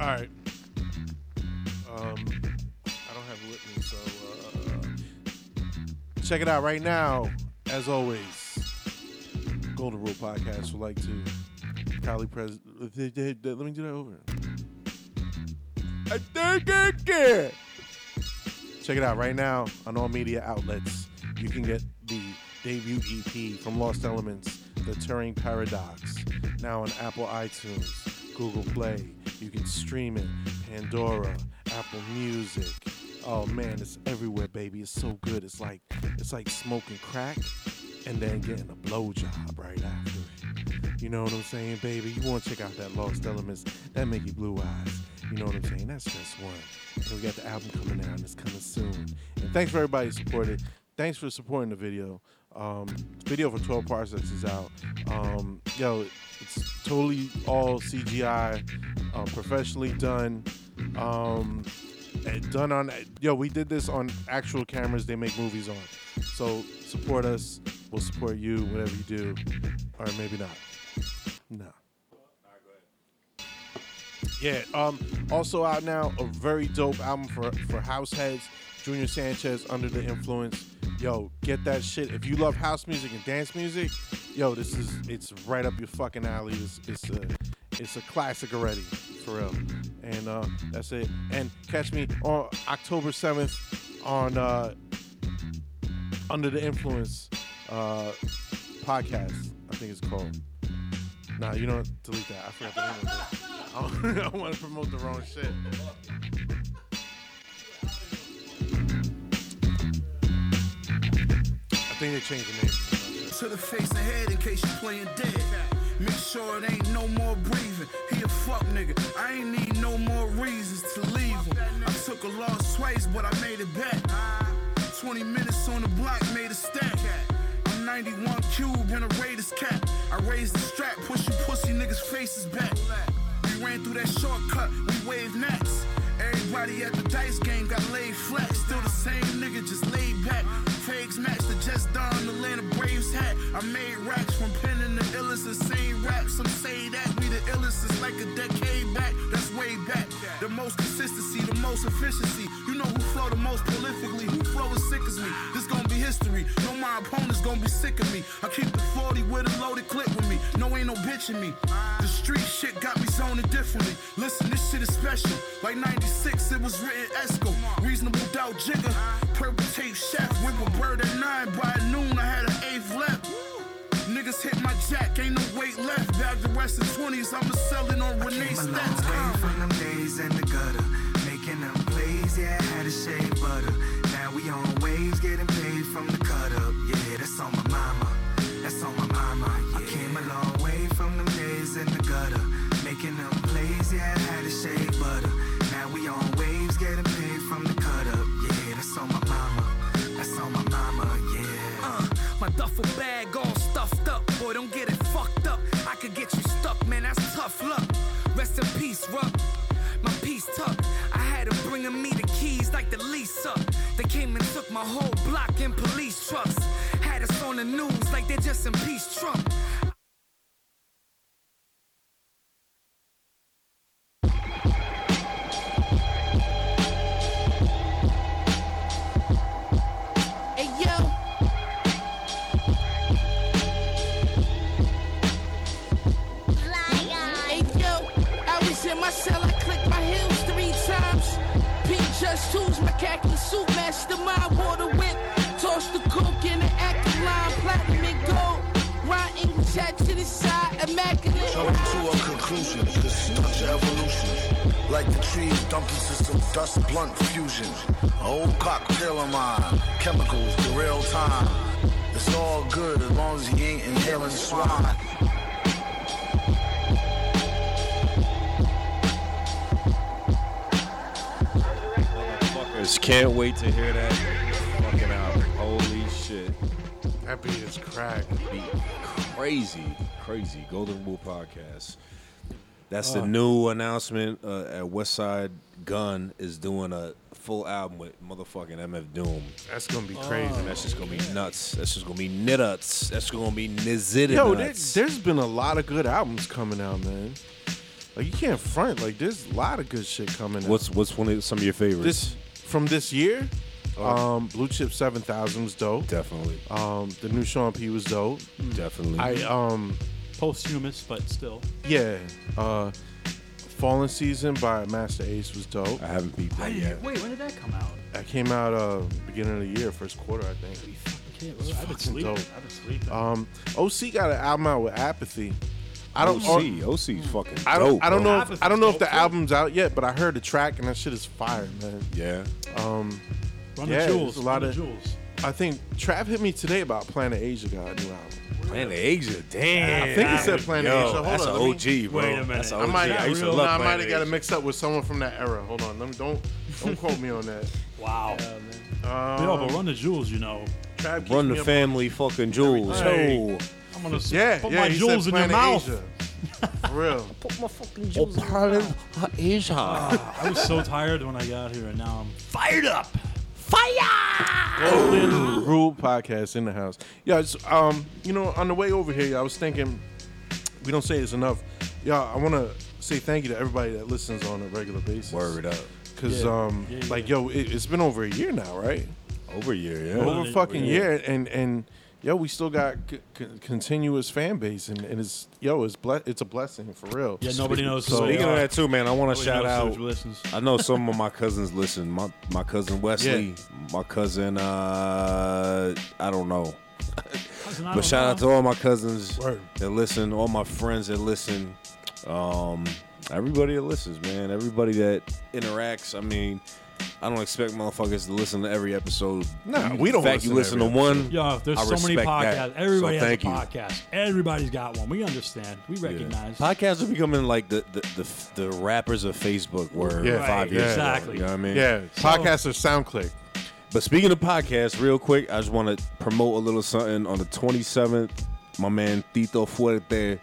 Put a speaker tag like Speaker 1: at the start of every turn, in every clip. Speaker 1: All right. Um, I don't have it with me, so uh, check it out right now. As always, Golden Rule Podcast would like to kindly pres. Let me do that over. I think I can. Check it out right now on all media outlets. You can get the debut EP from Lost Elements, The Turing Paradox, now on Apple iTunes, Google Play. You can stream it, Pandora, Apple Music. Oh man, it's everywhere, baby. It's so good. It's like it's like smoking crack and then getting a blowjob right after it. You know what I'm saying, baby? You want to check out that Lost Elements, that make you blue eyes. You know what I'm saying? That's just one. And we got the album coming out, and it's coming soon. And thanks for everybody who supported. Thanks for supporting the video. Um, the video for 12 Parsecs is out. Um, yo, it's totally all CGI, uh, professionally done. Um, and done on yo we did this on actual cameras they make movies on so support us we'll support you whatever you do or maybe not no yeah um also out now a very dope album for for house heads junior sanchez under the influence yo get that shit if you love house music and dance music yo this is it's right up your fucking alley it's, it's a it's a classic already for real and uh that's it and catch me on october 7th on uh under the influence uh podcast i think it's called nah you don't delete that i forgot the name of it i, don't- I want to promote the wrong shit i think they changed the name
Speaker 2: To the face ahead in case you playing dead. Make sure it ain't no more breathing. He a fuck nigga. I ain't need no more reasons to leave him. I took a loss twice, but I made it back. 20 minutes on the block, made a stack. I'm 91 cube in a Raiders cap. I raised the strap, push you pussy niggas' faces back. We ran through that shortcut, we waved nets. Everybody at the dice game got laid flat. Still the same nigga, just laid back. Fakes match the just don the land of Braves hat. I made racks from penning the illest insane raps. Some say that we the illest is like a decade back. That's way back. The most consistency, the most efficiency. You know who flow the most prolifically. Who flow as sick as me? This gonna be history. No, my opponent's gonna be sick of me. I keep the 40 with a loaded clip with me. No, ain't no bitch in me. The street shit got me zoning differently. Listen, this shit is special. Like 96, it was written Esco. Reasonable doubt jigger. Purple tape chef. Whip a bird at nine. By noon, I had an eighth left. Niggas hit my jack, ain't no weight left. Bag the rest in 20s, I'ma sell it on Renee
Speaker 3: Came a long
Speaker 2: Stats.
Speaker 3: way
Speaker 2: Uh.
Speaker 3: from them days in the gutter, making them plays. Yeah, had to shave butter. Now we on waves, getting paid from the cut up. Yeah, that's on my mama. That's on my mama. Yeah. I came a long way from them days in the gutter, making them plays. Yeah, had to shave butter. Now we on waves, getting paid from the cut up. Yeah, that's on my mama. That's on my mama. Yeah.
Speaker 4: Uh, my duffel bag all stuffed up. Boy, don't get it fucked up. I could get you stuck, man. That's tough luck. Rest in peace, Ruck. My piece tucked. I had them bringing me the keys like the lease up. They came and took my whole block in police trucks. Had us on the news like they just impeached Trump.
Speaker 5: Hey yo. Hey yo, I was in my cell, I clicked my heels three times. Pete just tools, my khaki suit, mastermind, water whip. Toss the coke in the acting line, platinum and gold. Ron English hat to the side, immaculate.
Speaker 6: Come to a conclusion, this is Dutch evolution. Like the trees dumped into some dust blunt fusion. A old cocktail of mine, chemicals to real time. It's all good as long as you ain't inhaling swine.
Speaker 7: Motherfuckers, can't wait to hear that fucking album. Holy shit.
Speaker 1: it that beat is crack
Speaker 7: Be crazy, crazy. Golden Rule Podcast. That's
Speaker 1: Uh.
Speaker 7: the new announcement uh, at Westside Gun is doing a full album with motherfucking MF Doom.
Speaker 1: that's gonna be crazy
Speaker 7: And that's just gonna be nuts. That's just gonna be nittuts. That's gonna be nizzitty
Speaker 1: Yo, there,
Speaker 7: nuts.
Speaker 1: there's been a lot of good albums coming out, man. Like you can't front. Like there's a lot of good shit coming. out.
Speaker 7: What's what's one of some of your favorites?
Speaker 1: this from this year? Um, Blue Chip Seven Thousand was dope.
Speaker 7: definitely,
Speaker 1: Um, the new Sean P was dope.
Speaker 7: definitely.
Speaker 1: I um,
Speaker 8: Posthumous, but still.
Speaker 1: yeah. Uh, Fallen Season by Master Ace was dope.
Speaker 7: I haven't peeped that
Speaker 8: didn't-
Speaker 7: yet.
Speaker 8: Wait, when did that come out?
Speaker 1: That came out uh beginning of the year, first quarter, I think.
Speaker 8: Okay, well, I've been
Speaker 1: fucking
Speaker 8: sleeping.
Speaker 1: dope.
Speaker 8: I've been sleeping.
Speaker 1: Um, OC got an album out with Apathy. I don't.
Speaker 7: OC, OC's fucking
Speaker 1: I don't.
Speaker 7: oh, dope.
Speaker 1: I don't
Speaker 7: bro.
Speaker 1: know. If, I don't know if the
Speaker 8: Apathy's dope, too.
Speaker 1: album's out yet, but I heard the track and that shit is fire, man.
Speaker 7: Yeah,
Speaker 8: Run
Speaker 1: yeah,
Speaker 8: the jewels.
Speaker 1: there's a lot
Speaker 8: Run
Speaker 1: of-
Speaker 8: the jewels.
Speaker 1: I think Trav hit me today about Planet Asia got a new album.
Speaker 7: Planet Asia. Damn,
Speaker 1: I think he said Planet
Speaker 7: Yo,
Speaker 1: Asia. Hold
Speaker 7: that's
Speaker 1: on,
Speaker 7: an
Speaker 1: let me-
Speaker 7: OG, bro.
Speaker 8: Wait a minute.
Speaker 7: That's an
Speaker 1: I
Speaker 7: OG.
Speaker 1: might.
Speaker 7: I used to
Speaker 1: no,
Speaker 7: love
Speaker 1: I might
Speaker 7: Planet
Speaker 1: have got it
Speaker 7: Asia.
Speaker 1: mixed up with someone from that era. Hold on. Let me don't don't quote me on that.
Speaker 8: Wow.
Speaker 1: Um,
Speaker 8: Yo, but run the jewels, you know.
Speaker 1: Trav keeps
Speaker 7: Run
Speaker 1: me
Speaker 7: the
Speaker 1: up-
Speaker 7: family fucking jewels.
Speaker 8: Hey.
Speaker 7: Yo.
Speaker 8: I'm gonna s-
Speaker 1: Yeah,
Speaker 8: put
Speaker 1: yeah.
Speaker 8: my
Speaker 1: he
Speaker 8: jewels
Speaker 1: said
Speaker 8: in your
Speaker 1: Planet
Speaker 8: mouth.
Speaker 1: Asia. For real.
Speaker 7: Oh, Planet Asia.
Speaker 8: I was so tired when I got here, and now I'm
Speaker 4: Fired up! Fire!
Speaker 1: Golden Rule Podcast in the house. Yeah, it's, um, you know, on the way over here, I was thinking, we don't say this enough. Yeah, I want to say thank you to everybody that listens on a regular basis.
Speaker 7: Word up.
Speaker 1: Because, um,
Speaker 8: Yeah, yeah.
Speaker 1: like, yo, it, it's been over a year now, right?
Speaker 7: Over a year, yeah.
Speaker 1: Over a
Speaker 8: Yeah.
Speaker 1: fucking year. And, and, yo, we still got c- c- continuous fan base. And, and it's, yo, it's, ble- it's a blessing for real.
Speaker 8: Yeah, nobody knows who
Speaker 1: So,
Speaker 8: they
Speaker 7: Speaking
Speaker 8: are.
Speaker 7: of that too, man, I want to
Speaker 8: Nobody
Speaker 7: shout
Speaker 8: knows who
Speaker 7: out.
Speaker 8: listens.
Speaker 7: I know some of my cousins listen. My my cousin Wesley, my cousin uh I don't know.
Speaker 8: Listen, I
Speaker 7: But
Speaker 8: don't
Speaker 7: shout out to
Speaker 8: know.
Speaker 7: all my cousins
Speaker 1: Word.
Speaker 7: that listen, all my friends that listen. Um everybody that listens, man. Everybody that interacts. I mean, I don't expect motherfuckers to listen to every episode.
Speaker 1: Nah, we don't
Speaker 7: In fact,
Speaker 1: listen
Speaker 7: you
Speaker 1: to
Speaker 7: listen to
Speaker 1: every
Speaker 7: one.
Speaker 8: Yo, there's
Speaker 7: I
Speaker 8: so many
Speaker 7: respect that.
Speaker 8: podcasts. Everybody
Speaker 7: so
Speaker 8: has
Speaker 7: thank
Speaker 8: a
Speaker 7: you.
Speaker 8: podcast. Everybody's got one. We understand. We
Speaker 7: Yeah.
Speaker 8: recognize.
Speaker 7: Podcasts are becoming like the the, the, the rappers of Facebook were
Speaker 1: Yeah,
Speaker 7: five years ago.
Speaker 8: exactly.
Speaker 7: You know what I mean?
Speaker 1: yeah, podcasts are SoundClick.
Speaker 7: But speaking of podcasts, real quick, I just want to promote a little something. On the 27th, my man Tito Fuerte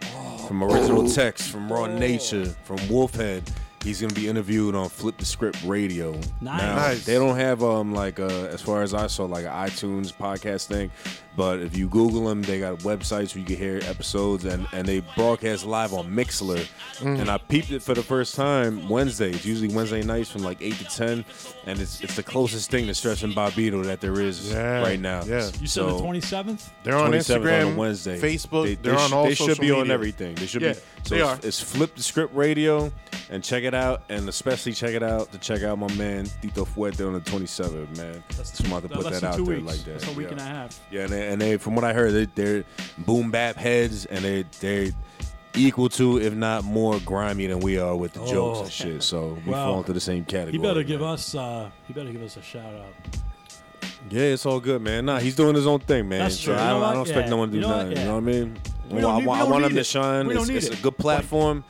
Speaker 7: from Original Text, from Raw Nature, from Wolfhead, he's going to be interviewed on Flip the Script Radio.
Speaker 8: Nice.
Speaker 7: Now,
Speaker 1: Nice.
Speaker 7: They don't have, um like, uh, as far as I saw, like an iTunes podcast thing. But if you Google them, they got websites where you can hear episodes, and, and they broadcast live on Mixler.
Speaker 1: Mm.
Speaker 7: And I peeped it for the first time Wednesday. It's usually Wednesday nights from like 8 to 10. And it's, it's the closest thing to Stress and Bobbito that there is
Speaker 1: Yeah,
Speaker 7: right now.
Speaker 1: yeah.
Speaker 8: you said the 27th.
Speaker 1: They're on
Speaker 7: 27th
Speaker 1: Instagram,
Speaker 7: on Wednesday,
Speaker 1: Facebook.
Speaker 7: They,
Speaker 1: are
Speaker 7: they
Speaker 1: on
Speaker 7: sh-
Speaker 1: all
Speaker 7: They should
Speaker 1: social
Speaker 7: be on
Speaker 1: media.
Speaker 7: everything. They should
Speaker 1: Yeah,
Speaker 7: be. So
Speaker 1: they
Speaker 7: it's,
Speaker 1: are.
Speaker 7: it's Flip the Script Radio and check it out, and especially check it out to check out my man Tito Fuerte on the 27th, man. Just wanted to
Speaker 8: Uh,
Speaker 7: put
Speaker 8: less
Speaker 7: that
Speaker 8: than
Speaker 7: out
Speaker 8: two
Speaker 7: there
Speaker 8: weeks.
Speaker 7: like that.
Speaker 8: That's a week
Speaker 7: yeah.
Speaker 8: and a half.
Speaker 7: Yeah, and they, and they from what I heard, they, they're boom bap heads, and they they're equal to, if not more, grimy than we are with the jokes and shit. So we
Speaker 8: Oh. Wow.
Speaker 7: fall into the same category.
Speaker 8: He better give
Speaker 7: man.
Speaker 8: us. Uh, he better give us a shout out.
Speaker 7: Yeah, it's all good, man. Nah, he's doing his own thing, man.
Speaker 8: That's true.
Speaker 7: So
Speaker 8: You
Speaker 7: I
Speaker 8: know
Speaker 7: don't, I
Speaker 8: what?
Speaker 7: don't expect
Speaker 8: Yeah.
Speaker 7: no one to do
Speaker 8: You know what?
Speaker 7: nothing. You
Speaker 8: Yeah.
Speaker 7: know what I mean?
Speaker 8: We
Speaker 7: Well,
Speaker 8: don't
Speaker 7: I,
Speaker 8: need-
Speaker 7: wa-
Speaker 8: we
Speaker 7: I
Speaker 8: don't
Speaker 7: want him
Speaker 8: need
Speaker 7: to
Speaker 8: it.
Speaker 7: shine.
Speaker 8: We
Speaker 7: It's,
Speaker 8: don't need
Speaker 7: it's a
Speaker 8: it.
Speaker 7: good platform.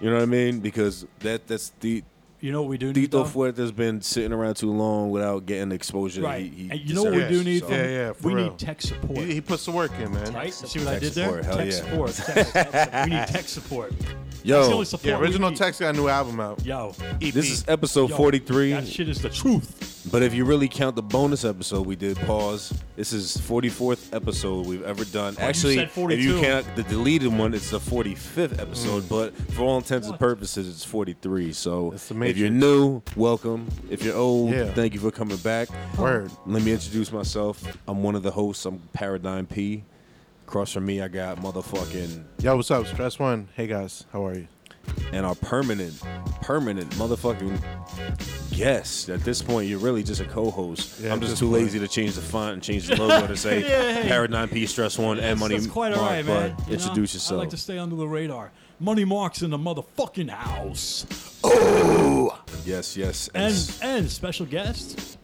Speaker 7: you know what I mean? Because that that's the
Speaker 8: You know what we do need.
Speaker 7: Tito
Speaker 8: though?
Speaker 7: Fuerte's been sitting around too long without getting the exposure.
Speaker 8: right.
Speaker 7: That he, he
Speaker 8: and you know what we
Speaker 7: deserves,
Speaker 8: do need?
Speaker 7: so.
Speaker 8: from-
Speaker 1: Yeah, yeah, for
Speaker 8: we
Speaker 1: real.
Speaker 8: need tech support.
Speaker 1: He, he puts the work in, man.
Speaker 8: Right? See what I
Speaker 7: Tech
Speaker 8: did
Speaker 7: support,
Speaker 8: there?
Speaker 7: hell
Speaker 8: tech
Speaker 7: yeah.
Speaker 8: support. Tech, tech- we need tech support. That's the
Speaker 7: Yo,
Speaker 8: only support
Speaker 1: Yeah,
Speaker 8: we
Speaker 1: original E
Speaker 8: need.
Speaker 1: text got a new album out.
Speaker 8: Yo,
Speaker 1: EP.
Speaker 7: this is episode
Speaker 8: yo,
Speaker 7: 43.
Speaker 8: That shit is the truth.
Speaker 7: But if you really count the bonus episode we did, pause. This is 44th episode we've ever done. Actually,
Speaker 8: said
Speaker 7: if you
Speaker 8: 42.
Speaker 7: count the deleted one, it's the 45th episode.
Speaker 1: Mm.
Speaker 7: But for all intents and
Speaker 8: What?
Speaker 7: purposes, it's 43. So
Speaker 1: That's the
Speaker 7: if
Speaker 1: Matrix.
Speaker 7: you're new, welcome. If you're old,
Speaker 1: Yeah.
Speaker 7: thank you for coming back.
Speaker 1: Word.
Speaker 7: Let me introduce myself. I'm one of the hosts. I'm Paradigm P. Across from me, I got motherfucking
Speaker 1: Yo, what's up? Stress One. Hey guys, how are you?
Speaker 7: and our permanent, permanent motherfucking guest. At this point, you're really just a co-host.
Speaker 1: Yeah,
Speaker 7: I'm
Speaker 1: at
Speaker 7: just
Speaker 1: this
Speaker 7: too
Speaker 1: point.
Speaker 7: lazy to change the font and change the logo to say
Speaker 8: Yeah, hey.
Speaker 7: Paradigm P Stress One and Money
Speaker 8: That's quite all
Speaker 7: Mark,
Speaker 8: right,
Speaker 7: but
Speaker 8: man. You know,
Speaker 7: introduce
Speaker 8: I
Speaker 7: yourself.
Speaker 8: like to stay under the radar. Money Mark's in the motherfucking house.
Speaker 7: yes, yes, and
Speaker 8: And
Speaker 7: s-
Speaker 8: and special guest.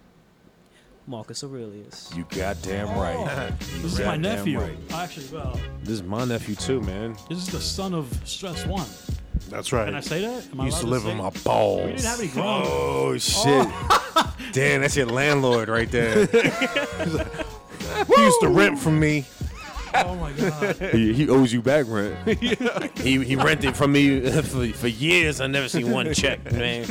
Speaker 9: Marcus Aurelius.
Speaker 7: you goddamn right. You
Speaker 8: Oh, This is my
Speaker 7: goddamn
Speaker 8: nephew. Oh,
Speaker 7: right.
Speaker 8: Actually, well,
Speaker 7: This is my nephew too, man.
Speaker 8: this is the son of Stress One.
Speaker 1: That's right.
Speaker 8: Can I say that? Am I
Speaker 1: used to
Speaker 8: allowed
Speaker 1: live
Speaker 8: say-
Speaker 1: in my balls.
Speaker 8: We didn't have any Oh.
Speaker 7: Oh
Speaker 8: grown.
Speaker 7: shit! Damn, that's your landlord right there.
Speaker 1: he used to rent from me.
Speaker 8: Oh my god.
Speaker 7: he, he owes you back rent. he, he rented from me for, for years. I never seen one check, man.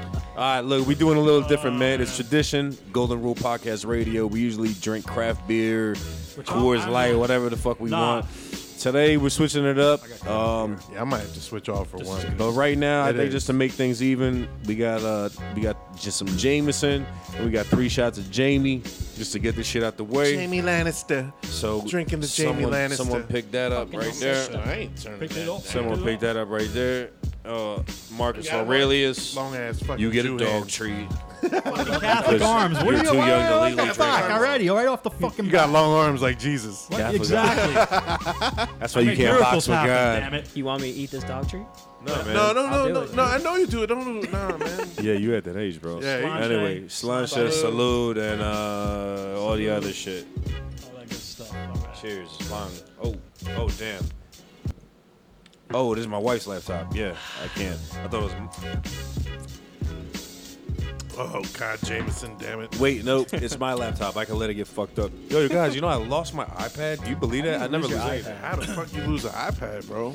Speaker 7: All right, look, we doing a little different, man. It's tradition. Golden Rule Podcast Radio. We usually drink craft beer,
Speaker 8: Which I'm-
Speaker 7: Coors
Speaker 8: I'm-
Speaker 7: Light, whatever the fuck we
Speaker 8: Nah.
Speaker 7: want. Today we're switching it up. Um,
Speaker 1: Yeah, I might have to switch off for one.
Speaker 7: But right now, I
Speaker 1: It
Speaker 7: think
Speaker 1: is.
Speaker 7: just to make things even, we got uh we got just some Jameson, and we got three shots of Jamie just to get this shit out the way.
Speaker 1: Jamie Lannister.
Speaker 7: So
Speaker 1: Drinking the Jamie
Speaker 7: someone,
Speaker 1: Lannister.
Speaker 7: Someone picked that up right there.
Speaker 1: I ain't turning
Speaker 8: Pick it
Speaker 1: that
Speaker 8: up.
Speaker 7: Someone picked that up right there. Uh, Marcus
Speaker 1: Yeah, I like
Speaker 7: Aurelius,
Speaker 1: Long ass fucking
Speaker 7: you get
Speaker 1: Jew
Speaker 7: a dog
Speaker 1: hand.
Speaker 7: treat.
Speaker 8: Catholic
Speaker 7: Because
Speaker 8: arms. What
Speaker 7: you're
Speaker 8: are you
Speaker 7: too
Speaker 8: why
Speaker 7: young
Speaker 8: are
Speaker 7: to legally
Speaker 8: you
Speaker 7: drink
Speaker 8: like that
Speaker 7: alcohol.
Speaker 8: back already? All right off the fucking
Speaker 1: You got long arms like Jesus.
Speaker 8: What?
Speaker 7: Catholic
Speaker 8: Exactly.
Speaker 7: That's why you
Speaker 8: Make
Speaker 7: can't box
Speaker 8: miracles
Speaker 7: with
Speaker 8: happen,
Speaker 7: God.
Speaker 8: damn it.
Speaker 9: You want me to eat this dog treat?
Speaker 7: No, man.
Speaker 1: No, no, no,
Speaker 9: I'll do
Speaker 1: no,
Speaker 9: it.
Speaker 1: no. I know you do it. Don't do it. Nah, man.
Speaker 7: Yeah, you at that age, bro.
Speaker 1: Yeah, you-
Speaker 7: anyway, Slancha, salute, and uh, all the other shit.
Speaker 8: All that good stuff. All right.
Speaker 7: Cheers, long. Oh, oh, damn. Oh, this is my wife's laptop. Yeah, I can't. I thought it was.
Speaker 1: Oh God, Jameson, damn it.
Speaker 7: Wait, no, it's my laptop. I can let it get fucked up. Yo, you guys, you know I lost my iPad. Do you believe that? I never lose anything.
Speaker 1: How the fuck you lose an iPad, bro?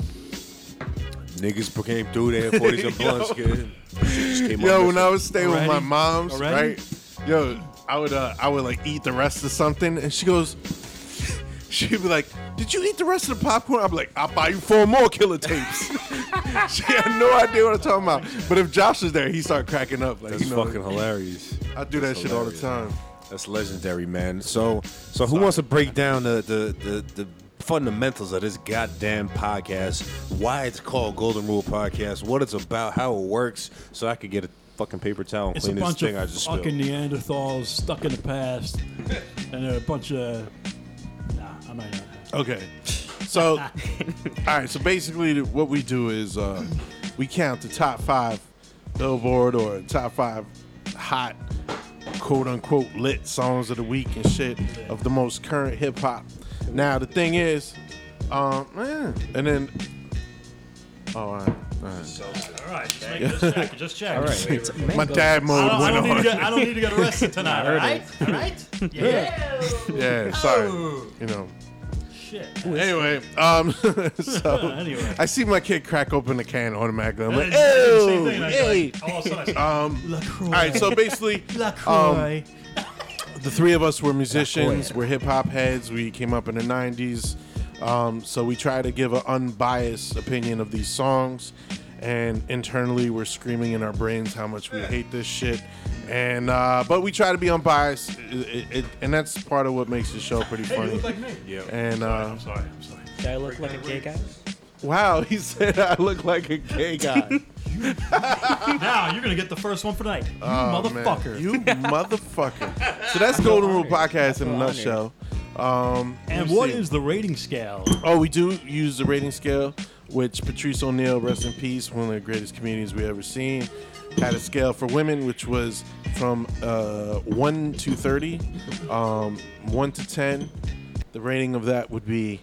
Speaker 7: Niggas became through there, forties and blunts, kid. Just came
Speaker 1: Yo,
Speaker 7: up
Speaker 1: when
Speaker 7: missing.
Speaker 1: I was staying with my
Speaker 8: Already?
Speaker 1: mom's,
Speaker 8: Already?
Speaker 1: right? Yo, I would uh, I would like eat the rest of something, and she goes, she'd be like, "Did you eat the rest of the popcorn?" I'm like, "I'll buy you four more killer tapes." she had no idea what I'm talking about. But if Josh was there, he start cracking up. Like,
Speaker 7: That's
Speaker 1: you know,
Speaker 7: fucking hilarious.
Speaker 1: I do that
Speaker 7: That's
Speaker 1: shit all the
Speaker 7: hilarious.
Speaker 1: time.
Speaker 7: That's legendary, man. So, so who wants to break down the the, the the fundamentals of this goddamn podcast? Why it's called Golden Rule Podcast? What it's about? How it works? So I could get a fucking paper towel and
Speaker 8: It's a
Speaker 7: clean this
Speaker 8: bunch
Speaker 7: thing I
Speaker 8: of
Speaker 7: just spilled.
Speaker 8: fucking Neanderthals stuck in the past, and they're a bunch of. Nah, I'm not.
Speaker 1: Okay. So, all right. So basically, th- what we do is uh, we count the top five Billboard or top five hot, quote unquote, lit songs of the week and shit of the most current hip hop. Now, the thing is, um, eh, and then, oh, all right.
Speaker 8: All right, just make this check. Just check. All right.
Speaker 1: my dad mode
Speaker 8: Oh, I
Speaker 1: went
Speaker 8: don't, I don't need
Speaker 1: on.
Speaker 8: to get, I don't need to get arrested tonight. all right. All right. Yeah.
Speaker 1: yeah, sorry. You know.
Speaker 8: Oh. Shit.
Speaker 1: Anyway, um, so
Speaker 8: Anyway.
Speaker 1: I see my kid crack open the can automatically. I'm like,
Speaker 8: It's the same
Speaker 1: oh,
Speaker 8: thing, like,
Speaker 1: hey.
Speaker 8: like, all of a sudden I
Speaker 1: All right, so basically, um,
Speaker 8: LaCroix.
Speaker 1: the three of us were musicians. We're hip hop heads. We came up in the '90s, um, so we try to give an unbiased opinion of these songs. And internally, we're screaming in our brains how much we hate this shit. And uh, but we try to be unbiased, it, it, it, and that's part of what makes the show pretty funny.
Speaker 7: Yeah.
Speaker 1: And uh,
Speaker 8: I'm sorry. I'm sorry.
Speaker 9: Do I look like a gay guy?
Speaker 1: wow, he said I look like a gay guy.
Speaker 8: Now you're gonna get the first one for tonight. You
Speaker 7: Oh,
Speaker 1: Man,
Speaker 8: motherfucker.
Speaker 1: you motherfucker. So that's Golden Rule Podcast in a
Speaker 9: honored.
Speaker 1: nutshell. Um,
Speaker 8: and
Speaker 1: let me
Speaker 8: what
Speaker 1: see.
Speaker 8: is the rating scale?
Speaker 1: Oh, we do use the rating scale, which Patrice O'Neill, rest in peace, one of the greatest comedians we ever seen, had a scale for women, which was from uh, 1 to 30, um, 1 to 10. The rating of that would be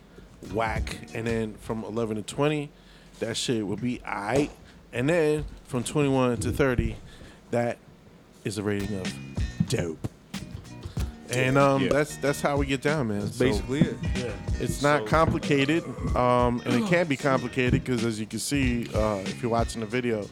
Speaker 1: whack. And then from 11 to 20, that shit would be aight. And then from 21 to 30, that is a rating of dope. And um,
Speaker 7: Yeah.
Speaker 1: that's that's how we get down, man. So-
Speaker 7: Basically, it.
Speaker 1: it's not complicated, um, and it can be complicated because, as you can see, uh, if you're watching the video,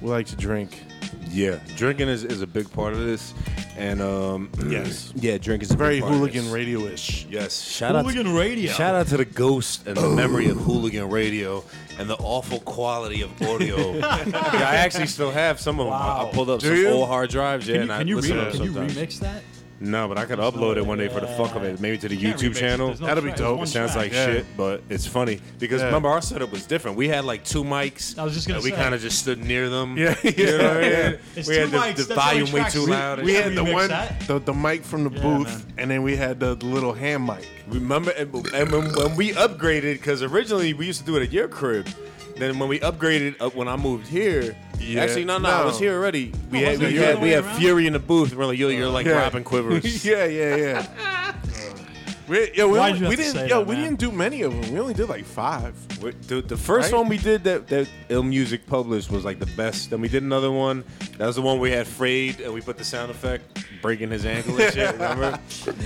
Speaker 1: we like to drink.
Speaker 7: Yeah, drinking is, is a big part of this, and um,
Speaker 1: Yes.
Speaker 7: yeah, drinking is a
Speaker 1: Very
Speaker 7: big part of
Speaker 1: hooligan
Speaker 7: this.
Speaker 1: radio-ish.
Speaker 7: Yes, shout out
Speaker 8: Hooligan
Speaker 7: to,
Speaker 8: Radio.
Speaker 7: Shout out to the ghost and the memory of hooligan radio and the awful quality of audio. yeah, I actually still have some of them. I- I pulled up
Speaker 1: Do
Speaker 7: some
Speaker 1: you?
Speaker 7: old hard drives. Yeah,
Speaker 8: Can you,
Speaker 7: and I
Speaker 8: can you, re-
Speaker 7: listen to
Speaker 8: can
Speaker 7: them
Speaker 8: you
Speaker 7: sometimes.
Speaker 8: remix that?
Speaker 7: No, but I could upload it one day for the fuck of it, maybe to the
Speaker 8: Can't remix
Speaker 7: YouTube
Speaker 8: it.
Speaker 7: channel.
Speaker 8: There's no
Speaker 1: That'd be
Speaker 8: track.
Speaker 1: dope.
Speaker 8: There's one
Speaker 7: It sounds
Speaker 8: track.
Speaker 7: like
Speaker 1: Yeah.
Speaker 7: shit, but it's funny because
Speaker 1: Yeah.
Speaker 7: remember our setup was different. We had like two mics.
Speaker 8: I was just gonna
Speaker 7: and we
Speaker 8: say.
Speaker 7: kind of just stood near them.
Speaker 1: Yeah,
Speaker 7: You know what I mean?
Speaker 8: It's
Speaker 7: we
Speaker 8: two
Speaker 7: had the,
Speaker 8: mics,
Speaker 7: the
Speaker 8: that's only
Speaker 7: volume way
Speaker 8: tracks.
Speaker 7: too
Speaker 8: We-
Speaker 7: loud. and
Speaker 1: We
Speaker 7: shit.
Speaker 1: had the
Speaker 8: remix
Speaker 1: one,
Speaker 8: that?
Speaker 1: the, the mic from the booth,
Speaker 8: man.
Speaker 1: and then we had the little hand mic.
Speaker 7: Remember, and, and when, when we upgraded, because originally we used to do it at your crib. Then when we upgraded, uh, when I moved here,
Speaker 1: Yeah.
Speaker 7: actually no, no, I
Speaker 1: No.
Speaker 7: was here already. We
Speaker 8: Oh,
Speaker 7: had
Speaker 8: wasn't
Speaker 7: we
Speaker 8: it the
Speaker 7: had,
Speaker 8: other
Speaker 7: we
Speaker 8: way
Speaker 7: had
Speaker 8: around?
Speaker 7: Fury in the booth. We're like, yo, you're like
Speaker 1: Yeah.
Speaker 7: Robin Quivers.
Speaker 1: yeah, yeah, yeah. we, yo, we,
Speaker 8: Why'd
Speaker 1: only-
Speaker 8: you have
Speaker 1: we
Speaker 8: to
Speaker 1: didn't.
Speaker 8: say
Speaker 1: Yo,
Speaker 8: that,
Speaker 1: we
Speaker 8: man?
Speaker 1: didn't do many of them. We only did like five.
Speaker 7: We- The, the first
Speaker 1: Right?
Speaker 7: one we did that that Ill Music published was like the best. Then we did another one. That was the one we had Frayed, and we put the sound effect breaking his ankle and shit. Remember?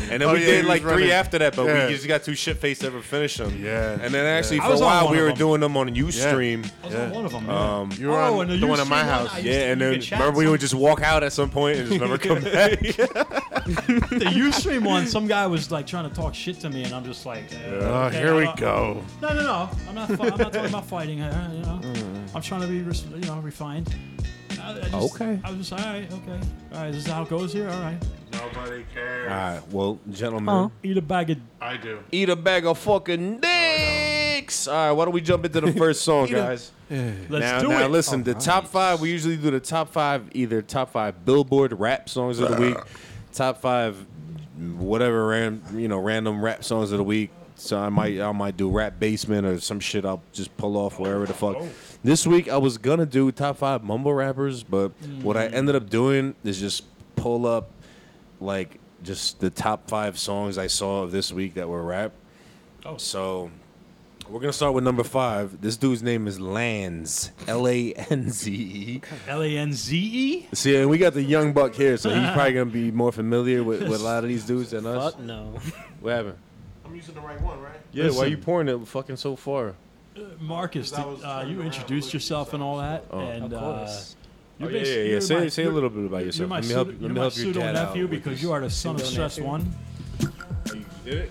Speaker 7: And then
Speaker 1: Oh,
Speaker 7: we
Speaker 1: yeah, he
Speaker 7: did
Speaker 1: was
Speaker 7: like
Speaker 1: running.
Speaker 7: three after that, but
Speaker 1: Yeah.
Speaker 7: we just got too shit faced to ever finish them.
Speaker 1: Yeah.
Speaker 7: And then actually
Speaker 8: I
Speaker 7: for a
Speaker 8: was on
Speaker 7: while
Speaker 8: one
Speaker 7: we
Speaker 8: of
Speaker 7: were
Speaker 8: them.
Speaker 7: doing them on UStream.
Speaker 8: I was on one of them.
Speaker 7: Um,
Speaker 8: Um,
Speaker 1: you were on
Speaker 8: and
Speaker 1: the one at my
Speaker 8: UStream
Speaker 1: house.
Speaker 8: I used to-
Speaker 7: Yeah, and
Speaker 8: you
Speaker 7: then
Speaker 8: could chat
Speaker 7: remember we would
Speaker 8: sometimes.
Speaker 7: just walk out at some point and just never come back.
Speaker 8: the Ustream one, some guy was like trying to talk shit to me, and I'm just like, uh,
Speaker 7: Ah,
Speaker 1: Oh,
Speaker 8: okay,
Speaker 1: here we
Speaker 8: I-
Speaker 1: go.
Speaker 8: No, no, no. I'm not. Fi- I'm not talking about fighting her. You know,
Speaker 7: Mm.
Speaker 8: I'm trying to be, res- you know, refined. I, I just,
Speaker 7: Okay.
Speaker 8: I was just all right. Okay. All right. This is how it goes here. All right.
Speaker 1: Nobody cares.
Speaker 7: All right, well, gentlemen,
Speaker 8: Eat a bag of.
Speaker 1: I do.
Speaker 7: eat a bag of fucking dicks. All right, why don't we jump into the first song, guys?
Speaker 8: Let's
Speaker 7: now,
Speaker 8: do
Speaker 7: now
Speaker 8: it.
Speaker 7: listen, the top five, we usually do the top five, either top five Billboard rap songs of the week, top five whatever ran, you know, random rap songs of the week. So I might I might do rap basement or some shit I'll just pull off wherever the fuck. This week I was gonna do top five mumble rappers, but what I ended up doing is just pull up like just the top five songs I saw of this week that were rap.
Speaker 8: Oh.
Speaker 7: So we're gonna start with number five. This dude's name is Lanz. L A N Z E.
Speaker 8: Oh, L a n z e.
Speaker 7: See, and we got the young buck here, so he's probably gonna be more familiar with, with a lot of these dudes than us.
Speaker 9: Fuck no.
Speaker 7: What happened?
Speaker 1: I'm using the right one, right?
Speaker 7: Yeah, why
Speaker 8: Listen.
Speaker 7: you pouring it fucking so far? Oh,
Speaker 8: Marcus,
Speaker 1: Because I
Speaker 8: did-
Speaker 1: was
Speaker 8: uh,
Speaker 1: turning
Speaker 8: you
Speaker 1: around
Speaker 8: introduced
Speaker 1: looking
Speaker 8: yourself and all that, and
Speaker 9: Of
Speaker 8: uh,
Speaker 9: course.
Speaker 8: you're
Speaker 7: Oh, yeah,
Speaker 8: basi-
Speaker 7: yeah, yeah.
Speaker 8: you're
Speaker 7: Oh, Say,
Speaker 8: my-
Speaker 7: say a
Speaker 8: you're-
Speaker 7: little bit about
Speaker 8: You're
Speaker 7: yourself.
Speaker 8: my,
Speaker 7: Let me
Speaker 8: pseudo-
Speaker 7: help. Let
Speaker 8: you're
Speaker 7: me
Speaker 8: my
Speaker 7: help your
Speaker 8: pseudo
Speaker 7: dad
Speaker 8: nephew
Speaker 7: out with
Speaker 8: because
Speaker 7: this.
Speaker 8: you are the son of
Speaker 9: Pseudo
Speaker 8: stress
Speaker 9: nephew.
Speaker 8: one.
Speaker 1: Yeah,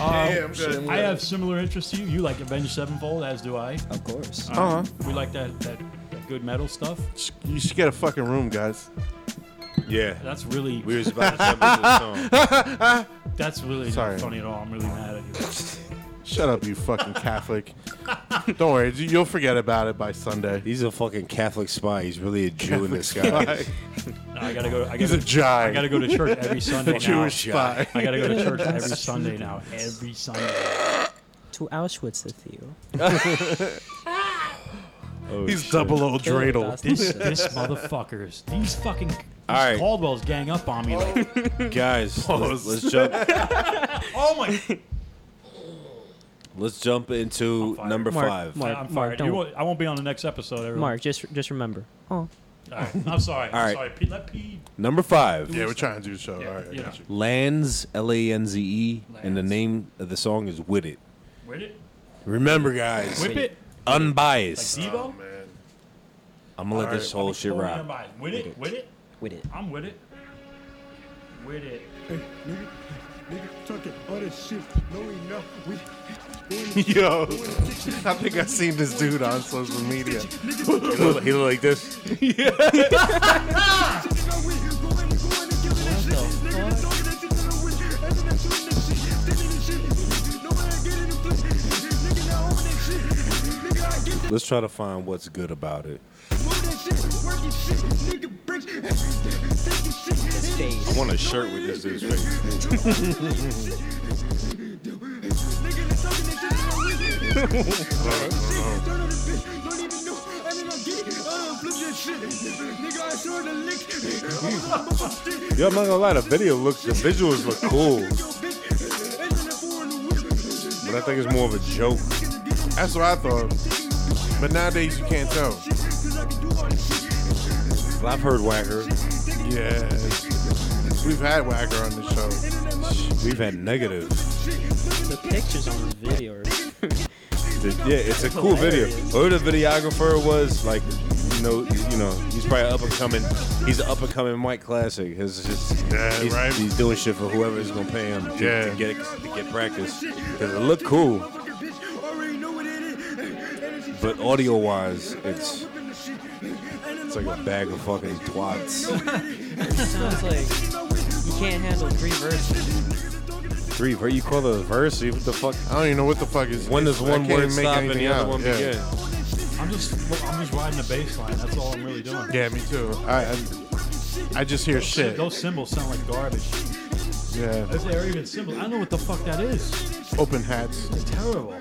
Speaker 1: I'm good.
Speaker 8: I have similar interests to you. You like Avenged Sevenfold, as do I. Um,
Speaker 9: Of course.
Speaker 1: Uh huh.
Speaker 8: We like that that, that good metal stuff.
Speaker 1: You should get a fucking room, guys.
Speaker 7: Yeah,
Speaker 8: That's really
Speaker 7: we was about to jump into the song.
Speaker 8: that's really
Speaker 1: Sorry.
Speaker 8: not funny at all. I'm really mad at you.
Speaker 1: Shut up, you fucking Catholic. Don't worry, you- you'll forget about it by Sunday.
Speaker 7: He's a fucking Catholic spy. He's really a Jew in this guy.
Speaker 1: Bye.
Speaker 8: No, I gotta go. I
Speaker 1: He's
Speaker 8: gotta,
Speaker 1: a giant.
Speaker 8: I gotta go to church every Sunday now.
Speaker 1: Jewish spy.
Speaker 8: I gotta go to church every Sunday now. Every Sunday.
Speaker 9: To Auschwitz with you.
Speaker 7: Oh,
Speaker 1: He's double O
Speaker 9: Kill
Speaker 1: dreidel.
Speaker 9: bastards.
Speaker 8: This this motherfuckers. These fucking. These
Speaker 7: All right.
Speaker 8: Caldwell's gang up on me. Like,
Speaker 7: Guys, let's, let's jump.
Speaker 8: oh my.
Speaker 7: Let's jump into
Speaker 8: fired.
Speaker 7: number
Speaker 9: Mark,
Speaker 7: five.
Speaker 9: Mark,
Speaker 8: I'm
Speaker 9: Mark,
Speaker 8: fired.
Speaker 9: don't.
Speaker 8: You won't, I won't be on the next episode. Everyone.
Speaker 9: Mark, just just remember. Oh,
Speaker 8: All right. I'm sorry. I'm
Speaker 7: All right.
Speaker 8: sorry. Pete, let Pete.
Speaker 7: Number five.
Speaker 1: Yeah, we're trying to do the show.
Speaker 8: Yeah,
Speaker 1: All right, I
Speaker 8: yeah.
Speaker 1: got you.
Speaker 7: Lands, L A N Z E, and the
Speaker 8: Lands.
Speaker 7: name of the song is With It.
Speaker 8: Whip it.
Speaker 7: Remember, guys,
Speaker 8: Whip it. Like
Speaker 7: unbiased.
Speaker 8: Devo.
Speaker 1: Man.
Speaker 7: I'm gonna let
Speaker 1: All
Speaker 7: this
Speaker 1: right.
Speaker 7: whole shit
Speaker 8: Totally
Speaker 7: rock.
Speaker 8: unbiased. With it. With it.
Speaker 9: with it.
Speaker 8: I'm with it. With it.
Speaker 1: Yo, I think I seen this dude on social media.
Speaker 7: He look like this. Let's try to find what's good about it. I want a shirt with this dude's face. Yo, I'm not gonna lie, the video looks, the visuals look cool, but I think it's more of a joke.
Speaker 1: That's what I thought. But nowadays you can't tell.
Speaker 7: Well, I've heard Whacker.
Speaker 1: Yeah, we've had Wagger on the show.
Speaker 7: We've had negative.
Speaker 9: The pictures on the video. are-
Speaker 7: Yeah, it's a cool video. Whoever the videographer was, like, you know, you know, he's probably up and coming. He's an up and coming Mike Classic. He's just,
Speaker 1: Yeah,
Speaker 7: he's,
Speaker 1: right.
Speaker 7: he's doing shit for whoever is gonna pay him. to-
Speaker 1: Yeah.
Speaker 7: to get to get practice. 'Cause it looked cool, but audio wise, it's it's like a bag of fucking twats.
Speaker 9: Sounds like you can't handle three verses.
Speaker 7: Three, what you call the verse? What the fuck?
Speaker 1: I don't even know what the fuck is.
Speaker 7: When does
Speaker 1: I
Speaker 7: one
Speaker 1: can't
Speaker 7: word
Speaker 1: even make
Speaker 7: stop and
Speaker 1: anything
Speaker 7: the other
Speaker 1: out.
Speaker 7: one
Speaker 1: yeah.
Speaker 7: begin?
Speaker 8: I'm just. look, I'm just riding the bass line. That's all I'm really doing.
Speaker 1: Yeah, me too. I, I, I just hear shit.
Speaker 8: Those symbols sound like garbage.
Speaker 1: Yeah,
Speaker 8: Those are even symbols. I don't know what the fuck that is.
Speaker 1: open hats.
Speaker 8: It's terrible.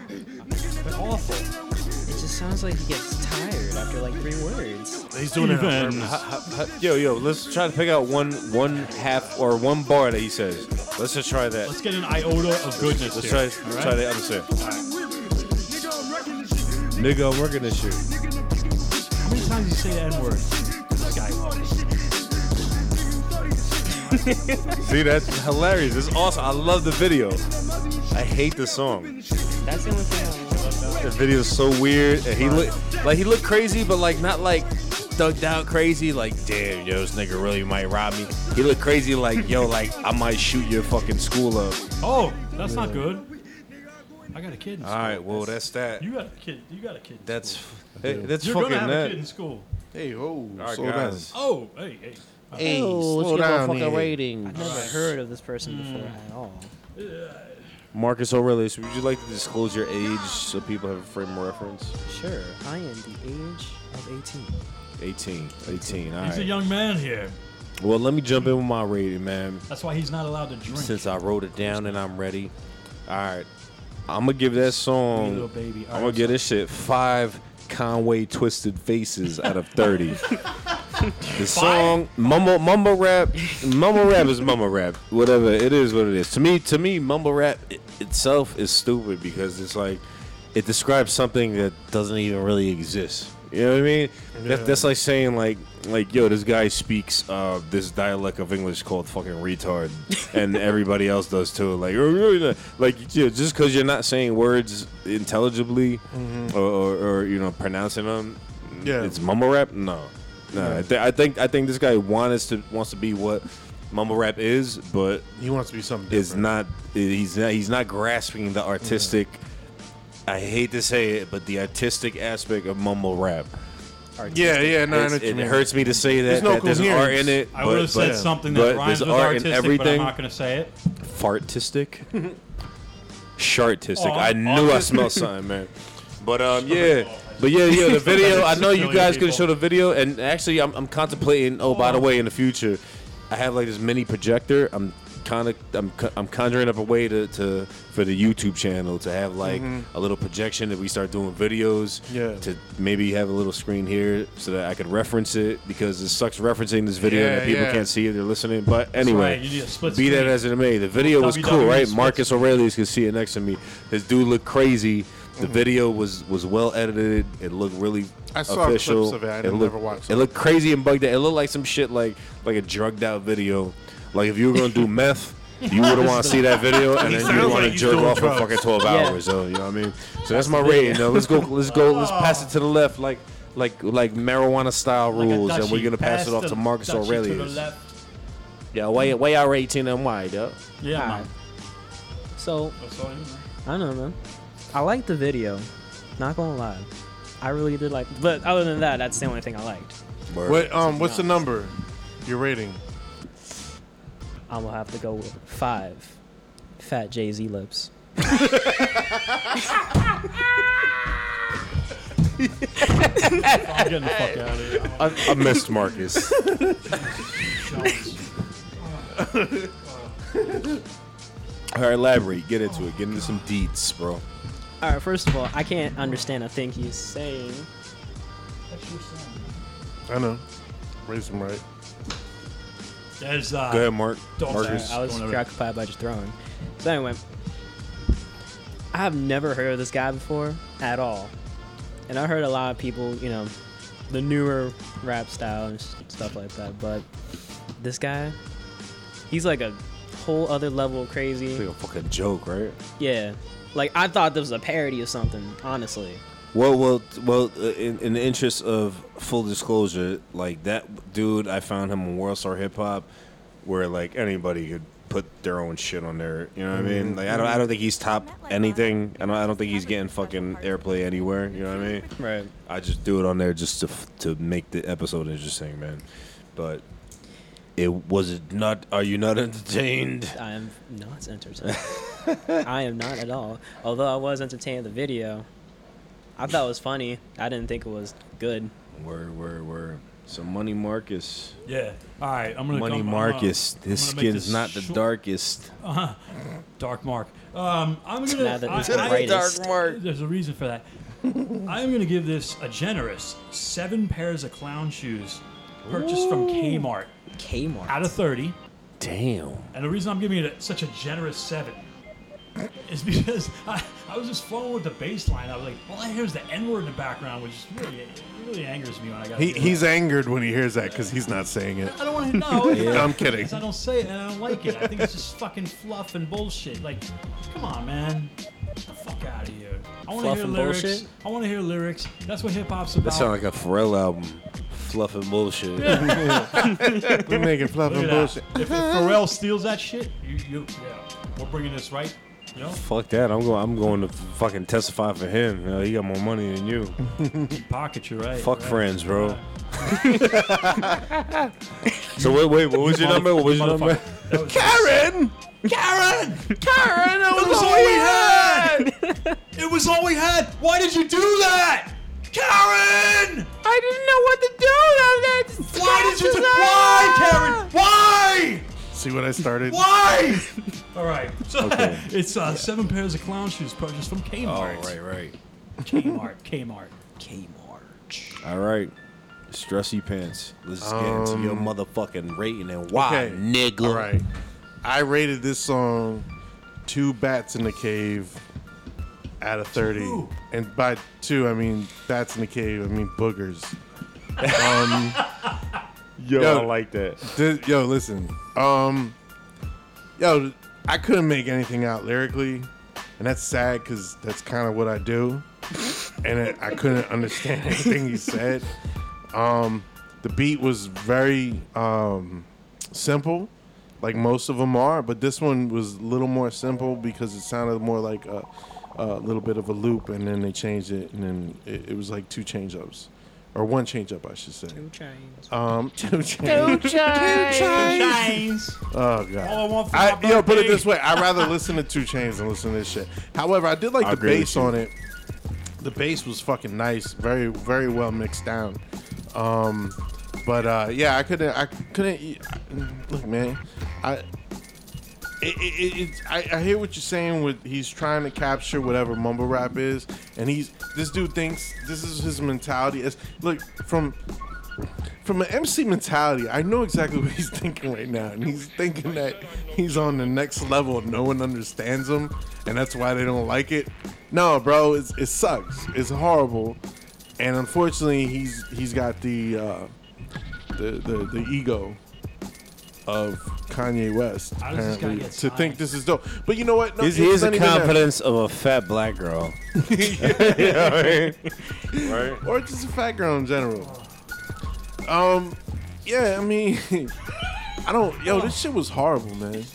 Speaker 8: They're awful.
Speaker 9: It just sounds like he gets tired after like three words.
Speaker 1: He's doing it. on
Speaker 8: Even.
Speaker 1: purpose.
Speaker 7: Yo, yo, let's try to pick out one one half or one bar that he says. Let's just try that.
Speaker 8: Let's get an iota of goodness
Speaker 7: Let's
Speaker 8: here.
Speaker 7: try, let's try the other side. Nigga, I'm working this shit.
Speaker 8: How many times you say the N word? This guy.
Speaker 7: See, that's hilarious. It's awesome. I love the video. I hate the song.
Speaker 9: That's the only thing I love.
Speaker 7: The video's so weird, and he look like he looked crazy, but like not like thugged out crazy, like, damn, yo, this nigga really might rob me. He looked crazy, like, yo, like, I might shoot your fucking school up.
Speaker 8: Oh, that's not good. I got a kid. In school.
Speaker 7: All right, well, that's that.
Speaker 8: You got a kid. You got a kid. in
Speaker 7: That's
Speaker 8: school.
Speaker 7: hey, that's
Speaker 8: You're
Speaker 7: fucking
Speaker 8: gonna have a kid in
Speaker 7: that.
Speaker 8: school.
Speaker 1: Hey, ho,
Speaker 7: All right,
Speaker 1: slow
Speaker 7: guys.
Speaker 1: down.
Speaker 8: Oh, hey, hey.
Speaker 1: Hey,
Speaker 9: oh,
Speaker 1: slow
Speaker 9: let's give
Speaker 1: down
Speaker 9: a fucking
Speaker 1: here.
Speaker 9: rating. I've
Speaker 8: All
Speaker 9: never
Speaker 8: right.
Speaker 9: heard of this person
Speaker 1: Hmm.
Speaker 9: before at all.
Speaker 7: Marcus Aurelius, would you like to disclose your age so people have a frame of reference?
Speaker 9: Sure, I am the age of 18.
Speaker 7: 18. 18, all
Speaker 8: He's a
Speaker 7: right.
Speaker 8: young man here.
Speaker 7: Well, let me jump in with my rating, man.
Speaker 8: That's why he's not allowed to drink.
Speaker 7: Since I wrote it down and I'm ready. All right. I'm going to give that
Speaker 8: Hey, little
Speaker 7: song,
Speaker 8: baby. All
Speaker 7: I'm going
Speaker 8: right,
Speaker 7: to give this shit five Conway Twisted Faces out of 30. the song mumble mumble rap mumble rap is mumble rap whatever it is what it is to me to me mumble rap i- itself is stupid because it's like it describes something that doesn't even really exist you know what i mean that, that's like saying like like yo this guy speaks uh, this dialect of english called fucking retard and everybody else does too like "Oh, really not-" like yeah, just because you're not saying words intelligibly or, or, or you know pronouncing them
Speaker 1: Yeah.
Speaker 7: it's mumble rap no no, I, thi- I think I think this guy wants to wants to be what mumble rap is, but
Speaker 1: He wants to be something different.
Speaker 7: is not. He's not. He's not grasping the artistic. I hate to say it, but the artistic aspect of mumble rap.
Speaker 1: Yeah, yeah, no, I know
Speaker 7: It's-
Speaker 1: what you
Speaker 7: it
Speaker 1: mean.
Speaker 7: hurts me to say that,
Speaker 1: There's no
Speaker 7: that there's art
Speaker 1: coherence.
Speaker 7: in it.
Speaker 8: I
Speaker 7: but-
Speaker 8: would have said
Speaker 7: but-
Speaker 8: something
Speaker 7: but
Speaker 8: that rhymes
Speaker 7: there's
Speaker 8: with
Speaker 7: art in
Speaker 8: artistic, but I'm
Speaker 7: everything.
Speaker 8: not going to say it.
Speaker 7: fartistic, shartistic.
Speaker 8: Aw.
Speaker 7: I knew I smelled something, man. But um, yeah, but yeah, yeah. The video. I know you guys could show the video, and actually, I'm, I'm contemplating. Oh, by the way, in the future, I have like this mini projector. I'm kind of I'm co- I'm conjuring up a way to, to for the YouTube channel to have like
Speaker 8: Mm-hmm.
Speaker 7: a little projection that we start doing videos.
Speaker 1: Yeah.
Speaker 7: To maybe have a little screen here so that I could reference it because it sucks referencing this video
Speaker 1: Yeah,
Speaker 7: that people
Speaker 1: yeah.
Speaker 7: can't see if they're listening. But anyway,
Speaker 8: right, you need a split
Speaker 7: be that
Speaker 8: screen.
Speaker 7: as as it may. The video was cool,
Speaker 8: WWE
Speaker 1: E
Speaker 7: right?
Speaker 8: splits.
Speaker 7: Marcus Aurelius could see it next to me. This dude looked crazy. The video was was well edited. It looked really
Speaker 1: Mm-hmm. I saw
Speaker 7: official.
Speaker 1: clips of it. I
Speaker 7: looked,
Speaker 1: didn't- never watched
Speaker 7: It
Speaker 1: it.
Speaker 7: looked crazy and bugged out. It looked like some shit like like a drugged out video. Like if you were gonna do meth, you wouldn't want to see that video, and then you'd
Speaker 1: sounds
Speaker 7: want
Speaker 1: like
Speaker 7: to
Speaker 1: he's
Speaker 7: jerk
Speaker 1: doing
Speaker 7: off for
Speaker 1: drugs.
Speaker 7: fucking twelve
Speaker 9: Yeah.
Speaker 7: hours. So you know what I mean. So that's my rating. Now let's go. Let's go. Let's pass it to the left, like like like marijuana style
Speaker 8: Like a
Speaker 7: rules, and we're
Speaker 8: duchy.
Speaker 7: gonna pass it off
Speaker 8: the
Speaker 7: to Marcus
Speaker 8: duchy to the
Speaker 7: Aurelius.
Speaker 8: left.
Speaker 7: yeah, way way out rating and wide up.
Speaker 8: Yeah,
Speaker 9: All
Speaker 1: Ah.
Speaker 8: man.
Speaker 9: right. So
Speaker 8: That's all you know.
Speaker 9: I don't know, man. I like the video. Not gonna lie, I really did like. But other than that, that's the only thing I liked.
Speaker 1: What um what's the number? Your rating.
Speaker 9: I will have to go with five. Fat Jay Z lips.
Speaker 8: I'm getting the fuck out of here.
Speaker 7: I, I missed Marcus. All right, elaborate. Get into it. Get into some deeds, bro.
Speaker 9: All right, first of all, I can't understand a thing he's saying.
Speaker 1: I know. Raise him right.
Speaker 8: There's, uh,
Speaker 7: Go ahead, Mark.
Speaker 8: Don't
Speaker 7: Marcus.
Speaker 8: say
Speaker 9: I was
Speaker 8: Going over.
Speaker 9: preoccupied by just throwing. So anyway, I have never heard of this guy before at all, and I heard a lot of people, you know, the newer rap style and s- stuff like that. But this guy, he's like a whole other level of
Speaker 7: It's
Speaker 9: crazy.
Speaker 7: like a fucking joke, right?
Speaker 9: Yeah, like I thought this was a parody of something. Honestly,
Speaker 7: Well, well, t- well. uh, In, in the interest of full disclosure, like that dude, I found him on Worldstar Hip Hop, where like anybody could put their own shit on there. You know what I mean? Like I don't, I don't think he's top anything. I don't, I don't think he's getting fucking airplay anywhere. You know what I mean?
Speaker 9: right?
Speaker 7: I just do it on there just to f- to make the episode interesting, man. But it was it not. Are you not entertained?
Speaker 9: I am not entertained. I am not at all. Although I was entertained at the video, I thought it was funny. I didn't think it was good.
Speaker 7: Word, word, word. So money, Marcus.
Speaker 8: Yeah. All right. I'm gonna
Speaker 7: Money,
Speaker 8: come- I'm gonna-
Speaker 7: Marcus.
Speaker 8: I'm
Speaker 7: This
Speaker 8: gonna make
Speaker 7: skin's
Speaker 8: this
Speaker 7: not the
Speaker 8: short- Uh,
Speaker 7: darkest.
Speaker 8: Dark Mark. Um, I'm gonna.
Speaker 9: Now that
Speaker 8: I-
Speaker 9: it's the
Speaker 8: I-
Speaker 9: brightest.
Speaker 8: There's a reason for that. I'm gonna give this a generous seven pairs of clown shoes purchased from Kmart
Speaker 9: Kmart.
Speaker 8: out of thirty.
Speaker 7: Damn.
Speaker 8: And the reason I'm giving it a, such a generous seven is because I, I was just flowing with the bass line. I was like, all I hear is the N word in the background, which really really angers me when I got.
Speaker 1: He he's angered when he hears that because he's not saying it.
Speaker 8: I don't want to know.
Speaker 1: I'm kidding.
Speaker 8: I don't say it and I don't like it. I think it's just fucking fluff and bullshit. Like, come on, man. Get the fuck out of here. I want to
Speaker 9: Fluff
Speaker 8: hear
Speaker 9: and
Speaker 8: lyrics.
Speaker 9: bullshit?
Speaker 8: I want to hear lyrics. That's what hip hop's about.
Speaker 7: That sounds like a Pharrell album. fluff and bullshit.
Speaker 1: We making fluff
Speaker 8: Look
Speaker 1: and
Speaker 8: at
Speaker 1: bullshit.
Speaker 8: that. If, if Pharrell steals that shit, you, you, yeah, we're bringing this right. You know,
Speaker 7: Fuck that. I'm going. I'm going to fucking testify for him. You know, he got more money than you.
Speaker 8: Deep pocket you right.
Speaker 7: Fuck
Speaker 8: right.
Speaker 7: friends, bro. so wait, wait. What was your number? What was your number?
Speaker 8: Motherfucker. That was-
Speaker 7: Karen. Karen. Karen. That was, all we had.
Speaker 8: It was all we had. Why did you do that, Karen?
Speaker 9: I didn't know what to do.
Speaker 8: Why did you do? Why, Karen? Why?
Speaker 7: Ah!
Speaker 1: See what I started?
Speaker 8: Why? All right. So
Speaker 7: Okay.
Speaker 8: it's uh, seven pairs of clown shoes purchased from
Speaker 7: All
Speaker 8: Kmart.
Speaker 7: right, right.
Speaker 8: Kmart. Kmart. Kmart.
Speaker 7: All right. Stressy pants. Let's get into your motherfucking rating and why,
Speaker 1: okay.
Speaker 7: Ah, nigga.
Speaker 1: All right. I rated this song two bats in the cave out of 30.
Speaker 8: Two.
Speaker 1: And by two, I mean bats in the cave, I mean boogers.
Speaker 7: Yo,
Speaker 1: Yo.
Speaker 7: I like that.
Speaker 1: Th- yo, listen. Um, yo, I couldn't make anything out lyrically, and that's sad because that's kind of what I do, and it, I couldn't understand anything he said. Um, the beat was very um, simple, like most of them are, but this one was a little more simple because it sounded more like a, a little bit of a loop, and then they changed it, and then it, it was like two change ups, or one change up, I should say. Um, two change.
Speaker 8: Chains.
Speaker 1: Oh god.
Speaker 8: All I want for
Speaker 1: I,
Speaker 8: my
Speaker 1: yo, put it
Speaker 8: birthday.
Speaker 1: this way: I'd rather listen to Two Chains than listen to this shit. However, I did like
Speaker 7: I
Speaker 1: the
Speaker 7: agree with
Speaker 1: bass
Speaker 7: you.
Speaker 1: on it. The bass was fucking nice, very very well mixed down. Um, but uh, yeah, I couldn't. I couldn't. Look, man, I. It, it, it, it's I, I hear what you're saying. With he's trying to capture whatever mumble rap is, and he's this dude thinks this is his mentality. It's, look from from an MC mentality, I know exactly what he's thinking right now, and he's thinking that he's on the next level. No one understands him, and that's why they don't like it. No, bro, it's, it sucks. It's horrible, and unfortunately, he's he's got the uh, the, the the ego of Kanye West
Speaker 8: How does this guy
Speaker 1: apparently
Speaker 8: get
Speaker 1: to
Speaker 8: signed?
Speaker 1: think this is dope. But you know what? No,
Speaker 7: Here's,
Speaker 1: it's
Speaker 7: here's
Speaker 1: not
Speaker 7: the
Speaker 1: even that.
Speaker 7: confidence of a fat black girl. right?
Speaker 1: or just a fat girl in general. Um, yeah, I mean, I don't. Yo, this shit was horrible, man.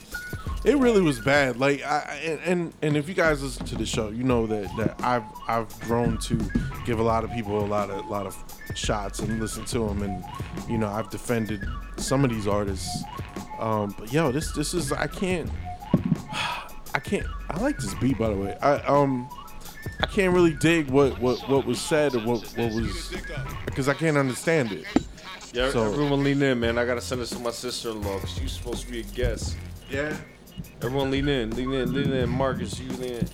Speaker 1: It really was bad. Like, I I- and and, and if you guys listen to the show, you know that, that I've I've grown to give a lot of people a lot of lot of shots and listen to them, and you know I've defended some of these artists. Um, but yo, this this is I can't. I can't. I like this beat, by the way. I um, I can't really dig what what what was said or what what was because I can't understand it.
Speaker 7: Yeah,
Speaker 1: So-
Speaker 7: everyone lean in, man. I gotta send this to my sister-in-law. Cause she's supposed to be a guest.
Speaker 1: Yeah.
Speaker 7: Everyone lean in, lean in, lean in. Marcus, you lean in.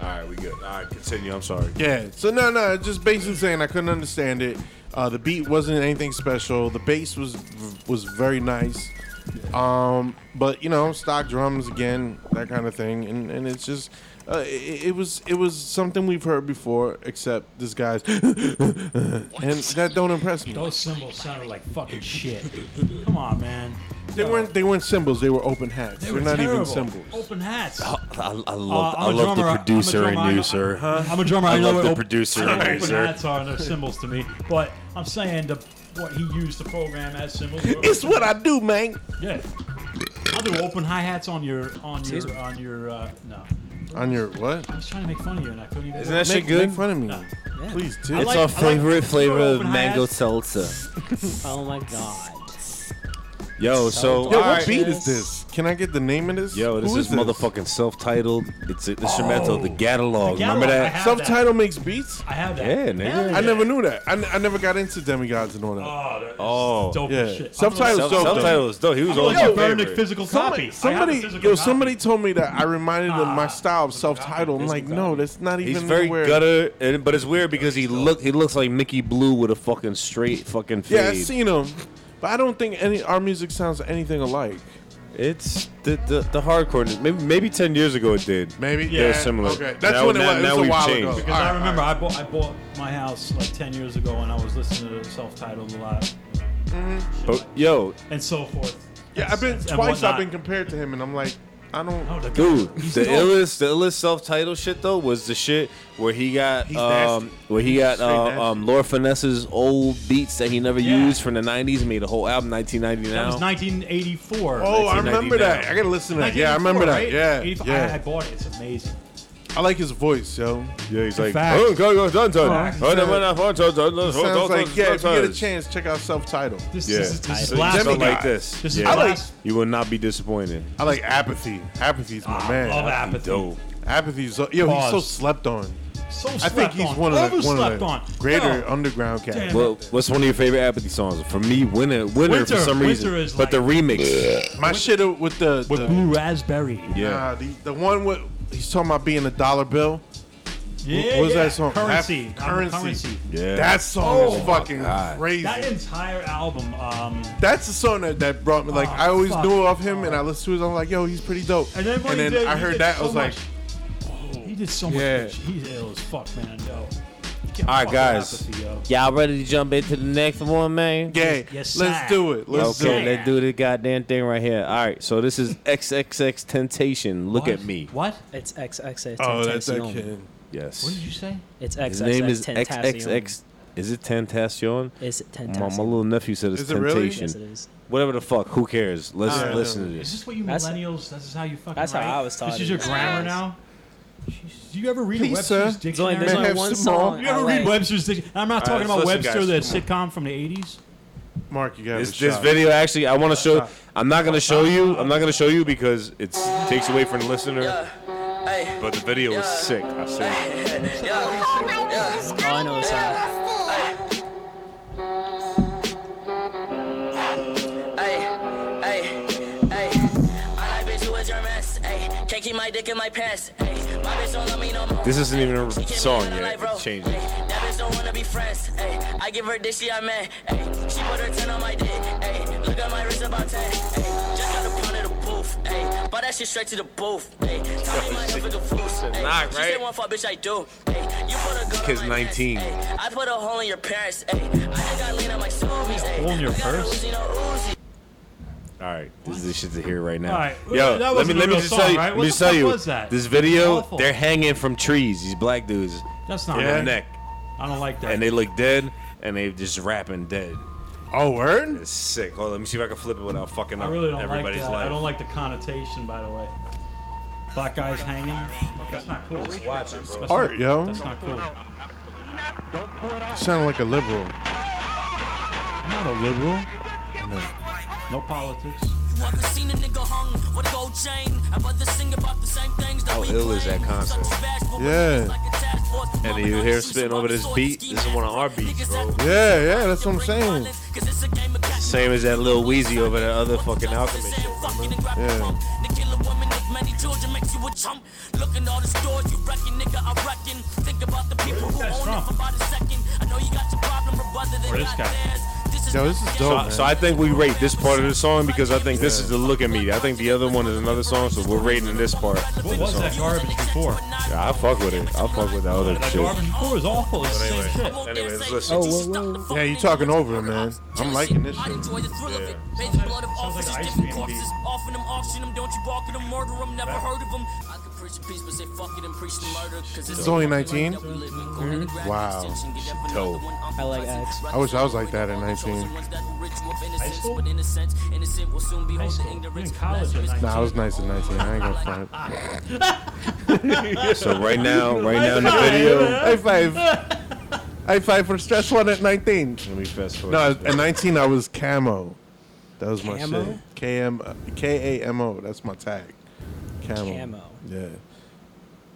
Speaker 7: All right, we good. All right, continue. I'm sorry.
Speaker 1: Yeah. So no, no. Just basically saying I couldn't understand it. Uh, the beat wasn't anything special. The bass was was very nice. Um, but you know, stock drums again, that kind of thing, and and it's just. Uh, it, it was it was something we've heard before, except this guy's, and that don't impress me.
Speaker 8: Those symbols sounded like fucking shit. Come on, man.
Speaker 1: They weren't they weren't symbols. They were open hats. They
Speaker 8: They
Speaker 1: are
Speaker 8: were
Speaker 1: not
Speaker 8: terrible.
Speaker 1: even symbols.
Speaker 8: Open hats.
Speaker 7: I, I
Speaker 8: Uh,
Speaker 7: love,
Speaker 8: I'm
Speaker 7: I love
Speaker 8: a drummer.
Speaker 7: the
Speaker 8: I'm a
Speaker 7: producer
Speaker 8: drummer. I
Speaker 7: in you,
Speaker 8: know-
Speaker 7: sir.
Speaker 8: I'm a drummer. I,
Speaker 7: I
Speaker 8: know
Speaker 7: love
Speaker 8: what
Speaker 7: the
Speaker 8: op-
Speaker 7: producer
Speaker 8: I know
Speaker 7: in
Speaker 8: what
Speaker 7: you,
Speaker 8: open
Speaker 7: sir.
Speaker 8: hats are and they're symbols to me. But I'm saying the what he used to program as symbols. were-
Speaker 1: It's what I do, man.
Speaker 8: Yeah. I'll do open hi hats on your on your on your uh, no.
Speaker 1: On your what?
Speaker 8: I was trying to make fun of you and I couldn't even.
Speaker 7: Isn't that shit
Speaker 1: Make,
Speaker 7: good?
Speaker 1: make fun of me, please do.
Speaker 8: I
Speaker 7: It's
Speaker 8: like-
Speaker 7: our
Speaker 8: like
Speaker 7: favorite
Speaker 8: the
Speaker 7: flavor of
Speaker 8: open
Speaker 7: mango
Speaker 8: hats.
Speaker 7: salsa.
Speaker 9: Oh my god.
Speaker 7: Yo, so
Speaker 9: Yo,
Speaker 1: Yo,
Speaker 7: all
Speaker 1: what
Speaker 7: right.
Speaker 1: beat is this? Can I get the name of this?
Speaker 7: Yo, this
Speaker 1: Who
Speaker 7: is, motherfucking self-titled. It's an instrumental. The
Speaker 8: Oh.
Speaker 7: Gatalog.
Speaker 8: The
Speaker 7: Remember
Speaker 8: Gatalog, I
Speaker 7: that?
Speaker 8: have-
Speaker 1: Subtitle makes beats.
Speaker 8: I have that.
Speaker 7: Yeah, nigga.
Speaker 8: Hell
Speaker 1: I never knew that. I, I never got into demigods and all that.
Speaker 8: Oh, that is
Speaker 7: Oh.
Speaker 8: dope as
Speaker 1: Yeah.
Speaker 8: shit.
Speaker 1: Subtitles-
Speaker 7: Self-
Speaker 1: dope, though.
Speaker 7: Self-titled was dope. He was
Speaker 8: I'm
Speaker 7: always
Speaker 8: gonna
Speaker 7: my
Speaker 8: let you burn the
Speaker 7: favorite.
Speaker 8: physical
Speaker 1: Somebody,
Speaker 8: copy. I
Speaker 1: somebody,
Speaker 8: have a physical
Speaker 1: yo,
Speaker 8: copy.
Speaker 1: somebody told me that I reminded them my
Speaker 8: Ah,
Speaker 1: style of self-title. I'm
Speaker 7: Physical
Speaker 1: like,
Speaker 7: copy.
Speaker 1: no, that's not even
Speaker 7: He's very
Speaker 1: where.
Speaker 7: gutter, and, but it's weird because he look he looks like Mickey Blue with a fucking straight fucking fade.
Speaker 1: Yeah, I seen him, but I don't think any our music sounds anything alike.
Speaker 7: It's the the, the hardcore. Maybe maybe ten years ago it did.
Speaker 1: Maybe
Speaker 7: They're similar.
Speaker 1: Okay, that's
Speaker 7: Now-
Speaker 1: when it
Speaker 7: now-
Speaker 1: was.
Speaker 7: now
Speaker 1: it was
Speaker 7: we've
Speaker 1: a while
Speaker 7: changed.
Speaker 1: ago.
Speaker 8: Because
Speaker 1: All right,
Speaker 8: I remember I bought I bought my house like ten years ago, and I was listening to self-titled a lot,
Speaker 7: But yo,
Speaker 8: and so forth.
Speaker 1: Yeah, I've been
Speaker 8: And
Speaker 1: twice. I've
Speaker 8: whatnot.
Speaker 1: been compared to him, and I'm like, I don't.
Speaker 8: No, the
Speaker 7: Dude,
Speaker 8: He's
Speaker 7: the
Speaker 8: dope.
Speaker 7: illest, the illest self-titled shit though was the shit where he got,
Speaker 1: He's
Speaker 7: um,
Speaker 1: nasty.
Speaker 7: where he got
Speaker 1: Straight
Speaker 7: uh,
Speaker 1: nasty.
Speaker 7: um, Lord Finesse's old beats that he never
Speaker 8: Yeah.
Speaker 7: used from the '90s. Made a whole album, 1990
Speaker 8: That
Speaker 7: now.
Speaker 8: was 1984.
Speaker 1: Oh, I remember
Speaker 7: 1990 now.
Speaker 1: that. I gotta listen to that. Yeah, I remember that.
Speaker 8: right?
Speaker 1: Yeah,
Speaker 8: 85 I, I
Speaker 1: yeah.
Speaker 8: bought it. It's amazing.
Speaker 1: I like his voice, yo.
Speaker 7: Yeah, he's like,
Speaker 8: fact-
Speaker 7: "Oh, go, go, dun, dun.
Speaker 8: Fact.
Speaker 7: Oh, no, no, no, dun, dun, dun, dun,
Speaker 1: Sounds
Speaker 7: dun,
Speaker 1: like
Speaker 7: dun,
Speaker 1: yeah. If you get a
Speaker 7: dun."
Speaker 1: chance, check out self-titled.
Speaker 8: This,
Speaker 7: Yeah,
Speaker 8: this is, this is
Speaker 7: So
Speaker 8: blasphemy.
Speaker 7: something like
Speaker 1: Gemini.
Speaker 7: this.
Speaker 8: This is
Speaker 7: yeah.
Speaker 1: like-
Speaker 8: blasphemy.
Speaker 7: You will not be disappointed.
Speaker 1: I like apathy. Apathy's my
Speaker 8: Ah,
Speaker 1: man.
Speaker 8: love
Speaker 7: That'd be
Speaker 8: Apathy.
Speaker 7: Dope.
Speaker 1: Apathy's yo. He's so
Speaker 8: Pause.
Speaker 1: slept on.
Speaker 8: So
Speaker 1: I think
Speaker 8: slept
Speaker 1: he's
Speaker 8: on.
Speaker 1: one of the,
Speaker 8: Whoever
Speaker 1: one of
Speaker 8: slept
Speaker 1: the
Speaker 8: on.
Speaker 1: greater
Speaker 8: Yo,
Speaker 1: underground cats.
Speaker 8: damn.
Speaker 7: Well, what's one of your favorite Apathy songs? For me, Winner, Winner
Speaker 8: Winter.
Speaker 7: for some reason,
Speaker 8: Winter is
Speaker 7: but the remix.
Speaker 1: My shit with the,
Speaker 8: with
Speaker 1: the
Speaker 8: blue raspberry.
Speaker 7: yeah,
Speaker 1: Nah, the, the one with he's talking about being a dollar bill.
Speaker 8: yeah
Speaker 1: what was
Speaker 8: yeah.
Speaker 1: that song?
Speaker 8: Currency.
Speaker 1: Hap-
Speaker 8: I'm
Speaker 1: currency.
Speaker 8: currency.
Speaker 7: yeah.
Speaker 1: That song
Speaker 8: Oh
Speaker 1: is
Speaker 8: my
Speaker 1: fucking
Speaker 7: God.
Speaker 1: crazy.
Speaker 8: That entire album. Um,
Speaker 1: That's the song that, that brought me. Like
Speaker 8: Oh,
Speaker 1: I always
Speaker 8: fuck.
Speaker 1: knew of him, and I listened to his. I'm like, yo, he's pretty dope.
Speaker 8: and then, what he did,
Speaker 1: I
Speaker 8: he
Speaker 1: heard
Speaker 8: did
Speaker 1: that. I
Speaker 8: so
Speaker 1: was like,
Speaker 8: much- he did so much.
Speaker 1: Yeah.
Speaker 8: Yeah. He's ill as fuck, man. Yo.
Speaker 7: All right, guys.
Speaker 9: Y'all ready to jump into the next one, man?
Speaker 1: yeah,
Speaker 8: Yes,
Speaker 1: let's
Speaker 8: sir.
Speaker 1: do it. Let's
Speaker 7: okay,
Speaker 1: do it.
Speaker 7: let's do this goddamn thing right here. All right, so this is XXX Temptation. Look at me.
Speaker 8: What?
Speaker 9: It's XXX
Speaker 1: Oh, that's that
Speaker 9: Tentacion.
Speaker 1: kid.
Speaker 7: Yes.
Speaker 8: What did you say?
Speaker 9: It's
Speaker 7: His name
Speaker 9: XXX
Speaker 7: is
Speaker 9: Tentacion.
Speaker 7: XXX. Is it Tentacion?
Speaker 9: It's
Speaker 7: My, my
Speaker 9: Tentacion.
Speaker 7: little nephew said it's
Speaker 1: Is it really?
Speaker 7: Temptation.
Speaker 9: Yes, it is.
Speaker 7: Whatever the fuck, who cares? Let's
Speaker 1: Yeah.
Speaker 7: listen to
Speaker 8: Is
Speaker 7: this.
Speaker 8: this what you
Speaker 9: That's-
Speaker 8: millennials? This is how you fucking.
Speaker 9: that's how
Speaker 8: write?
Speaker 9: I was taught
Speaker 8: This
Speaker 9: it.
Speaker 8: is your grammar now. Jesus. Do you ever read a
Speaker 1: Please,
Speaker 8: Webster's
Speaker 1: sir.
Speaker 9: There's only,
Speaker 8: dictionary?
Speaker 9: there's
Speaker 1: Man,
Speaker 9: only
Speaker 1: have
Speaker 9: one
Speaker 1: some more.
Speaker 9: song.
Speaker 8: you ever
Speaker 9: I
Speaker 8: read
Speaker 9: like.
Speaker 8: Webster's dictionary? I'm not
Speaker 7: All
Speaker 8: talking
Speaker 7: right,
Speaker 8: about
Speaker 7: let's listen,
Speaker 8: Webster, the
Speaker 7: guys.
Speaker 8: sitcom from the 80s.
Speaker 1: Mark, you got
Speaker 7: This,
Speaker 1: this.
Speaker 7: this video actually, I want to show. I'm not gonna show you. I'm not gonna show you because it takes away from the listener. But the video is sick. I say.
Speaker 9: Oh, I know the song.
Speaker 10: Can't keep my dick in my pants. ayy. My bitch don't love me no more.
Speaker 7: This isn't even a
Speaker 10: She can't
Speaker 7: song
Speaker 10: be in the
Speaker 7: yet.
Speaker 10: life, bro.
Speaker 7: It's changing.
Speaker 10: Ayy, That bitch don't wanna be friends. ayy. I give her dick, she a man. ayy. She put her 10 on my dick. ayy. Look at my wrist about 10. ayy. Just got a pound of the booth. ayy. Bought that shit straight to the booth. ayy. Tell me my health is a fool. ayy.
Speaker 7: knock,
Speaker 10: She
Speaker 7: right?
Speaker 10: said one fuck, bitch, I do. ayy. You put a gun
Speaker 7: Kid's
Speaker 10: on my pants,
Speaker 7: 19.
Speaker 10: ayy. I put a hole in your parents. ayy. I just got lean on my smoothies. ayy.
Speaker 8: Hole in your
Speaker 10: I got a
Speaker 8: purse?
Speaker 10: Uzi, no Uzi.
Speaker 7: All right, this is the shit to hear right now.
Speaker 8: All right,
Speaker 7: Yo,
Speaker 8: that
Speaker 7: let me
Speaker 8: wasn't a
Speaker 7: let me
Speaker 8: real
Speaker 7: just
Speaker 8: song,
Speaker 7: tell you.
Speaker 8: right?
Speaker 7: Let
Speaker 8: What
Speaker 7: me
Speaker 8: the
Speaker 7: just tell
Speaker 8: fuck
Speaker 7: you.
Speaker 8: was that?
Speaker 7: This video,
Speaker 8: Awful.
Speaker 7: they're hanging from trees. These black dudes
Speaker 8: That's not
Speaker 7: on
Speaker 8: right.
Speaker 7: their neck,
Speaker 8: I don't like that.
Speaker 7: and they look dead, and they just rapping dead.
Speaker 1: Oh, word.
Speaker 7: It's sick. Hold on, let me see if I can flip it without fucking
Speaker 8: I
Speaker 7: up
Speaker 8: really don't
Speaker 7: everybody's
Speaker 8: like that.
Speaker 7: life.
Speaker 8: I don't like the connotation, by the way. Black guys hanging. That's not cool.
Speaker 7: Watch it, bro.
Speaker 8: That's
Speaker 1: Art,
Speaker 8: not-
Speaker 1: yo.
Speaker 8: That's not cool. I'm
Speaker 1: Sounded like a liberal.
Speaker 8: not a liberal. No politics.
Speaker 10: Walk and seen a nigga hung with a gold chain. I've other sing about the same things that
Speaker 7: How
Speaker 10: we
Speaker 7: ill is
Speaker 10: claim.
Speaker 7: that concept?
Speaker 10: Such as basketball,
Speaker 1: Yeah.
Speaker 10: like a task force.
Speaker 7: And you hear him spitting over this beat. This is one of our beats, bro.
Speaker 1: Yeah, yeah. That's what I'm saying.
Speaker 10: Cause it's a game of cat
Speaker 7: Same as that little Wheezy over that other fucking Alchemist shit.
Speaker 10: fucking and grab
Speaker 1: Yeah.
Speaker 10: yeah. pump. The killer woman with many children makes you a chump. Look in all the stores you reckon, nigga, I reckon. Think about the people who
Speaker 8: that
Speaker 10: own
Speaker 8: from?
Speaker 10: it for about a second. I know you got your problem, but brother, they
Speaker 8: Where this
Speaker 10: got
Speaker 8: guy?
Speaker 10: theirs. This is
Speaker 1: Yo, this is dope.
Speaker 7: So,
Speaker 1: man.
Speaker 7: so I think we rate this part of the song because I think this is the look at me. I think the other one is another song, so we're rating this part.
Speaker 8: What was that garbage before?
Speaker 7: Yeah, I fuck with it. I fuck with that other
Speaker 8: That
Speaker 7: shit.
Speaker 8: garbage before was awful. It's the same shit.
Speaker 7: Anyways,
Speaker 9: Oh,
Speaker 7: listen.
Speaker 1: yeah, you talking over him, man. I'm liking this
Speaker 10: I
Speaker 1: shit.
Speaker 10: enjoy the thrill of it.
Speaker 7: Yeah.
Speaker 10: Bathe the blood of
Speaker 8: Sounds like
Speaker 10: officers,
Speaker 8: an ice
Speaker 10: different
Speaker 8: cream beat.
Speaker 10: corpses. Offering them, auction them, don't you balk at them, murder them, never heard of them. I could preach peace, but say fuck it and preach the murder. Cause it's
Speaker 1: He's only
Speaker 10: a fucking
Speaker 1: 19?
Speaker 10: life that we live in. Go ahead and grab
Speaker 1: Wow.
Speaker 10: your extension, get up
Speaker 7: Dope.
Speaker 10: another one. I'm
Speaker 9: I like
Speaker 10: present.
Speaker 9: Axe.
Speaker 1: I wish I was like that at 19.
Speaker 8: High school?
Speaker 10: But in a sense, innocent will soon
Speaker 8: High
Speaker 10: behold the
Speaker 8: school. You're
Speaker 10: ignorance.
Speaker 8: in college at
Speaker 10: Lazarus.
Speaker 8: 19.
Speaker 1: Nah, I was nice at 19. I ain't gonna front.
Speaker 7: So right now, right now in the video,
Speaker 1: High five. High five for stress one at 19.
Speaker 7: let me fast forward.
Speaker 1: No, at 19 I was camo. That was my
Speaker 9: Camo?
Speaker 1: shit. K M K A M O. That's my tag. Camo.
Speaker 9: Camo.
Speaker 1: Yeah.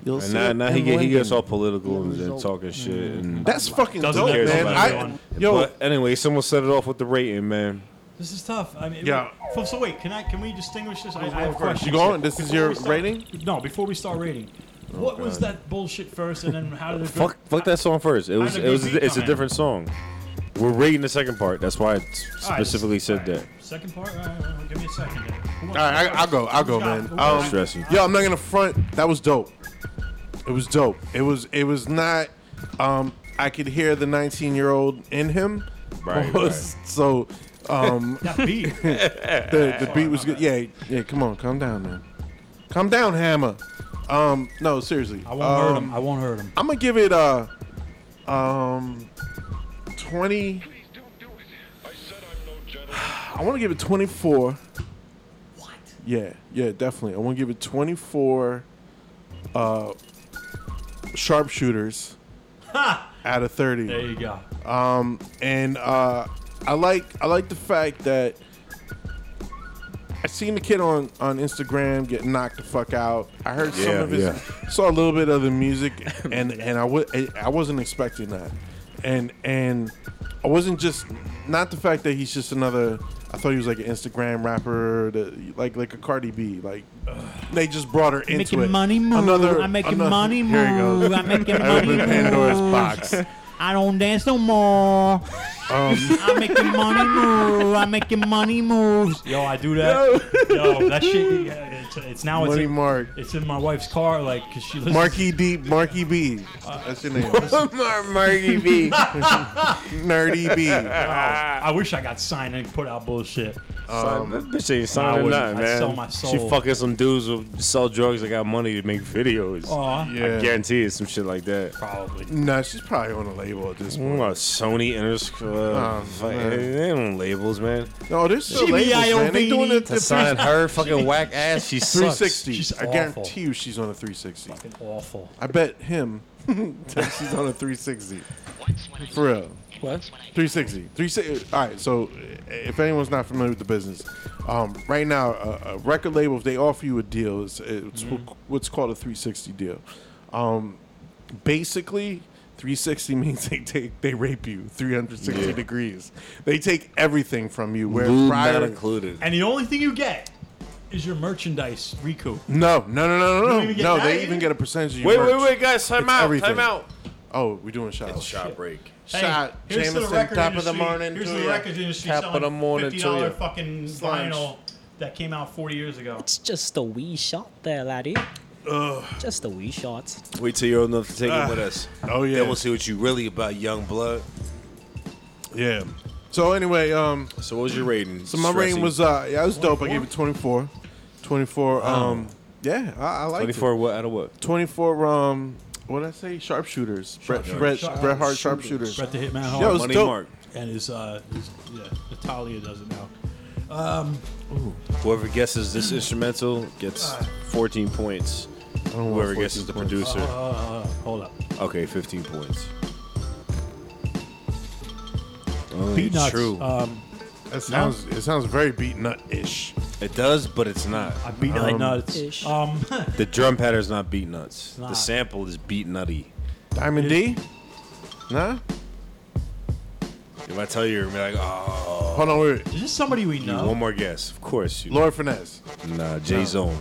Speaker 1: You'll
Speaker 7: And now, now he, get, he gets all political and, and talking shit. And,
Speaker 1: That's fucking
Speaker 8: Doesn't
Speaker 1: dope,
Speaker 8: matter
Speaker 1: man.
Speaker 8: about
Speaker 1: I,
Speaker 8: everyone.
Speaker 1: yo,
Speaker 7: but anyway, someone set it off with the rating, man.
Speaker 8: This is tough. I mean,
Speaker 1: Yeah.
Speaker 8: So, so wait, can I? Can we distinguish this? I, I have questions.
Speaker 1: you going? This is
Speaker 8: Before
Speaker 1: your
Speaker 8: we start-
Speaker 1: rating? Oh,
Speaker 8: No, before we start rating, what was that bullshit first, and then how did it?
Speaker 7: Fuck, fuck that song first. It was,
Speaker 8: Kinda
Speaker 7: it was,
Speaker 8: beat
Speaker 7: it's a
Speaker 8: time.
Speaker 7: different song. We're rating the second part. That's why I specifically said that.
Speaker 8: Second part. All right, all right, give me a second. All
Speaker 1: All
Speaker 8: right,
Speaker 1: right, I- I'll go, I'll go, man. Um,
Speaker 7: Stress you.
Speaker 1: Yo, I'm not gonna front. That was dope. It was dope. It was. It was not. Um, I could hear the 19 year old in him.
Speaker 7: Right,
Speaker 1: So, um,
Speaker 8: that beat.
Speaker 1: the, the beat was good. Yeah, yeah. Come on, calm down, man. Calm down, Hammer. Um, no, seriously.
Speaker 8: I won't hurt
Speaker 1: Um,
Speaker 8: him. I won't hurt him.
Speaker 1: I'm gonna give it a um twenty. I want to give it twenty four. What? Yeah, yeah, definitely. I want to give it twenty four. Uh, sharpshooters. Out of thirty
Speaker 8: There you go.
Speaker 1: and uh, I like I like the fact that I seen the kid on on Instagram get knocked the fuck out. I heard some
Speaker 7: Yeah,
Speaker 1: of his saw a little bit of the music, and and I would I wasn't expecting that, and and I wasn't just not the fact that he's just another. I thought he was like an Instagram rapper, the, like like a Cardi B. Like they just brought her into
Speaker 11: making
Speaker 1: it.
Speaker 11: money move.
Speaker 1: Another,
Speaker 11: I'm making
Speaker 1: another-
Speaker 11: money
Speaker 1: Here he goes.
Speaker 11: move. I'm making
Speaker 1: I opened
Speaker 11: money
Speaker 1: Pandora's
Speaker 11: move.
Speaker 1: box. Um,
Speaker 11: I don't dance no more. I'm making money move. I'm making money moves.
Speaker 8: Yo, I do that. Yo, that shit. yeah, It's, it's now it's
Speaker 1: Money
Speaker 8: in,
Speaker 1: Mark.
Speaker 8: it's in my wife's car, like, cause she listens.
Speaker 1: Marky D, Marky B. That's your name. Marky B. Nerdy B.
Speaker 8: I wish I got signed and put out bullshit.
Speaker 7: Son, that bitch ain't
Speaker 8: I
Speaker 7: signing
Speaker 8: wouldn't.
Speaker 7: nothing,
Speaker 8: I'd
Speaker 7: man.
Speaker 8: sell my soul.
Speaker 7: She fucking some dudes who sell drugs that got money to make videos.
Speaker 8: Aw.
Speaker 7: I
Speaker 1: Yeah.
Speaker 7: guarantee it's some shit like that.
Speaker 8: Probably.
Speaker 1: Nah, she's probably on a label at this point.
Speaker 7: Mm, uh, Sony Intersc. Uh,
Speaker 1: Oh,
Speaker 7: fuck-
Speaker 1: man.
Speaker 7: they don't labels, man.
Speaker 1: No, there's still labels, man. They doing it
Speaker 7: To
Speaker 1: to
Speaker 7: sign her fucking whack ass, she sucks.
Speaker 1: 360.
Speaker 8: She's
Speaker 1: I
Speaker 8: awful.
Speaker 1: guarantee you she's on a 360.
Speaker 8: Fucking awful.
Speaker 1: I bet him that she's on a 360. For real.
Speaker 9: What?
Speaker 1: 360. 360. All right. So, uh, if anyone's not familiar with the business, um, right now, a, a record label, if they offer you a deal, it's, it's
Speaker 7: Mm-hmm.
Speaker 1: wha- what's called a 360 deal. Um, basically, 360 means they take they rape you 360 degrees. They take everything from you. Where
Speaker 7: Food
Speaker 1: prior,
Speaker 7: not included.
Speaker 8: And the only thing you get is your merchandise recoup.
Speaker 1: no, no, no, no,
Speaker 8: don't
Speaker 1: no, no.
Speaker 8: even get
Speaker 1: No,
Speaker 8: that
Speaker 1: they
Speaker 8: either?
Speaker 1: even get a percentage of your
Speaker 7: Wait,
Speaker 1: merch.
Speaker 7: wait, wait, guys, time
Speaker 1: It's
Speaker 7: out,
Speaker 1: everything.
Speaker 7: time out.
Speaker 1: Oh, we're doing shots.
Speaker 7: Shot break.
Speaker 1: Shot,
Speaker 8: here's to the
Speaker 1: Jameson,
Speaker 8: record
Speaker 1: top of the
Speaker 8: industry-
Speaker 1: morning
Speaker 8: Here's
Speaker 1: to
Speaker 8: to the
Speaker 1: ya.
Speaker 8: record industry
Speaker 7: Top of
Speaker 8: selling
Speaker 7: the morning to
Speaker 8: fifty dollar
Speaker 7: ya.
Speaker 8: fucking
Speaker 1: Slimes.
Speaker 8: vinyl that came out forty years ago.
Speaker 9: It's just a wee shot there, laddie. Just a wee shot.
Speaker 7: Wait till you're old enough to take it with us.
Speaker 1: Oh yeah.
Speaker 7: Then we'll see what you really about, young blood.
Speaker 1: yeah. So anyway, um.
Speaker 7: So what was your rating?
Speaker 1: So my rating was uh yeah, it was dope. I gave it 24.
Speaker 7: Oh.
Speaker 1: 24 um yeah, I, I like it.
Speaker 7: 24 what out of what?
Speaker 1: 24 um what did I say? Sharpshooters. Bret Bret
Speaker 8: Sharp-
Speaker 1: Bret Hart sharpshooters.
Speaker 8: Bret the Hitman Hart.
Speaker 1: Yeah, it was
Speaker 7: Money
Speaker 1: dope.
Speaker 7: Mark.
Speaker 8: and his, uh, his yeah, Natalia does it now.
Speaker 7: Whoever guesses this instrumental gets
Speaker 1: Ah.
Speaker 7: 14 points.
Speaker 1: want
Speaker 7: Whoever
Speaker 1: 14
Speaker 7: guesses the
Speaker 1: points.
Speaker 7: producer. uh,
Speaker 8: Hold up,
Speaker 7: Okay, 15 points.
Speaker 8: Peanuts.
Speaker 7: Oh, true.
Speaker 8: Um,
Speaker 1: That sounds it sounds very beat nut ish.
Speaker 7: It does, but it's not.
Speaker 8: I beat um, nuts.
Speaker 9: ish.
Speaker 7: Uh,
Speaker 8: Um,
Speaker 7: The drum pattern's not beat nuts.
Speaker 8: not.
Speaker 7: The sample is beat nutty.
Speaker 1: Diamond D? Nah?
Speaker 7: If I tell you, you're gonna be like, oh.
Speaker 1: Hold on, wait.
Speaker 8: is this somebody we know?
Speaker 7: One more guess. Of course. You,
Speaker 1: Lord Finesse.
Speaker 7: nah, J Zone.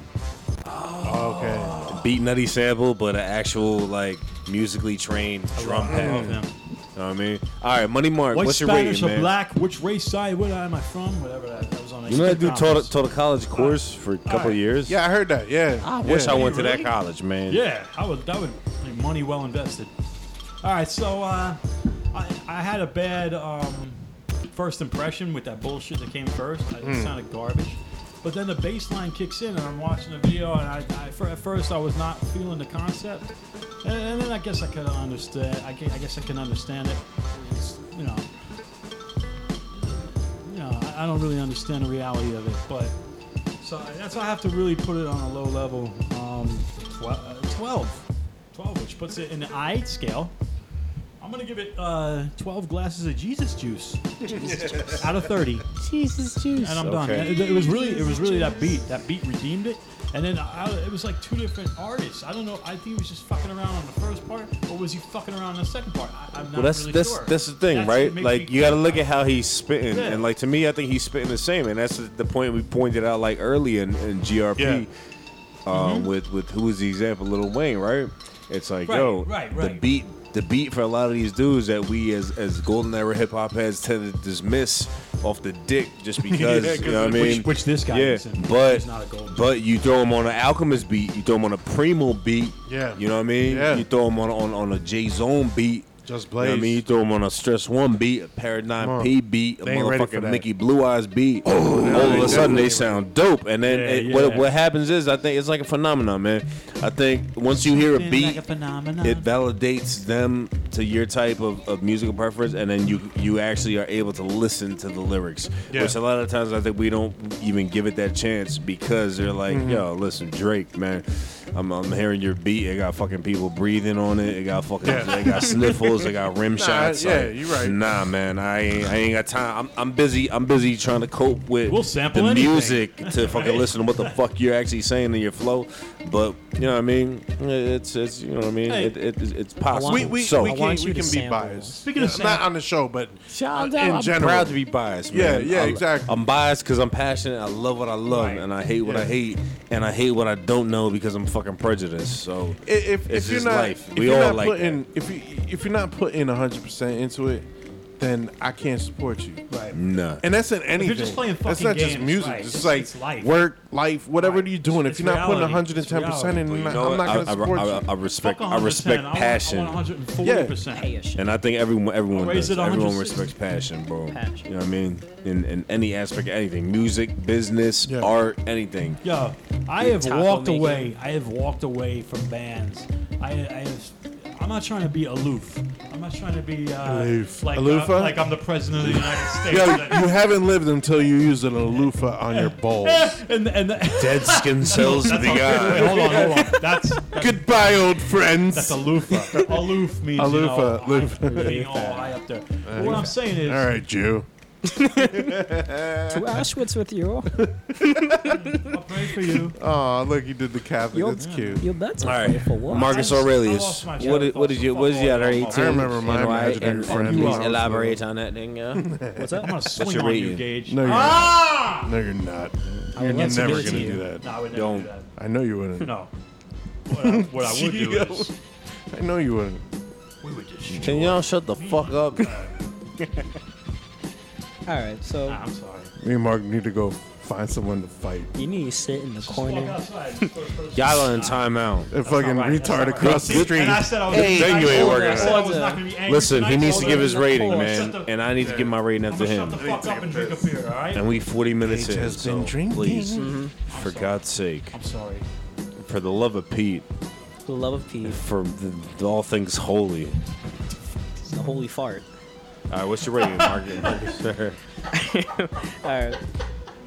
Speaker 1: Okay.
Speaker 7: Beat nutty sample, but an actual, like, musically trained drum
Speaker 8: Love
Speaker 7: pattern. know
Speaker 8: him.
Speaker 7: what I mean? All right, Money Mark,
Speaker 8: White
Speaker 7: what's your
Speaker 8: Spanish
Speaker 7: rating,
Speaker 8: or
Speaker 7: man?
Speaker 8: black? Which race side? What am I from? Whatever that, that was on. a
Speaker 7: You know that
Speaker 8: stick
Speaker 7: dude taught a,
Speaker 8: conference.
Speaker 7: taught a college course for a couple
Speaker 8: right.
Speaker 7: of years?
Speaker 1: Yeah, I heard that. Yeah.
Speaker 7: I wish I went to
Speaker 8: Really?
Speaker 7: that college, man.
Speaker 8: Yeah, I would. That would be money well invested. All right, so uh, I, I had a bad um, first impression with that bullshit that came first. I- It sounded garbage. But then the bass line kicks in, and I'm watching the video, and I, I for, at first I was not feeling the concept, and, and then I guess I could understand. I, gue- I guess I can understand it. It's, you know, you know, I, I don't really understand the reality of it, but so that's why I have to really put it on a low level. Um, tw- uh, 12. 12, which puts it in the I scale. I'm going to give it uh, 12 glasses of Jesus juice out of 30.
Speaker 9: Jesus juice.
Speaker 8: And I'm done.
Speaker 7: Okay.
Speaker 8: It, it was really, it was really that beat. That beat redeemed it. And then I, it was like two different artists. I don't know. I think he was just fucking around on the first part, or was he fucking around on the second part? I, I'm not
Speaker 7: Well, that's
Speaker 8: really
Speaker 7: that's
Speaker 8: sure.
Speaker 7: that's the thing,
Speaker 8: That's what
Speaker 7: right?
Speaker 8: makes
Speaker 7: Like
Speaker 8: me
Speaker 7: you got to
Speaker 8: think
Speaker 7: look at
Speaker 8: about
Speaker 7: how he's spitting,
Speaker 8: Yeah.
Speaker 7: and like to me, I think he's spitting the same, and that's the, the point we pointed out like early in, in
Speaker 1: Yeah.
Speaker 7: GRP, um, with with who was the example, Little Wayne, right? It's like
Speaker 8: Mm-hmm. Right,
Speaker 7: yo,
Speaker 8: right,
Speaker 7: the
Speaker 8: right.
Speaker 7: beat, the beat for a lot of these dudes that we as as golden era hip hop heads tend to dismiss off the dick just because
Speaker 1: Yeah, 'cause
Speaker 7: you know what I
Speaker 1: of-
Speaker 7: mean.
Speaker 8: which- which this guy
Speaker 7: yeah,
Speaker 8: isn't.
Speaker 7: but
Speaker 8: He's not a golden-
Speaker 7: but you throw him on an Alchemist beat, you throw him on a Primo beat,
Speaker 1: Yeah.
Speaker 7: you know what I mean.
Speaker 1: Yeah.
Speaker 7: You throw him on on on a J Zone beat.
Speaker 1: Just
Speaker 7: You know what I mean, you
Speaker 1: Blaze.
Speaker 7: throw him on a stress one beat, a paradigm
Speaker 1: Come on.
Speaker 7: P beat, a
Speaker 1: They ain't ready for
Speaker 7: motherfucking
Speaker 1: that.
Speaker 7: Mickey Blue Eyes beat. all of a sudden, they sound dope. And then
Speaker 8: Yeah,
Speaker 7: it,
Speaker 8: yeah.
Speaker 7: What, what happens is, I think it's like a phenomenon, man. I think once you hear a
Speaker 11: Been
Speaker 7: beat,
Speaker 11: like a phenomenon.
Speaker 7: it validates them to your type of, of musical preference, and then you you actually are able to listen to the lyrics,
Speaker 1: Yeah.
Speaker 7: which a lot of times I think we don't even give it that chance because they're like, yo, listen, Drake, man. I'm, I'm hearing your beat. It got fucking people breathing on it. It got fucking.
Speaker 1: Yeah.
Speaker 7: It got sniffles. It got rim
Speaker 1: Nah,
Speaker 7: shots.
Speaker 1: yeah,
Speaker 7: like,
Speaker 1: you right.
Speaker 7: Nah, man, I ain't, I ain't got time. I'm, I'm busy. I'm busy trying to cope with
Speaker 8: We'll sample
Speaker 7: the
Speaker 8: anything.
Speaker 7: music to fucking listen to what the fuck you're actually saying in your flow. But you know what I mean? It's it's you know what I mean?
Speaker 8: Hey.
Speaker 7: It, it, it's- it's possible.
Speaker 1: We, we,
Speaker 7: so
Speaker 1: we can,
Speaker 9: want you
Speaker 1: we
Speaker 9: to
Speaker 1: can be
Speaker 9: sample
Speaker 1: biased.
Speaker 8: Speaking of
Speaker 1: Yeah, not on the show, but
Speaker 9: Shout
Speaker 1: uh,
Speaker 9: out,
Speaker 1: in
Speaker 9: I'm
Speaker 1: general.
Speaker 7: proud to be biased.
Speaker 1: Yeah,
Speaker 7: man.
Speaker 1: yeah,
Speaker 7: I-
Speaker 1: exactly.
Speaker 7: I'm biased because I'm passionate. I love what I love,
Speaker 8: Right.
Speaker 7: and I hate what I
Speaker 1: Yeah.
Speaker 7: hate, and I hate what I don't know because I'm fucking prejudiced. So
Speaker 1: I- if,
Speaker 7: it's
Speaker 1: if you're
Speaker 7: just
Speaker 1: not
Speaker 7: life.
Speaker 1: if
Speaker 7: we
Speaker 1: you're
Speaker 7: all
Speaker 1: not
Speaker 7: like that.
Speaker 1: putting if you if you're not putting 100 percent into it, then I can't support you.
Speaker 8: Right.
Speaker 7: Nah.
Speaker 1: And that's in anything.
Speaker 8: just playing
Speaker 1: that's
Speaker 8: fucking
Speaker 1: not just
Speaker 8: games,
Speaker 1: music.
Speaker 8: right.
Speaker 1: It's,
Speaker 8: It's-
Speaker 1: like
Speaker 8: it's life.
Speaker 1: work, life, whatever
Speaker 8: Right.
Speaker 1: you're doing.
Speaker 8: It's
Speaker 1: if you're not
Speaker 8: reality.
Speaker 1: putting 110 percent, in,
Speaker 8: It's
Speaker 7: But
Speaker 1: I'm
Speaker 7: you
Speaker 1: not
Speaker 7: know what?
Speaker 1: going
Speaker 7: I,
Speaker 1: to
Speaker 7: I-
Speaker 1: support
Speaker 7: I-
Speaker 1: you.
Speaker 7: I respect.
Speaker 8: Fuck
Speaker 7: I
Speaker 8: 100%.
Speaker 7: respect
Speaker 8: I want-
Speaker 7: passion.
Speaker 8: I want 140%.
Speaker 7: And I think everyone everyone
Speaker 8: Raise
Speaker 7: does.
Speaker 8: it
Speaker 7: Everyone
Speaker 8: 160.
Speaker 7: respects passion, bro.
Speaker 9: Passion.
Speaker 7: You know what I mean? In in any aspect, of anything, music, business,
Speaker 1: Yeah.
Speaker 7: art, anything.
Speaker 8: Yo, I have
Speaker 9: Taco
Speaker 8: walked
Speaker 9: making.
Speaker 8: away. I have walked away from bands. I, I have. I'm not trying to be aloof. I'm not trying to be uh,
Speaker 1: Aloof.
Speaker 8: Like,
Speaker 1: Aloofa?
Speaker 8: uh, like I'm the president of the United States.
Speaker 1: Yo, you haven't lived until you used an loofah on your balls.
Speaker 8: and and
Speaker 7: Dead skin cells of the
Speaker 8: wait,
Speaker 7: eye.
Speaker 8: hold on, hold on. That's that's,
Speaker 1: Goodbye, old friends.
Speaker 8: that's a loofah. Aloof means you know,
Speaker 1: Aloofa,
Speaker 8: high-
Speaker 1: loofa.
Speaker 8: being all high up there. But what I'm saying is,
Speaker 1: All right, Jew.
Speaker 9: To Auschwitz with you.
Speaker 8: I'll pray for you.
Speaker 1: Oh, look, you did the Catholic. That's cute.
Speaker 9: You're better
Speaker 7: All
Speaker 9: right.
Speaker 7: right,
Speaker 9: for what?
Speaker 7: Marcus
Speaker 8: I just- I
Speaker 7: Aurelius.
Speaker 8: lost my
Speaker 7: What did,
Speaker 8: train of
Speaker 7: what did
Speaker 8: thought.
Speaker 7: you what did you at
Speaker 8: Fuck all
Speaker 7: eighteen?
Speaker 8: I
Speaker 1: remember my
Speaker 7: And why-
Speaker 1: imaginary
Speaker 7: and-
Speaker 1: friend
Speaker 7: and
Speaker 1: was
Speaker 7: Please
Speaker 1: also-
Speaker 7: elaborate on that thing. Yeah.
Speaker 9: What's up?
Speaker 8: I'm gonna swing
Speaker 7: your
Speaker 8: on you,
Speaker 7: rating?
Speaker 8: Gage.
Speaker 1: No, you're
Speaker 8: ah!
Speaker 1: not. No, you're not. You're
Speaker 9: would love to do
Speaker 1: never going
Speaker 9: it
Speaker 1: to
Speaker 9: to you.
Speaker 1: do that.
Speaker 8: No, I would never
Speaker 7: Don't.
Speaker 8: do that.
Speaker 1: I know you wouldn't.
Speaker 8: No. What I, what I would do
Speaker 1: Geo.
Speaker 8: is
Speaker 1: I know you wouldn't.
Speaker 8: we would just.
Speaker 7: Can y'all shut the fuck up?
Speaker 9: All right, so
Speaker 7: Ah.
Speaker 8: Nah, I'm sorry.
Speaker 1: Me and Mark need to go find someone to fight.
Speaker 9: you need to sit in the
Speaker 8: Walk
Speaker 9: corner.
Speaker 8: outside. First person.
Speaker 7: Y'all are in timeout.
Speaker 1: A fucking
Speaker 8: right, that's
Speaker 1: retard
Speaker 8: not right.
Speaker 1: across the
Speaker 8: See,
Speaker 1: street.
Speaker 8: And I said I was
Speaker 7: Hey,
Speaker 8: I
Speaker 7: then you
Speaker 8: told
Speaker 7: ain't
Speaker 8: her,
Speaker 7: working
Speaker 8: I said I
Speaker 9: out.
Speaker 8: was not gonna be angry
Speaker 7: Listen,
Speaker 8: tonight,
Speaker 7: he needs
Speaker 8: so
Speaker 7: to give his
Speaker 8: I'm gonna
Speaker 7: rating,
Speaker 8: shut
Speaker 7: man,
Speaker 8: the-
Speaker 7: and I need to give my rating
Speaker 8: I'm
Speaker 7: after
Speaker 8: gonna shut
Speaker 7: him.
Speaker 8: the fuck up and drink a beer, all right?
Speaker 7: And we 40 minutes
Speaker 1: Gage
Speaker 7: in.
Speaker 1: has
Speaker 7: so
Speaker 1: been drinking.
Speaker 7: Please, for God's sake,
Speaker 8: I'm sorry.
Speaker 7: for the love of Pete,
Speaker 9: The love of peace,
Speaker 7: for the, all things holy.
Speaker 9: the holy fart.
Speaker 7: All right, what's your rating, Marcus? Marcus?
Speaker 9: All right.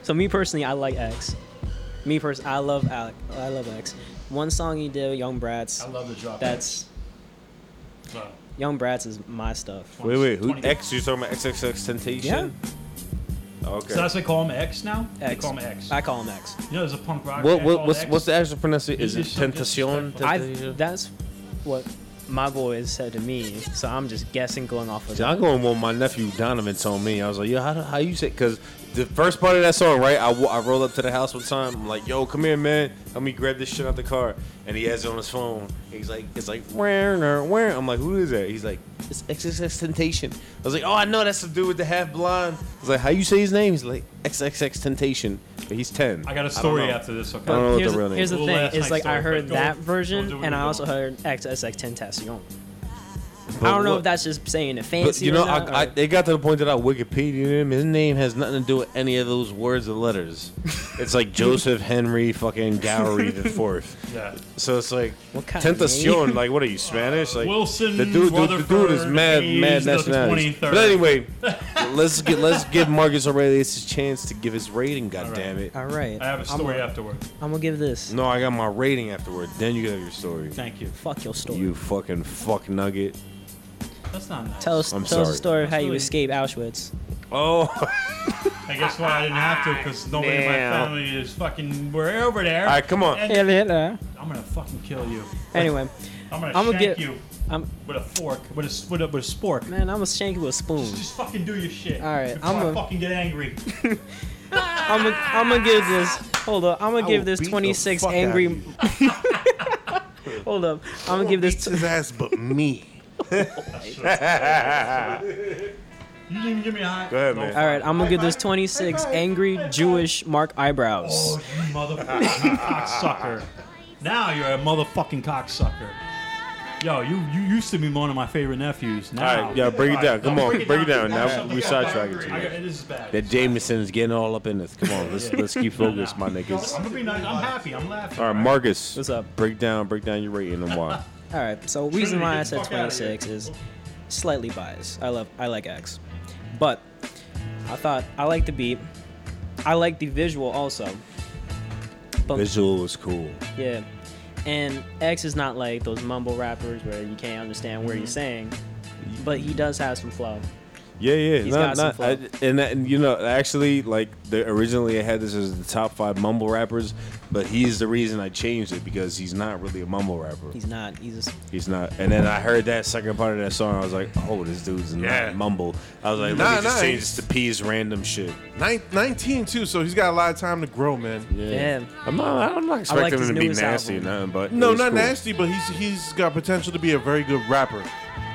Speaker 9: So me personally, I like X. Me person, I love Alec. I love X. One song he did, Young Brats.
Speaker 8: I love the drop.
Speaker 9: That's
Speaker 8: Uh,
Speaker 9: Young Brats is my stuff.
Speaker 7: wait, wait, who
Speaker 8: 20.
Speaker 7: X? You talking about XXX Temptation? Yeah. Okay.
Speaker 8: So that's they call him X now? They
Speaker 9: X.
Speaker 8: call him X.
Speaker 9: I call him X.
Speaker 8: You know, there's a punk rock.
Speaker 7: what,
Speaker 8: band
Speaker 7: what
Speaker 8: called
Speaker 7: what's
Speaker 8: X.
Speaker 7: what's the actual pronunciation? Is
Speaker 8: He's
Speaker 7: it
Speaker 8: just so
Speaker 7: Temptation?
Speaker 8: disrespectful.
Speaker 9: I
Speaker 7: Temptation?
Speaker 9: that's what my boys said to me. So I'm just guessing, going off of
Speaker 7: See,
Speaker 9: that.
Speaker 7: I'm going with my nephew Donovan told me. I was like, yo, how, do- how you say? Because the first part of that song, right? I, wa- I rolled up to the house one time. I'm like, yo, come here, man. Help me grab this shit out the car. And he has it on his phone. He's like, it's like, where, where? I'm like, who is that? He's like, it's XXX Temptation. I was like, oh, I know that's the dude with the half blonde. I was like, how you say his name? He's like, XXX Temptation. But he's 10.
Speaker 8: I got a
Speaker 7: don't
Speaker 8: story
Speaker 7: know.
Speaker 8: after this, okay?
Speaker 7: I don't know what the
Speaker 9: here's
Speaker 7: real
Speaker 9: the,
Speaker 7: name
Speaker 9: here's the
Speaker 8: is.
Speaker 9: thing:
Speaker 8: Last
Speaker 9: is like
Speaker 8: night's
Speaker 9: I
Speaker 8: story,
Speaker 9: heard
Speaker 8: but
Speaker 9: that
Speaker 8: don't-
Speaker 9: version,
Speaker 8: don't do it
Speaker 9: and I
Speaker 8: again.
Speaker 9: also heard XSX Tentacion.
Speaker 7: But
Speaker 9: I don't know
Speaker 7: what-
Speaker 9: if that's just saying it
Speaker 7: But
Speaker 9: fancy.
Speaker 7: you know,
Speaker 9: or not,
Speaker 7: I, I,
Speaker 9: or-
Speaker 7: it got to the point that I Wikipedia him. His name has nothing to do with any of those words or letters. it's like Joseph Henry fucking Gowrie the fourth.
Speaker 8: Yeah.
Speaker 7: So it's like
Speaker 9: What kind of
Speaker 7: Tentacion. Like, what are you Spanish? Like
Speaker 8: Wilson
Speaker 7: The dude, the, the dude is
Speaker 8: Rutherford
Speaker 7: mad,
Speaker 8: is
Speaker 7: mad
Speaker 8: the
Speaker 7: nationality.
Speaker 8: 23rd.
Speaker 7: But anyway, let's get let's give Marcus Aurelius his chance to give his rating. God damn it!
Speaker 9: All right.
Speaker 8: I have a story afterward.
Speaker 9: I'm gonna give this.
Speaker 7: No, I got my rating afterward. Then you got your story.
Speaker 8: Thank you.
Speaker 9: Fuck your story.
Speaker 7: You fucking fuck nugget.
Speaker 8: That's not nice.
Speaker 9: Tell us,
Speaker 7: I'm
Speaker 9: tell us the
Speaker 7: sorry.
Speaker 9: story of how you
Speaker 8: Really?
Speaker 9: escaped Auschwitz.
Speaker 7: Oh.
Speaker 8: I guess why I didn't have to, because nobody in my
Speaker 7: Damn.
Speaker 8: family is fucking. We're over there.
Speaker 7: All right, come on.
Speaker 8: And-
Speaker 9: Anyway,
Speaker 8: I'm gonna fucking kill you. I'm gonna
Speaker 9: I'ma
Speaker 8: shank
Speaker 9: get-
Speaker 8: you
Speaker 9: I'm
Speaker 8: with a fork, with a s- with a, with a spork.
Speaker 9: man. I'm gonna shank you with a spoon.
Speaker 8: Just fucking do your shit.
Speaker 9: All right,
Speaker 8: before
Speaker 9: I'ma-
Speaker 8: I fucking get angry.
Speaker 9: I'm gonna, I'm gonna give this. Hold up. I'm gonna give this 26 angry. Hold up. I'm gonna give this.
Speaker 1: his ass, but me.
Speaker 8: You didn't even give me a high.
Speaker 7: Go ahead, man.
Speaker 9: All right. I'm gonna give this 26 angry Jewish Mark eyebrows.
Speaker 8: Oh, you motherfucking cocksucker! Now you're a motherfucking cocksucker. Yo, you, you used to be one of my favorite nephews. Now,
Speaker 7: All right, yeah, break it down. Come
Speaker 8: No,
Speaker 7: on, break it down. Now
Speaker 8: Something
Speaker 7: we
Speaker 8: got
Speaker 7: sidetracked
Speaker 8: bad.
Speaker 7: too
Speaker 8: I got-
Speaker 7: much.
Speaker 8: This is bad.
Speaker 7: That Jameson's getting all up in this. Come on, let's let's keep focused, my niggas.
Speaker 8: I'm gonna be nice. I'm happy. I'm laughing.
Speaker 7: All right, Marcus.
Speaker 9: What's up?
Speaker 7: Break down, break down your rating and why.
Speaker 9: All right. So reason why I said
Speaker 8: Fuck outta
Speaker 9: 26 is slightly biased. I love I like X, but I thought I like the beat. I like the visual also. But
Speaker 7: Visual was cool.
Speaker 9: yeah, and X is not like those mumble rappers where you can't understand where he's
Speaker 8: Mm-hmm.
Speaker 9: saying, but he does have some flow.
Speaker 7: Yeah, yeah.
Speaker 9: He's
Speaker 7: no,
Speaker 9: got some
Speaker 7: no,
Speaker 9: flow.
Speaker 7: I- and, that- and you know, actually, like the, originally I had this as the top five mumble rappers, but he's the reason I changed it because he's not really a mumble rapper.
Speaker 9: He's not. He's just
Speaker 7: He's not. And then I heard that second part of that song, I was like, oh, this dude's
Speaker 1: Yeah.
Speaker 7: not mumble. I was like, let
Speaker 1: Nah,
Speaker 7: me just
Speaker 1: nah,
Speaker 7: change
Speaker 1: he's-
Speaker 7: this to P's random shit.
Speaker 1: Nine, 19 too, so he's got a lot of time to grow, man.
Speaker 9: yeah.
Speaker 7: I'm not, I'm not expecting
Speaker 9: his
Speaker 7: him to be
Speaker 9: newest
Speaker 7: nasty
Speaker 9: album.
Speaker 7: or nothing, but it
Speaker 1: No,
Speaker 7: was
Speaker 1: not
Speaker 7: cool.
Speaker 1: nasty, but he's he's got potential to be a very good rapper.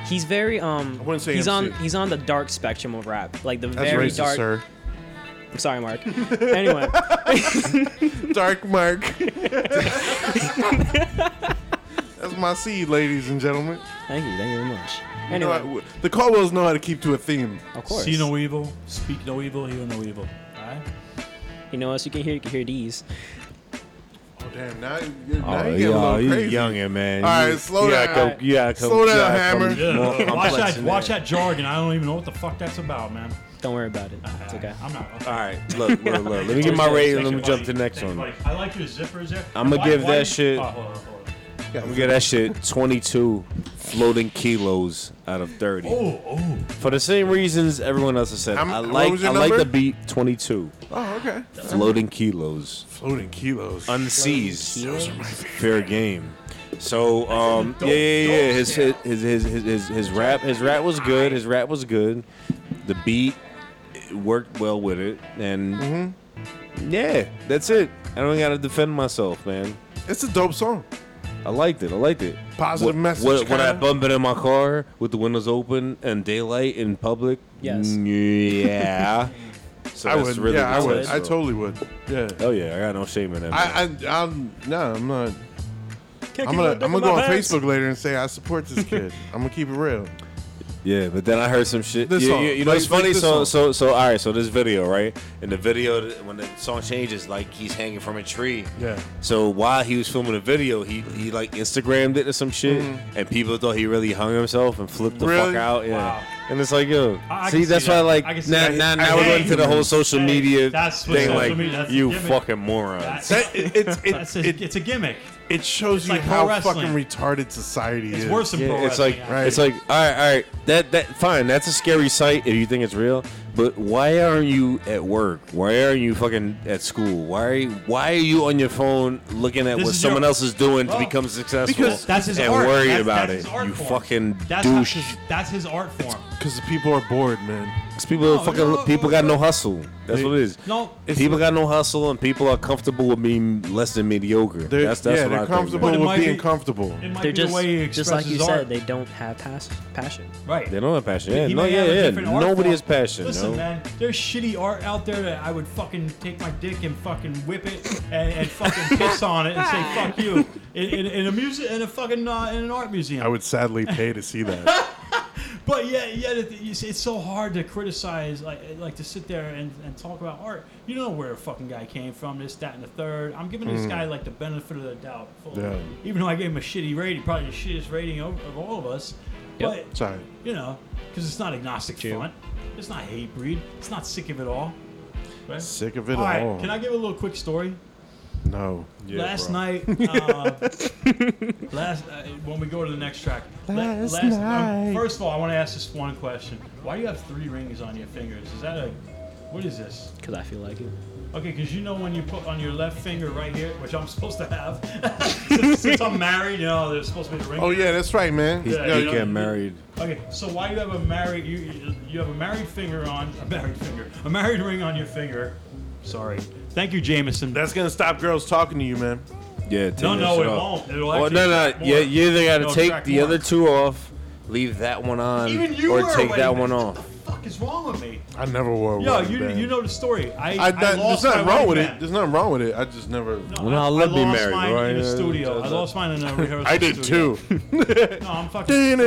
Speaker 9: He's very um.
Speaker 1: I wouldn't say
Speaker 9: he's on
Speaker 1: MC.
Speaker 9: he's on the dark spectrum of rap, like the
Speaker 1: That's
Speaker 9: very
Speaker 1: racist,
Speaker 9: dark.
Speaker 1: sir.
Speaker 9: I'm sorry, Mark. anyway,
Speaker 1: Dark Mark. That's my seed, ladies and gentlemen.
Speaker 9: thank you, thank you very much.
Speaker 1: You know,
Speaker 9: Anyway,
Speaker 1: I- the Caldwells know how to keep to a theme.
Speaker 9: of course.
Speaker 8: See no evil, speak no evil, hear no evil. All right.
Speaker 9: You know, as you can hear, you can hear these.
Speaker 1: Oh damn! Now, you- now
Speaker 7: Oh,
Speaker 1: you get a
Speaker 7: yeah,
Speaker 1: little
Speaker 7: you
Speaker 1: crazy.
Speaker 7: youngin', man.
Speaker 1: All
Speaker 7: You-
Speaker 1: right, slow
Speaker 7: you gotta
Speaker 1: down.
Speaker 7: Come, you gotta come,
Speaker 1: Slow
Speaker 7: you
Speaker 1: down,
Speaker 7: gotta
Speaker 1: Hammer.
Speaker 7: come more
Speaker 8: watch
Speaker 7: complex
Speaker 8: that.
Speaker 7: than
Speaker 8: Watch that jargon. I don't even know what the fuck that's about, man.
Speaker 9: Don't worry about it. It's okay.
Speaker 8: I'm not.
Speaker 7: All right, look, look, look. Let me get my rating. Let me jump to the next
Speaker 8: Thank you,
Speaker 7: one.
Speaker 8: buddy. I like your zippers there.
Speaker 7: I'ma
Speaker 8: Why-
Speaker 7: give
Speaker 8: why
Speaker 7: that
Speaker 8: you-
Speaker 7: shit-
Speaker 8: Oh, hold on, hold on.
Speaker 7: We get that shit 22 floating kilos out of 30.
Speaker 8: Oh.
Speaker 7: For the same reasons everyone else has said.
Speaker 1: How m-
Speaker 7: I
Speaker 1: what
Speaker 7: like
Speaker 1: was your
Speaker 7: I like
Speaker 1: number?
Speaker 7: the beat 22
Speaker 1: Oh, okay.
Speaker 7: floating kilos.
Speaker 1: Floating kilos.
Speaker 7: Unseized. Fair game. So um yeah yeah yeah his his his his, his, his rap his rap was good. His rap was good. The beat it worked well with it and
Speaker 1: Mm-hmm.
Speaker 7: yeah, that's it. I don't got to defend myself, man.
Speaker 1: It's a dope song.
Speaker 7: I liked it. I liked it.
Speaker 1: Positive
Speaker 7: Wh-
Speaker 1: message,
Speaker 7: What, when I
Speaker 1: kinda.
Speaker 7: bump it in my car with the windows open and daylight in public.
Speaker 9: Yes.
Speaker 7: mm, Yeah. so
Speaker 1: I
Speaker 7: that's
Speaker 1: would.
Speaker 7: Really
Speaker 1: yeah, I
Speaker 7: good
Speaker 1: would.
Speaker 7: stuff.
Speaker 1: I totally would. Yeah.
Speaker 7: Oh yeah, I got no shame in that. man.
Speaker 1: I, I, I'm no, I'm not. I'm gonna, I'm gonna go on Facebook later and say I support this kid. I'm gonna keep it real.
Speaker 7: yeah, but then I heard some shit.
Speaker 1: This
Speaker 7: yeah,
Speaker 1: song.
Speaker 7: yeah, you know,
Speaker 1: Like-
Speaker 7: it's funny.
Speaker 1: like this
Speaker 7: so,
Speaker 1: song.
Speaker 7: so, so, all right. So this video, right? In the video, th- when the song changes, like he's hanging from a tree.
Speaker 1: Yeah.
Speaker 7: So while he was filming the video, he he like Instagrammed it or some shit,
Speaker 8: Mm-hmm.
Speaker 7: and people thought he really hung himself and flipped the fuck
Speaker 1: Really?
Speaker 7: out. Yeah.
Speaker 8: Wow.
Speaker 7: And it's like, yo,
Speaker 8: I- I
Speaker 7: see,
Speaker 8: can see
Speaker 7: that's why
Speaker 8: that.
Speaker 7: like
Speaker 8: I can see
Speaker 7: now
Speaker 8: that.
Speaker 7: now,
Speaker 8: I
Speaker 7: now we're
Speaker 8: hate
Speaker 7: going to the whole social
Speaker 8: Hey,
Speaker 7: media
Speaker 8: that's what
Speaker 7: thing.
Speaker 8: social
Speaker 7: Like
Speaker 8: media- that's a
Speaker 7: you
Speaker 8: gimmick.
Speaker 7: fucking morons.
Speaker 8: That's-
Speaker 1: That, it, it's
Speaker 8: That's a,
Speaker 1: it, it,
Speaker 8: it's a gimmick.
Speaker 1: it shows you
Speaker 8: like pro
Speaker 1: how
Speaker 8: wrestling.
Speaker 1: fucking retarded society
Speaker 8: It's
Speaker 1: is.
Speaker 8: worse than
Speaker 7: Yeah,
Speaker 8: pro
Speaker 7: it's like
Speaker 8: wrestling,
Speaker 1: Right.
Speaker 7: it's like all right, all right. That that fine. That's a scary sight if you think it's real. But why aren't you at work? Why aren't you fucking at school? Why are you, why are you on your phone looking at
Speaker 8: This
Speaker 7: what
Speaker 8: is
Speaker 7: someone
Speaker 8: your-
Speaker 7: else is doing to
Speaker 8: Well,
Speaker 7: become successful?
Speaker 8: because that's his
Speaker 7: and
Speaker 8: art.
Speaker 7: worried
Speaker 8: That's-
Speaker 7: about
Speaker 8: that's his
Speaker 7: it.
Speaker 8: art
Speaker 7: You
Speaker 8: form.
Speaker 7: fucking
Speaker 8: That's not
Speaker 7: douche.
Speaker 8: his, that's his art form.
Speaker 1: Because people are bored, man.
Speaker 7: 'Cause people
Speaker 8: No,
Speaker 7: fucking
Speaker 8: no, no,
Speaker 7: people
Speaker 8: no,
Speaker 7: got
Speaker 8: no.
Speaker 7: no hustle. That's
Speaker 1: They-
Speaker 7: what it is.
Speaker 8: No,
Speaker 7: people got no hustle, and people are comfortable with being less than mediocre.
Speaker 1: They're,
Speaker 7: That's that's
Speaker 1: yeah,
Speaker 7: what
Speaker 1: they're
Speaker 7: I think.
Speaker 1: comfortable
Speaker 7: man.
Speaker 8: But it
Speaker 1: with
Speaker 8: might
Speaker 1: being
Speaker 8: be-
Speaker 1: comfortable.
Speaker 8: it might
Speaker 9: They're
Speaker 8: be the way he
Speaker 9: just just like
Speaker 8: expresses
Speaker 9: you
Speaker 8: his
Speaker 9: said,
Speaker 8: art.
Speaker 9: they don't have pass- passion.
Speaker 8: right.
Speaker 7: They don't have passion. Yeah,
Speaker 8: He
Speaker 7: no,
Speaker 8: may
Speaker 7: yeah,
Speaker 8: have a
Speaker 7: yeah.
Speaker 8: different art
Speaker 7: Nobody
Speaker 8: form.
Speaker 7: has passion.
Speaker 8: Listen,
Speaker 7: no.
Speaker 8: man, there's shitty art out there that I would fucking take my dick and fucking whip it and, and fucking piss on it and say fuck you in, in, in a music in a fucking uh, in an art museum.
Speaker 1: I would sadly pay to see that.
Speaker 8: But yeah, yeah, it- it's, it's so hard to criticize, like, like to sit there and, and talk about art. You know where a fucking guy came from, this, that, and the third. I'm giving
Speaker 7: Hmm.
Speaker 8: this guy like the benefit of the doubt, fully.
Speaker 1: Yeah.
Speaker 8: even though I gave him a shitty rating, probably the shittiest rating of, of all of us. But
Speaker 1: Sorry.
Speaker 8: you know, because it's not agnostic front, it's not hate breed, it's not sick of it all. Right?
Speaker 1: Sick of it
Speaker 8: all right,
Speaker 1: all.
Speaker 8: can I give a little quick story?
Speaker 1: No.
Speaker 8: last night, uh, last uh, when we go to the next track. la-
Speaker 1: Last
Speaker 8: um,
Speaker 1: night.
Speaker 8: first of all, I want to ask this one question: Why do you have three rings on your fingers? Is that a what is this?
Speaker 9: Cause I feel like it.
Speaker 8: Okay, because you know when you put on your left finger right here, which I'm supposed to have, since, since I'm married, you know there's supposed to be a ring.
Speaker 1: Oh yeah, that's right, man. Yeah,
Speaker 8: Yeah, you
Speaker 1: yeah.
Speaker 8: know-
Speaker 7: Get married.
Speaker 8: Okay, so why you have a married you you- you have a married finger on a married finger a married ring on your finger? Sorry. Thank you, Jameson.
Speaker 1: That's gonna stop girls talking to you, man.
Speaker 7: Yeah, take
Speaker 8: No,
Speaker 7: that
Speaker 8: no,
Speaker 7: shit
Speaker 8: it
Speaker 7: off.
Speaker 8: won't. It'll
Speaker 7: Oh,
Speaker 8: actually
Speaker 7: no, no.
Speaker 8: attract
Speaker 7: You,
Speaker 8: more.
Speaker 7: you either got to
Speaker 8: It'll
Speaker 7: take
Speaker 8: attract
Speaker 7: the
Speaker 8: more.
Speaker 7: other two off, leave that one on,
Speaker 8: Even you
Speaker 7: or
Speaker 8: were
Speaker 7: take
Speaker 8: away
Speaker 7: that
Speaker 8: with
Speaker 7: one
Speaker 8: it.
Speaker 7: off.
Speaker 8: fuck is wrong with me?
Speaker 1: I never wore a
Speaker 8: Yo,
Speaker 1: wedding
Speaker 8: you,
Speaker 1: band.
Speaker 8: you know the story. I,
Speaker 1: I,
Speaker 8: I,
Speaker 1: that-
Speaker 8: lost
Speaker 1: there's nothing
Speaker 8: my
Speaker 1: wrong
Speaker 8: wedding
Speaker 1: with
Speaker 8: band.
Speaker 1: it. There's nothing wrong with it. I just never.
Speaker 8: No, I, I lost mine in the studio. I lost mine in a rehearsal.
Speaker 1: I did
Speaker 8: studio.
Speaker 1: too.
Speaker 8: No, I'm fucking.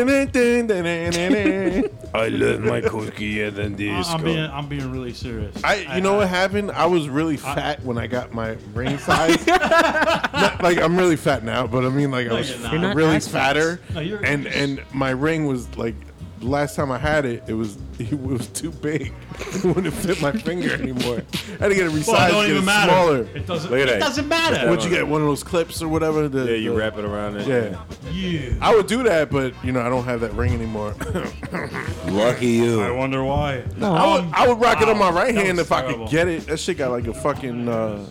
Speaker 1: I,
Speaker 7: I love my cookie than this.
Speaker 8: I'm being, I'm being really serious.
Speaker 1: you know what happened? I was really fat when I got my ring size. Not- like I'm really fat now, but I mean like I
Speaker 8: No,
Speaker 1: was
Speaker 8: you're not. You're not
Speaker 1: really
Speaker 9: that fat.
Speaker 1: fatter,
Speaker 8: No, you're-
Speaker 1: and and my ring was like last time I had it, it was it was too big. it wouldn't fit my finger anymore. I had to get it resized,
Speaker 8: Well, it don't
Speaker 1: get
Speaker 8: even
Speaker 1: it
Speaker 8: matter.
Speaker 1: smaller.
Speaker 8: It doesn't.
Speaker 7: Look at
Speaker 8: it
Speaker 7: that.
Speaker 8: doesn't matter.
Speaker 1: Would you get one of those clips or whatever? The,
Speaker 7: Yeah, you
Speaker 1: the-
Speaker 7: wrap it around it.
Speaker 1: Yeah,
Speaker 8: You.
Speaker 1: I would do that, but you know I don't have that ring anymore.
Speaker 7: Lucky you.
Speaker 8: I wonder why. No,
Speaker 1: I would, I would rock it on my right
Speaker 8: Um, that
Speaker 1: hand
Speaker 8: was
Speaker 1: if I
Speaker 8: terrible.
Speaker 1: could get it. That shit got like a fucking uh,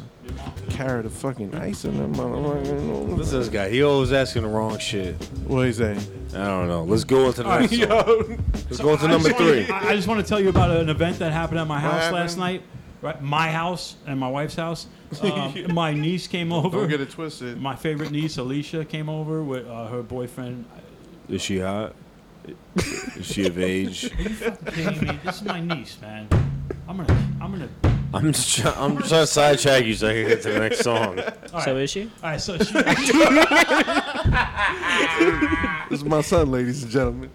Speaker 1: carrot of fucking ice in that motherfucker.
Speaker 7: What's this guy? He always asking the wrong shit.
Speaker 1: What he say?
Speaker 7: I don't know. Let's go into the next. song.
Speaker 1: Yo,
Speaker 7: Let's go into number three.
Speaker 8: I I just want to tell you about an event that happened at my house last
Speaker 1: happened?
Speaker 8: night. Right, my house and my wife's house. Um, my niece came
Speaker 1: don't get
Speaker 8: over.
Speaker 1: it twisted.
Speaker 8: My favorite niece, Alicia, came over with uh, her boyfriend.
Speaker 7: Is she hot? Is she of age?
Speaker 8: Kidding me? This is my niece, man. I'm gonna, I'm gonna.
Speaker 7: I'm just try- I'm just trying to sidetrack you so I can get to the next song.
Speaker 9: So is she?
Speaker 8: All right, so she,
Speaker 1: This is my son, ladies and gentlemen.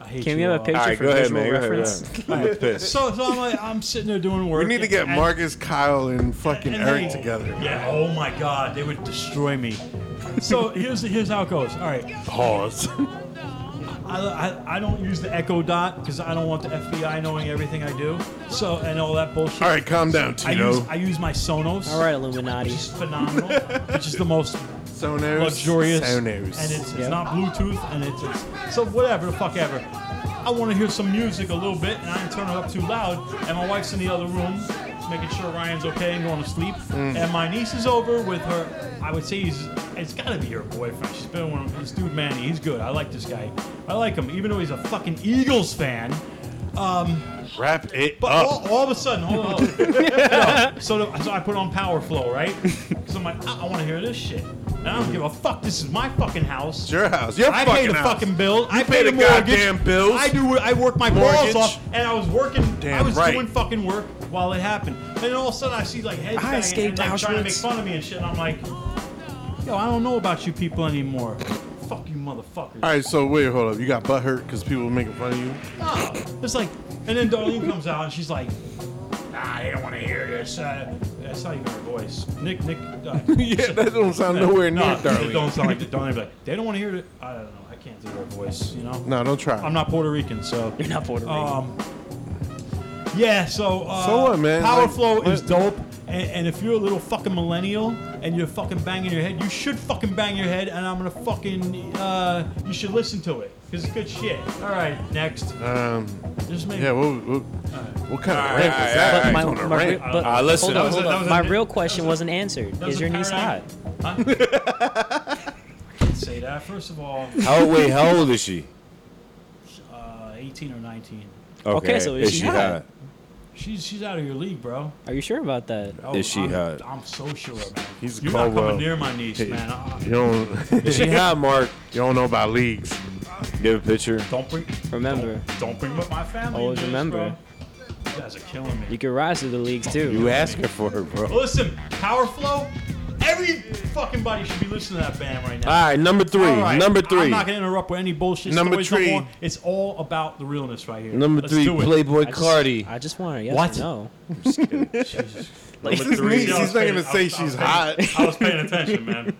Speaker 8: I hate
Speaker 9: Can we
Speaker 8: you
Speaker 9: have a
Speaker 8: all.
Speaker 9: picture
Speaker 7: All right,
Speaker 9: for
Speaker 7: go ahead,
Speaker 9: visual
Speaker 7: man. Go ahead,
Speaker 9: reference?
Speaker 7: go ahead. I'm pissed.
Speaker 8: So, so I'm like, I'm sitting there doing work.
Speaker 1: We need to get
Speaker 8: and-
Speaker 1: Marcus, Kyle, and fucking
Speaker 8: and
Speaker 1: Eric
Speaker 8: they-
Speaker 1: together.
Speaker 8: Yeah. Oh my God, they would destroy me. So here's here's how it goes. All right.
Speaker 1: Pause.
Speaker 8: I, I, I don't use the Echo Dot because I don't want the FBI knowing everything I do. So and all that bullshit.
Speaker 1: All right, calm down,
Speaker 8: I use
Speaker 1: Tito.
Speaker 8: I use my Sonos.
Speaker 9: All right, Illuminati.
Speaker 8: Which is phenomenal. which is the most
Speaker 1: Sonars.
Speaker 8: luxurious.
Speaker 1: Sonars.
Speaker 8: And it's, it's
Speaker 9: Yep.
Speaker 8: not Bluetooth and it's, it's so whatever the fuck ever. I want to hear some music a little bit and I didn't turn it up too loud. And my wife's in the other room making sure Ryan's okay and going to sleep. And my niece is over with her. I would say he's it's got to be her boyfriend. She's been with him. This dude Manny, he's good. I like this guy. I like him, even though he's a fucking Eagles fan.
Speaker 1: Wrap it
Speaker 8: But
Speaker 1: up.
Speaker 8: all, all of a sudden, hold on. hold on. No, so, the- so I put on Power Flow, right? Because I'm like, "Ah, I, want to hear this shit. And I don't give a fuck. This is my fucking house.
Speaker 1: It's your house. Your
Speaker 8: I
Speaker 1: fucking
Speaker 8: pay the
Speaker 1: house.
Speaker 8: fucking bill. I
Speaker 1: pay
Speaker 8: pay,
Speaker 1: the
Speaker 8: mortgage.
Speaker 1: goddamn bills.
Speaker 8: I do. I work my
Speaker 1: Mortgage.
Speaker 8: balls off, and I was working.
Speaker 1: Damn
Speaker 8: I was
Speaker 1: right.
Speaker 8: doing fucking work while it happened. And then all of a sudden, I see like heads banging
Speaker 9: escaped
Speaker 8: and like, trying to make
Speaker 9: Auschwitz.
Speaker 8: fun of me and shit. And I'm like, yo, I don't know about you people anymore. Fuck you, motherfuckers.
Speaker 1: All right, so wait, hold up. You got butt hurt because people were making fun of you.
Speaker 8: No. It's like, and then Darlene comes out and she's like, Nah, they don't want to hear this. Uh, that's not even her voice. Nick, Nick. Uh,
Speaker 1: yeah, that don't sound nowhere near,
Speaker 8: nah,
Speaker 1: darling.
Speaker 8: It don't sound like the Darlene. Like, they don't want to hear it. I don't know. I can't do her voice. You know.
Speaker 1: No, don't try.
Speaker 8: I'm not Puerto Rican, so.
Speaker 9: You're not Puerto Rican.
Speaker 8: Um. Yeah. So. Uh,
Speaker 1: So what, man?
Speaker 8: Power
Speaker 1: Like,
Speaker 8: flow
Speaker 1: what-
Speaker 8: is dope. And, and if you're a little fucking millennial and you're fucking banging your head, you should fucking bang your head. And I'm gonna fucking. Uh, you should listen to it because it's good shit. All right, next.
Speaker 1: Um,
Speaker 8: Just make.
Speaker 1: yeah, what, what, what kind of rant is
Speaker 7: All
Speaker 1: that?
Speaker 7: right,
Speaker 9: My,
Speaker 1: He's on a
Speaker 9: my,
Speaker 1: rant.
Speaker 9: but,
Speaker 7: Uh, listen,
Speaker 9: hold
Speaker 7: that
Speaker 9: on,
Speaker 7: was a-
Speaker 9: hold
Speaker 8: that
Speaker 9: on.
Speaker 8: was a-
Speaker 9: My
Speaker 8: that
Speaker 9: real
Speaker 8: was a-
Speaker 9: question wasn't answered.
Speaker 8: that was
Speaker 9: Is
Speaker 8: a
Speaker 9: your niece hot?
Speaker 8: paradigm. Huh? I didn't say that. First of all,
Speaker 7: How wait? How old is she?
Speaker 8: uh, 18 or 19.
Speaker 9: Okay, so is she hot?
Speaker 8: She's she's out of your league, bro.
Speaker 9: Are you sure about that?
Speaker 8: Oh,
Speaker 7: Is she
Speaker 8: I'm,
Speaker 7: hot?
Speaker 8: I'm so sure, man.
Speaker 1: He's
Speaker 8: You're not
Speaker 1: Caldwell.
Speaker 8: coming near my niece, man.
Speaker 1: You
Speaker 8: Uh,
Speaker 1: don't,
Speaker 7: Is she hot, Mark?
Speaker 1: you don't know about leagues.
Speaker 7: Give a picture.
Speaker 8: don't bring
Speaker 9: Remember,
Speaker 8: don't bring up my family.
Speaker 9: Always
Speaker 8: in this,
Speaker 9: remember.
Speaker 8: bro. You guys are killing me.
Speaker 9: you can rise to the leagues
Speaker 7: You
Speaker 9: too.
Speaker 7: asked her for her, bro. All
Speaker 8: Listen, Power Flow. Every fucking body should be listening to that band right now.
Speaker 7: right, number three.
Speaker 8: All right,
Speaker 7: Number 3
Speaker 8: I'm not gonna interrupt with any bullshit.
Speaker 1: Number
Speaker 8: stories no
Speaker 1: three.
Speaker 8: more. It's all about the realness right here.
Speaker 7: number
Speaker 8: Let's
Speaker 7: three.
Speaker 8: do it.
Speaker 7: Playboy
Speaker 9: I just-
Speaker 7: Cardi.
Speaker 9: I just want her. Yes
Speaker 8: What?
Speaker 9: or no?
Speaker 1: It's his niece.
Speaker 8: Yeah, I
Speaker 1: He's
Speaker 8: was
Speaker 1: not
Speaker 8: paying-
Speaker 1: gonna
Speaker 8: I
Speaker 1: say
Speaker 8: was- I was
Speaker 1: she's
Speaker 8: paying-
Speaker 1: hot.
Speaker 8: I was paying attention, man.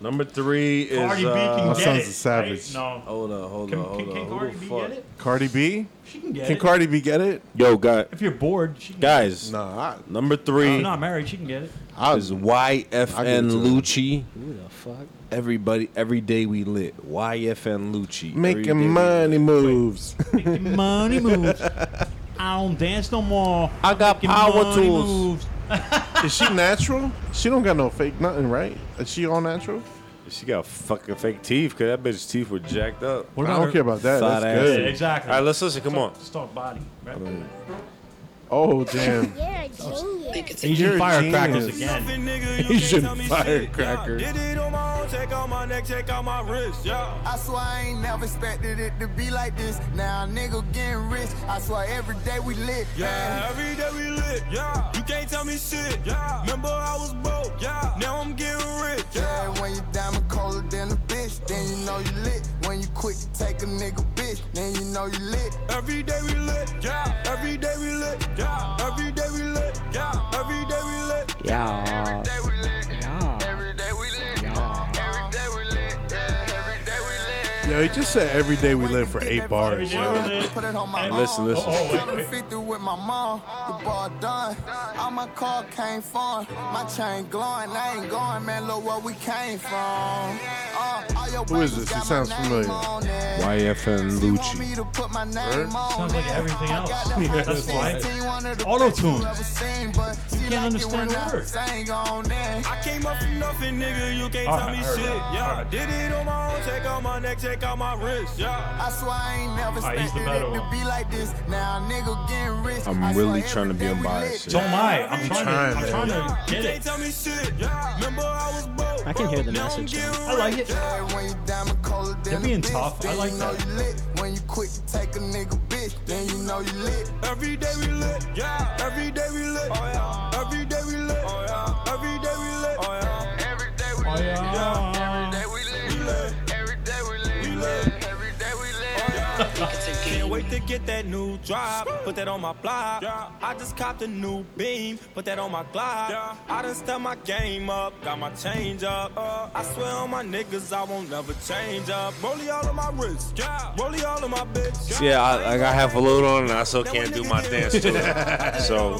Speaker 7: Number three is.
Speaker 8: Cardi B
Speaker 7: uh,
Speaker 8: can
Speaker 1: My
Speaker 8: get
Speaker 1: son's
Speaker 8: it.
Speaker 1: a savage.
Speaker 8: right? No.
Speaker 7: Hold on, hold on,
Speaker 8: Can,
Speaker 7: hold
Speaker 8: can,
Speaker 7: on.
Speaker 8: can
Speaker 7: Who
Speaker 8: Cardi
Speaker 7: the
Speaker 8: B
Speaker 7: fuck?
Speaker 8: get it?
Speaker 1: Cardi B?
Speaker 8: She can get
Speaker 1: Can
Speaker 8: it.
Speaker 1: Cardi B get it?
Speaker 7: Yo, guy,
Speaker 8: if you're bored, she can
Speaker 7: guys.
Speaker 1: Nah,
Speaker 7: Number
Speaker 8: If
Speaker 7: three
Speaker 8: you're not married, she can get it.
Speaker 1: I, I,
Speaker 7: is YFN
Speaker 1: to it.
Speaker 7: Lucci.
Speaker 9: Who the fuck?
Speaker 7: Everybody, every day we lit. YFN Lucci. Every day we
Speaker 1: making money moves.
Speaker 8: Money moves. I don't dance no more.
Speaker 1: I got
Speaker 8: Making
Speaker 1: power
Speaker 8: money
Speaker 1: tools.
Speaker 8: moves.
Speaker 1: Is she natural? She don't got no fake nothing, right? Is she all natural?
Speaker 7: lit. She got fucking fake teeth because that bitch's teeth were jacked up.
Speaker 8: What
Speaker 1: I
Speaker 8: about
Speaker 1: don't
Speaker 8: her-
Speaker 1: care about that.
Speaker 7: Fat
Speaker 1: That's
Speaker 7: ass.
Speaker 8: Yeah,
Speaker 1: good.
Speaker 8: exactly.
Speaker 7: All right, let's listen. Come on.
Speaker 8: Let's talk body. Right?
Speaker 1: Oh damn.
Speaker 8: Asian
Speaker 1: You're a
Speaker 8: firecrackers
Speaker 1: genius.
Speaker 8: again.
Speaker 1: Asian firecracker.
Speaker 2: Did it on my own
Speaker 12: check out my neck, check out my wrist, yeah.
Speaker 13: I swear I ain't never expected it to be like this. Now a nigga getting rich. I swear every day we lit.
Speaker 12: Yeah,
Speaker 13: man.
Speaker 12: every day we lit, yeah. You can't tell me shit, yeah. Remember I was broke, yeah. Now I'm getting rich,
Speaker 13: yeah. when you diamond colder than a bitch, then you know you lit. When you quit to take a nigga bitch, then you know you lit.
Speaker 12: Every day we lit, yeah. Every day we lit, yeah. Every day we lit, yeah. Every day we lit.
Speaker 9: Yeah.
Speaker 1: Yo, he just said every day we live for eight bars.
Speaker 13: Every day we
Speaker 1: Yo.
Speaker 13: live. Put it on my mom.
Speaker 1: Listen, listen.
Speaker 13: Seven fifty with my mom. The bar done. All my car came from. My chain glowing. I ain't going, man. Look where we came from. Uh, all your
Speaker 7: Who is
Speaker 13: brothers
Speaker 7: this? He
Speaker 13: got
Speaker 7: sounds
Speaker 13: my
Speaker 7: familiar.
Speaker 13: name on it.
Speaker 7: YFN
Speaker 13: She want me
Speaker 7: Lucci.
Speaker 13: to put my name
Speaker 7: Word?
Speaker 13: on
Speaker 8: Sounds like
Speaker 13: it.
Speaker 8: everything
Speaker 13: I
Speaker 8: else.
Speaker 13: got that
Speaker 8: Yeah,
Speaker 13: from
Speaker 8: that's why.
Speaker 13: 16, one of the best you
Speaker 8: Auto-tune.
Speaker 13: ever seen, but she
Speaker 8: can't
Speaker 13: like it
Speaker 8: understand
Speaker 13: when
Speaker 8: a
Speaker 13: I
Speaker 8: word.
Speaker 13: sing on it.
Speaker 12: I came up from nothing, nigga. You can't
Speaker 13: All
Speaker 12: tell
Speaker 13: right,
Speaker 12: me
Speaker 13: I heard
Speaker 12: shit.
Speaker 13: that.
Speaker 12: Yeah, did it on my own. Check out my neck, check out my wrist. Yeah.
Speaker 13: I swear I ain't never
Speaker 12: Alright, he's the
Speaker 13: expected
Speaker 12: better
Speaker 13: it to
Speaker 12: one.
Speaker 13: be like this. Now a nigga getting rich. I swear
Speaker 7: I'm really trying to be unbiased.
Speaker 8: So am I. I'm trying, to, I'm trying
Speaker 12: You
Speaker 8: to get
Speaker 12: can't
Speaker 8: it.
Speaker 12: tell me shit. Yeah. Remember I was broke.
Speaker 9: I can hear the message.
Speaker 8: I like it. They're being tough. I like that.
Speaker 13: When you quit to take a nigga bitch, then you know you lit.
Speaker 12: Every day we lit. Yeah. Every day we lit. Oh yeah. Every day we lit. Oh yeah. Every day we lit. Oh yeah. Every day we lit. Yeah. Every day we lit. We lit. Every day we lit. We lit. Every day we lit. Oh, yeah. Can't wait to get that new drop, put that on my block. I just copped a new beam, put that on my Glock. I done stepped my game up, got my change up. Uh, I swear on my niggas, I won't never change up. Rollie all of my wrist, yeah. Rollie all of my bitch.
Speaker 7: Yeah, I, I got half a load on and I still can't do my dance to it. So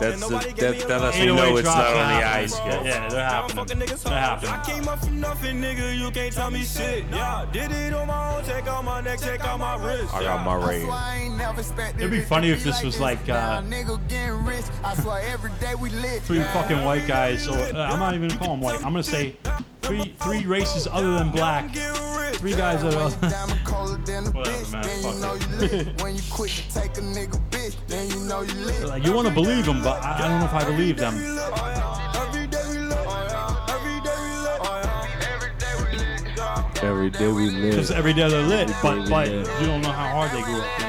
Speaker 7: that's the, that, that lets me
Speaker 8: 808
Speaker 7: know it's
Speaker 8: drops
Speaker 7: not on the
Speaker 8: are happening.
Speaker 7: ice. yo.
Speaker 8: Yeah, they're happening. They're
Speaker 12: I
Speaker 8: happening.
Speaker 12: came up from nothing, nigga. You can't tell me shit. Yeah, did it on my own. Check out my neck, check out my wrist.
Speaker 7: I got my rating.
Speaker 13: I ain't never expected
Speaker 8: It'd be
Speaker 13: it to
Speaker 8: funny if this was like
Speaker 13: Now a
Speaker 8: uh,
Speaker 13: nigga getting rich. I swear every day we lit.
Speaker 8: three fucking white guys, or uh, I'm not even gonna call them white. I'm gonna say three three races other than black. Three guys that are. Whatever, man. Fuck it.
Speaker 13: when you quit to take a nigga bitch, then you know you lit.
Speaker 8: Like, you want to believe them, but I, I don't know if I believe them.
Speaker 13: Oh,
Speaker 7: Every day we live.
Speaker 8: Because every day they're lit, but, but
Speaker 7: live.
Speaker 8: you don't know how hard they grew up, you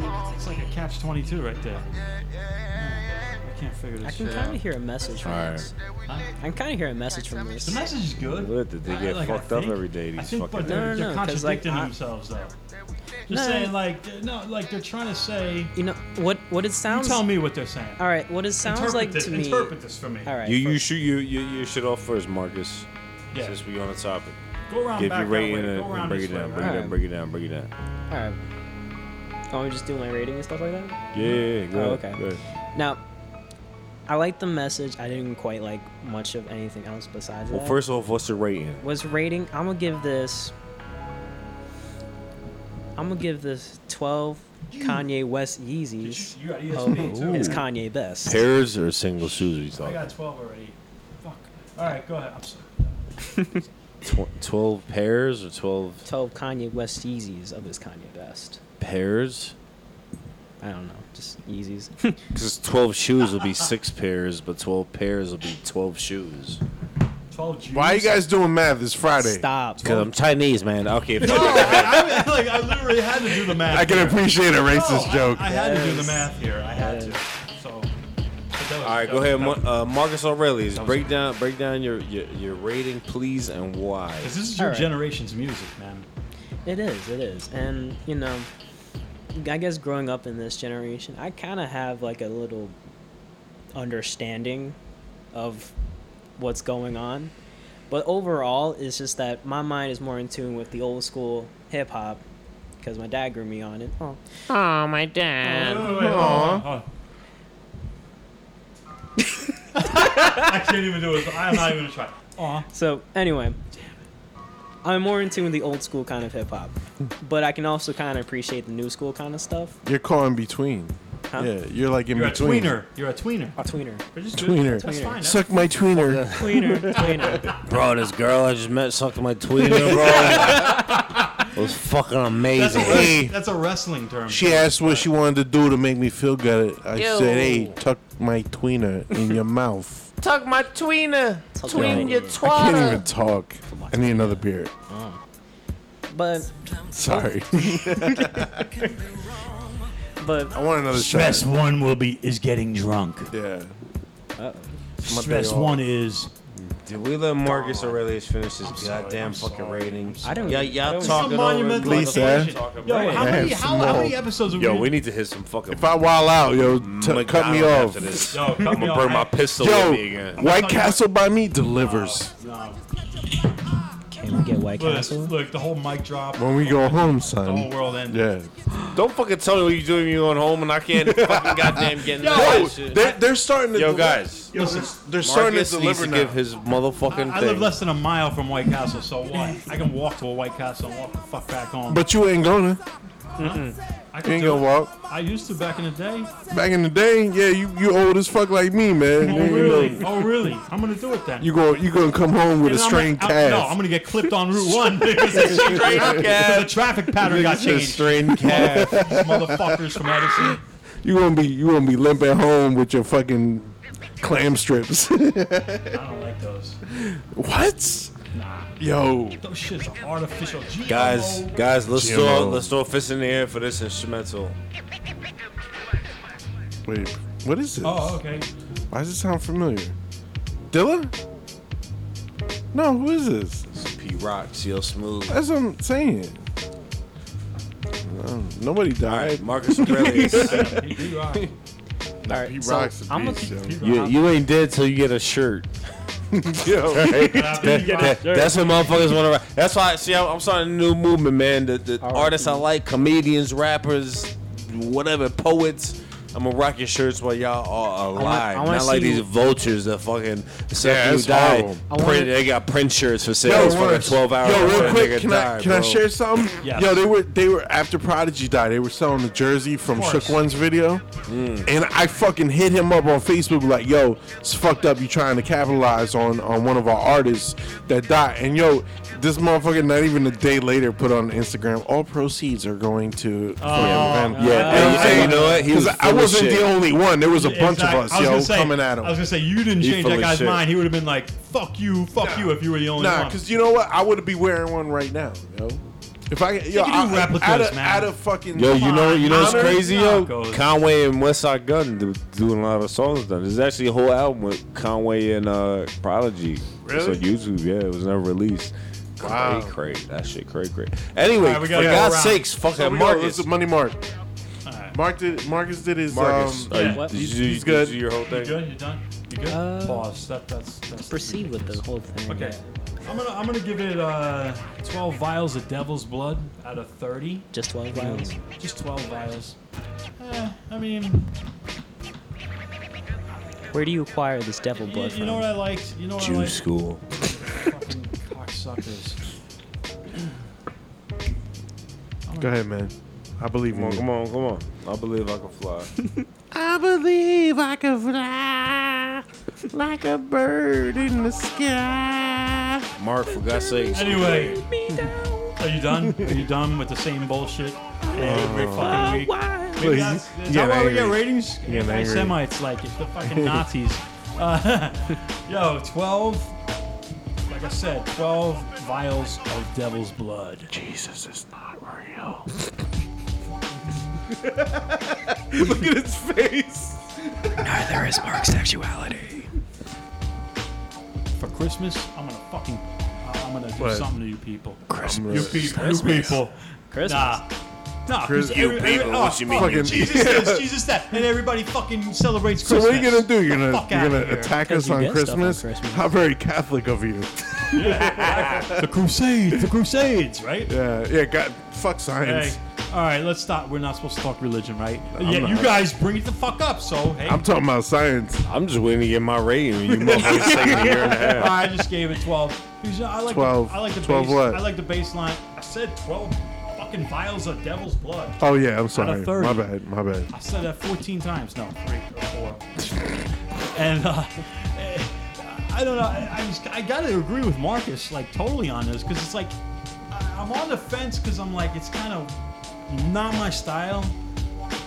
Speaker 8: know? It's like a catch 22 right there. I can't figure this
Speaker 9: I can
Speaker 8: shit
Speaker 9: kind
Speaker 8: out.
Speaker 9: of hear a message from
Speaker 7: Alright.
Speaker 9: this. I can kind of hear a message from this.
Speaker 8: The message is good.
Speaker 7: Look, did they get
Speaker 8: Like, I
Speaker 7: fucked up
Speaker 8: think-
Speaker 7: every day? These
Speaker 8: I think,
Speaker 7: fucking
Speaker 8: but they're,
Speaker 9: No, no, no,
Speaker 8: they're
Speaker 9: 'cause, like,
Speaker 8: contradicting
Speaker 9: I-
Speaker 8: themselves, though. Just
Speaker 9: No.
Speaker 8: saying, like, they're- no, like they're trying to say.
Speaker 9: You know what? What it sounds.
Speaker 8: tell me what they're saying.
Speaker 9: All right. What it sounds
Speaker 8: Interpret
Speaker 9: like
Speaker 8: this-
Speaker 9: to me.
Speaker 8: interpret this for me.
Speaker 9: All right.
Speaker 7: You you shoot you you you shit off first, Marcus.
Speaker 8: Yeah.
Speaker 7: Since we on the topic.
Speaker 8: Go around
Speaker 7: Give
Speaker 8: back
Speaker 7: your
Speaker 8: that
Speaker 7: rating
Speaker 8: way.
Speaker 7: and,
Speaker 8: Go
Speaker 7: and
Speaker 8: around
Speaker 7: break it
Speaker 8: this way,
Speaker 7: down,
Speaker 8: right?
Speaker 7: break it down,
Speaker 9: Alright.
Speaker 7: break it down, break it down.
Speaker 9: All right. Oh, we just do my rating and stuff like that.
Speaker 7: Yeah, yeah, yeah, go
Speaker 9: Oh,
Speaker 7: ahead,
Speaker 9: okay.
Speaker 7: go ahead.
Speaker 9: Now, I liked the message. I didn't quite like much of anything else besides
Speaker 7: Well,
Speaker 9: that.
Speaker 7: first off, what's the rating?
Speaker 9: was rating. I'm gonna give this. I'm gonna give this 12 Kanye West Yeezys.
Speaker 8: You got E ESP
Speaker 9: of
Speaker 8: too.
Speaker 9: Is Kanye best?
Speaker 7: Pairs or single shoes? We
Speaker 8: I
Speaker 7: talking
Speaker 8: got 12 already. Fuck. All right, go ahead. I'm sorry.
Speaker 7: Tw- twelve pairs or twelve
Speaker 9: 12 Kanye West Yeezys of his Kanye best.
Speaker 7: pairs?
Speaker 9: I don't know, just Yeezys.
Speaker 7: Because twelve shoes will be six pairs, but twelve pairs will be twelve shoes.
Speaker 8: 12 Jews.
Speaker 1: Why are you guys doing math? It's Friday.
Speaker 9: Stop.
Speaker 7: Because I'm Chinese, man. Okay. If
Speaker 8: No, I, I, like, I literally had to do the math.
Speaker 1: I can
Speaker 8: here.
Speaker 1: appreciate a racist
Speaker 8: No, I-
Speaker 1: joke.
Speaker 8: I, had to do the math here. I had to. So. All
Speaker 7: All right, go ahead, Mar- uh, Marcus Aurelius. Break down, break down your, your your rating, please, and why.
Speaker 8: Because this is your
Speaker 9: All right.
Speaker 8: generation's music, man.
Speaker 9: It is, it is. And, you know, I guess growing up in this generation, I kind of have like a little understanding of what's going on. But overall, it's just that my mind is more in tune with the old school hip hop because my dad grew me on it. Oh, oh my dad.
Speaker 8: Wait, wait, wait, hold on, hold on. I can't even do it. I'm not even gonna try. Aw.
Speaker 9: So anyway, I'm more in tune with the old school kind of hip hop, but I can also kind of appreciate the new school kind of stuff.
Speaker 1: You're caught in between.
Speaker 9: Huh?
Speaker 1: Yeah, you're like in
Speaker 8: You're a
Speaker 1: between.
Speaker 8: tweener. You're a tweener.
Speaker 9: Tweener,
Speaker 8: Which is good.
Speaker 1: Tweener.
Speaker 8: That's fine. That's
Speaker 1: Suck my tweener.
Speaker 9: tweener, tweener.
Speaker 7: Bro, this girl I just met sucked my tweeter, bro. it was fucking
Speaker 8: That's a,
Speaker 7: amazing.
Speaker 8: wrestling, that's a wrestling term.
Speaker 1: She asked what she wanted to do to make me feel good. I
Speaker 9: Yo.
Speaker 1: said, "Hey, tuck my tweener in your mouth."
Speaker 14: Tuck my tweener. Tween your twatter.
Speaker 1: I can't even talk. I need another beer.
Speaker 9: But
Speaker 1: Sorry.
Speaker 9: but
Speaker 1: I want another shot.
Speaker 11: Stress one will be is getting drunk.
Speaker 1: Yeah.
Speaker 7: My day
Speaker 11: Stress
Speaker 7: off.
Speaker 11: one is
Speaker 7: Did we let Marcus Aurelius finish this goddamn fucking rating?
Speaker 11: I don't-
Speaker 7: Y'all,
Speaker 11: I
Speaker 7: y'all
Speaker 11: don't-
Speaker 7: talking
Speaker 11: It's a
Speaker 7: over
Speaker 11: monumental
Speaker 7: Gleason.
Speaker 11: operation. Yo, how many- how- how many episodes have
Speaker 7: Yo,
Speaker 11: we-
Speaker 7: we need to hit some fucking.
Speaker 1: If I wild out, yo, t- cut me
Speaker 7: McDonald's
Speaker 1: off.
Speaker 7: after this. Yo, cut I'ma me off. burn my pistol
Speaker 1: Yo,
Speaker 7: with me again.
Speaker 1: White Castle by me delivers.
Speaker 9: Can we get White
Speaker 8: look, look, the whole mic drop.
Speaker 1: When we go home, son.
Speaker 8: The whole world ended.
Speaker 1: Yeah.
Speaker 7: Don't fucking tell me what you're doing when you're going home, and I can't fucking goddamn get in
Speaker 1: Yo,
Speaker 7: that shit.
Speaker 1: they're- they're starting to
Speaker 7: Yo,
Speaker 1: deli-
Speaker 7: guys,
Speaker 1: Yo,
Speaker 7: listen,
Speaker 1: they're starting to
Speaker 7: Marcus needs
Speaker 1: deliver
Speaker 7: to
Speaker 1: now.
Speaker 7: give his motherfucking
Speaker 8: I
Speaker 7: thing.
Speaker 8: live less than a mile from White Castle, so what? I can walk to a White Castle and walk the fuck back home.
Speaker 1: But you ain't gonna.
Speaker 8: I
Speaker 1: You
Speaker 8: can
Speaker 1: ain't
Speaker 8: do
Speaker 1: gonna
Speaker 8: it.
Speaker 1: walk.
Speaker 8: I used to back in the day.
Speaker 1: Back in the day, yeah, you, you old as fuck like me, man.
Speaker 8: Oh
Speaker 1: You know,
Speaker 8: really? Oh really? I'm gonna do it then.
Speaker 1: You go. You gonna come home with
Speaker 8: And
Speaker 1: a
Speaker 8: I'm
Speaker 1: strained
Speaker 8: gonna-
Speaker 1: cast?
Speaker 8: I- No, I'm gonna get clipped on Route One because they changed-
Speaker 1: Strained
Speaker 8: because the
Speaker 1: calf.
Speaker 8: traffic pattern got
Speaker 1: Nigga said
Speaker 8: changed. Oh,
Speaker 1: strained calf.
Speaker 8: Motherfuckers from Edison.
Speaker 1: You gonna be you gonna be limp at home with your fucking clam strips.
Speaker 8: I don't like those.
Speaker 1: what?
Speaker 8: Nah.
Speaker 1: Yo.
Speaker 8: Those shits are artificial. GMO.
Speaker 7: Guys, guys, let's throw
Speaker 1: GMO.
Speaker 7: let's throw fists in the air for this instrumental.
Speaker 1: Wait, what is this?
Speaker 8: Oh, okay.
Speaker 1: Why does it sound familiar? Dilla? No, who is this?
Speaker 7: P Rock, CL Smooth.
Speaker 1: That's what I'm saying. No, nobody died.
Speaker 7: Marcus Aurelius.
Speaker 1: Nah,
Speaker 9: All right,
Speaker 1: Pete
Speaker 9: so
Speaker 1: Rock's the
Speaker 9: I'm gonna
Speaker 1: beast,
Speaker 9: keep-
Speaker 1: yo.
Speaker 7: You, you ain't dead till you get a shirt.
Speaker 1: Yo.
Speaker 7: Right?
Speaker 1: Yeah,
Speaker 7: That-
Speaker 1: Pete Rock
Speaker 7: that-
Speaker 1: shirt.
Speaker 7: that's what motherfuckers want to. That's why. See, I'm, I'm starting a new movement, man. The, the artists I like, comedians, rappers, whatever, poets. I'm gonna rock your shirts while y'all are
Speaker 9: wanna-
Speaker 7: alive.
Speaker 9: I wanna
Speaker 7: Not like
Speaker 9: see-
Speaker 7: these vultures that fucking so
Speaker 1: Yeah,
Speaker 7: you
Speaker 1: it's
Speaker 7: die.
Speaker 1: horrible. I
Speaker 7: Print,
Speaker 1: wanna-
Speaker 7: they got print shirts for sale. it's fucking
Speaker 1: Lawrence,
Speaker 7: 12 hours.
Speaker 1: Yo,
Speaker 7: before
Speaker 1: real
Speaker 7: a
Speaker 1: quick,
Speaker 7: nigga
Speaker 1: can
Speaker 7: die,
Speaker 1: I can I
Speaker 7: bro.
Speaker 1: share something?
Speaker 7: Yes.
Speaker 1: Yo, they were they were after Prodigy died. They were selling the jersey from
Speaker 7: course.
Speaker 1: Shook One's video, and I fucking hit him up on Facebook like, "Yo, it's fucked up. You trying to capitalize on on one of our artists that died." And yo, this motherfucker, not even a day later, put on Instagram, "All proceeds are going to."
Speaker 8: Oh,
Speaker 1: yeah, yeah.
Speaker 8: uh,
Speaker 1: And I'm
Speaker 8: And you
Speaker 1: saying,
Speaker 8: know what? He was
Speaker 1: 'cause I
Speaker 8: full of
Speaker 1: wasn't
Speaker 8: shit.
Speaker 1: the only one. There was a bunch
Speaker 8: Exact-
Speaker 1: of us,
Speaker 8: I was
Speaker 1: yo,
Speaker 8: gonna say-
Speaker 1: coming at him.
Speaker 8: I was gonna say you didn't
Speaker 1: He
Speaker 8: change
Speaker 1: full
Speaker 8: that
Speaker 1: of
Speaker 8: guy's
Speaker 1: shit.
Speaker 8: mind. He would have been like, "Fuck you, fuck you," if you were the only
Speaker 1: Nah,
Speaker 8: one.
Speaker 1: because you know what? I would be wearing one right now, yo. If I yo,
Speaker 8: can do
Speaker 1: I,
Speaker 8: replicas,
Speaker 1: out of,
Speaker 8: man.
Speaker 1: Out of fucking
Speaker 7: Yo, you know, you know, what's
Speaker 1: honor-
Speaker 7: crazy, yo. Conway and Westside Gun do, doing a lot of songs done. There's actually a whole album with Conway and uh, Prodigy. It's on
Speaker 1: Really?
Speaker 7: YouTube, yeah, it was never released.
Speaker 1: Wow.
Speaker 7: Cray, cray, that shit, cray, cray. Anyway,
Speaker 1: Alright, we
Speaker 7: for
Speaker 1: gotta go
Speaker 7: God's
Speaker 1: around.
Speaker 7: sakes, fuck
Speaker 1: So
Speaker 7: that
Speaker 1: we go,
Speaker 7: Marcus.
Speaker 1: This is Money Mark. Mark did Marcus did his
Speaker 7: Marcus,
Speaker 1: um,
Speaker 7: are you- Yeah. did
Speaker 1: he's,
Speaker 7: you-
Speaker 1: he's
Speaker 7: uh, did you
Speaker 1: good.
Speaker 7: do your whole thing? You
Speaker 8: good? You done? You good? Pause. That, that's, that's
Speaker 9: Uh, proceed with the whole thing.
Speaker 8: Okay. I'm gonna I'm gonna give it uh, 12 vials of Devil's Blood out of 30.
Speaker 9: Just 12
Speaker 8: vials.
Speaker 9: vials?
Speaker 8: Just 12 vials. Eh, I mean,
Speaker 9: Where do you acquire this devil
Speaker 8: you,
Speaker 9: blood
Speaker 8: you know
Speaker 9: from?
Speaker 8: what I liked. You know what I
Speaker 7: Jew
Speaker 8: liked?
Speaker 7: school.
Speaker 8: Fucking cocksuckers.
Speaker 1: Go ahead, man. I believe
Speaker 7: Come
Speaker 1: in
Speaker 7: on,
Speaker 1: you.
Speaker 7: come on, come on. I believe I can fly.
Speaker 14: I believe I can fly like a bird in the sky.
Speaker 7: Mark, for God's sakes.
Speaker 8: Anyway, are you done? Are you done with the same bullshit every
Speaker 7: Oh.
Speaker 8: fucking week?
Speaker 14: Why?
Speaker 8: Maybe
Speaker 14: Please.
Speaker 8: that's, is
Speaker 14: You're
Speaker 8: that why we get
Speaker 14: angry.
Speaker 8: ratings?
Speaker 14: You're
Speaker 8: Anti
Speaker 14: angry.
Speaker 8: Semites like it, the fucking Nazis. Uh, yo, 12, like I said, 12 vials of devil's blood. Jesus is not real.
Speaker 14: Look at his face. Neither is Mark's sexuality.
Speaker 8: For Christmas, I'm gonna fucking, uh, I'm gonna do
Speaker 14: What?
Speaker 8: something to you people.
Speaker 14: Christmas.
Speaker 8: You, peop- you
Speaker 14: Christmas.
Speaker 8: people.
Speaker 14: Christmas.
Speaker 8: Nah. Nah, 'cause
Speaker 14: Christ- You
Speaker 8: every- every-
Speaker 14: people,
Speaker 8: oh,
Speaker 14: what you mean?
Speaker 8: fucking Jesus this,
Speaker 14: Yeah.
Speaker 8: Jesus that, and everybody fucking celebrates
Speaker 1: So
Speaker 8: Christmas.
Speaker 1: what are you gonna do? You're gonna
Speaker 8: Fuck
Speaker 1: you're
Speaker 8: outta
Speaker 1: gonna
Speaker 8: here.
Speaker 1: attack us on Christmas? How very Catholic of you.
Speaker 8: the Crusades, the Crusades, right?
Speaker 1: Yeah, yeah. God, fuck science.
Speaker 8: Hey, all right, let's stop. We're not supposed to talk religion, right?
Speaker 1: I'm
Speaker 8: yeah,
Speaker 1: not.
Speaker 8: you guys bring it the fuck up. So hey,
Speaker 1: I'm talking about science.
Speaker 7: I'm just waiting to get my rating. You motherfuckers take a year and a half.
Speaker 8: I just gave it twelve. Because I like
Speaker 1: 12.
Speaker 8: The, I like the
Speaker 1: 12
Speaker 8: base,
Speaker 1: what?
Speaker 8: I like the baseline. I said twelve fucking vials of devil's blood.
Speaker 1: Oh yeah,
Speaker 8: Out
Speaker 1: I'm
Speaker 8: of
Speaker 1: sorry.
Speaker 8: 30.
Speaker 1: My bad. My bad.
Speaker 8: I said that 14 times. No, three or four. and uh, eh, I don't know. I, I just I gotta agree with Marcus like totally on this because it's like I- I'm on the fence because I'm like it's kind of not my style,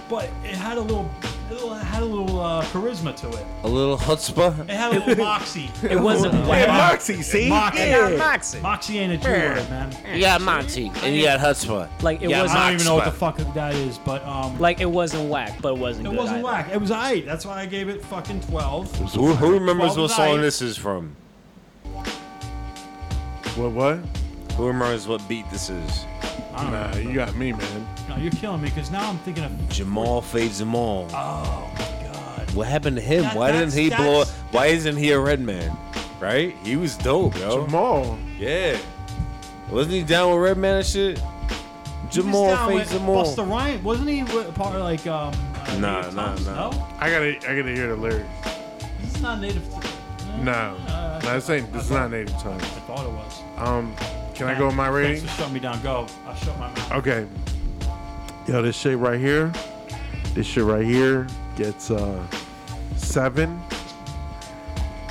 Speaker 8: but it had a little, it had a little little uh, charisma to it.
Speaker 7: A little chutzpah.
Speaker 8: It had a little moxie.
Speaker 7: It wasn't whack. Yeah, moxie, see? Yeah,
Speaker 8: moxie. Moxie ain't a Jew word, man.
Speaker 7: You got Monty and you got Hutzpah.
Speaker 9: Like, it
Speaker 7: You got
Speaker 9: wasn't-
Speaker 8: I don't even know what the
Speaker 7: Moxpah.
Speaker 8: fuck that is, but um,
Speaker 9: Like it wasn't whack, but it wasn't.
Speaker 8: it
Speaker 9: good
Speaker 8: wasn't
Speaker 9: either.
Speaker 8: whack. It was aight. That's why I gave it fucking twelve.
Speaker 7: So who, who remembers
Speaker 8: 12
Speaker 7: what
Speaker 8: was
Speaker 7: song
Speaker 8: aight.
Speaker 7: this is from?
Speaker 1: What? What?
Speaker 7: Who remembers what beat this is?
Speaker 8: I don't Nah, know. you
Speaker 1: got me, man.
Speaker 8: No, you're killing me because now I'm thinking of
Speaker 7: Jamal fades them all.
Speaker 8: oh my god.
Speaker 7: What happened to him?
Speaker 8: That-
Speaker 7: why didn't
Speaker 8: that's-
Speaker 7: he blow?
Speaker 8: that's-
Speaker 7: Why isn't he a red man? Right? He was dope,
Speaker 8: Oh.
Speaker 7: yo.
Speaker 1: Jamal.
Speaker 7: Yeah. Wasn't he down with red man and shit? Jamal fades them all.
Speaker 8: Busta Rhymes wasn't he with- part of like um? uh,
Speaker 7: Nah,
Speaker 8: Native
Speaker 7: nah,
Speaker 8: Tongues?
Speaker 7: nah.
Speaker 8: No,
Speaker 1: I gotta, I gotta hear the lyrics.
Speaker 8: this is not native. Uh, Tongues.
Speaker 1: No, no, this ain't. This is not native tongue. I
Speaker 8: thought it was.
Speaker 1: Um, can I go with my rating?
Speaker 8: Thanks for shutting me down. Go. I'll shut my mouth.
Speaker 1: Okay. Yo, this shit right here, this shit right here gets uh seven,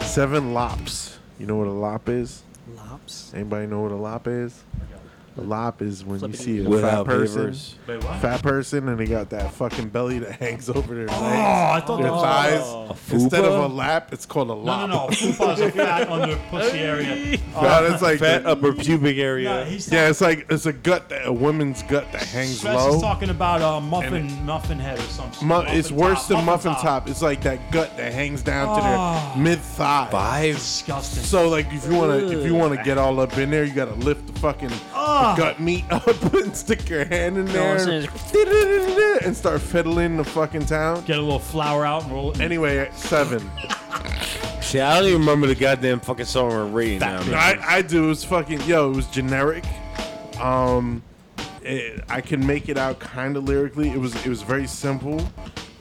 Speaker 1: seven lops. You know what a lop is?
Speaker 9: Lops.
Speaker 1: Anybody know what a lop is? A lop is when
Speaker 7: Flippity.
Speaker 1: you see a
Speaker 7: Without
Speaker 1: fat person,
Speaker 7: beavers. Wait, what?
Speaker 1: fat person, and they got that fucking belly that hangs over their legs,
Speaker 8: Oh, I thought
Speaker 1: their
Speaker 8: that was-
Speaker 1: thighs.
Speaker 8: Oh. A
Speaker 1: Instead of
Speaker 8: fupa?
Speaker 1: a lap, it's called a
Speaker 8: No,
Speaker 1: lop.
Speaker 8: no, no. Fupa's a fat under pussy area. Uh,
Speaker 1: No, that's like
Speaker 7: Fat
Speaker 1: the-
Speaker 7: upper pubic area.
Speaker 8: Nah, he's
Speaker 1: yeah, it's like it's a gut, that, a woman's gut that hangs
Speaker 8: Stress
Speaker 1: low.
Speaker 8: is talking about uh, muffin, muffin head or something.
Speaker 1: Mu- it's worse than muffin top. It's like that gut that hangs down
Speaker 8: Oh.
Speaker 1: to their mid thigh.
Speaker 7: Five.
Speaker 8: Disgusting.
Speaker 1: So like, if you wanna, if you
Speaker 8: Ugh.
Speaker 1: wanna get all up in there, you gotta lift the fucking
Speaker 8: Ah.
Speaker 1: the gut meat up and stick your hand in
Speaker 8: No,
Speaker 1: there
Speaker 8: it's
Speaker 1: and start fiddling the fucking town.
Speaker 8: Get a little flour out and roll it.
Speaker 1: Anyway, seven.
Speaker 7: Shit, I don't even remember the goddamn fucking song we're reading now.
Speaker 1: No,
Speaker 7: man.
Speaker 1: I, I do. It was fucking yo. It was generic. Um, it, I can make it out kind of lyrically. It was it was very simple.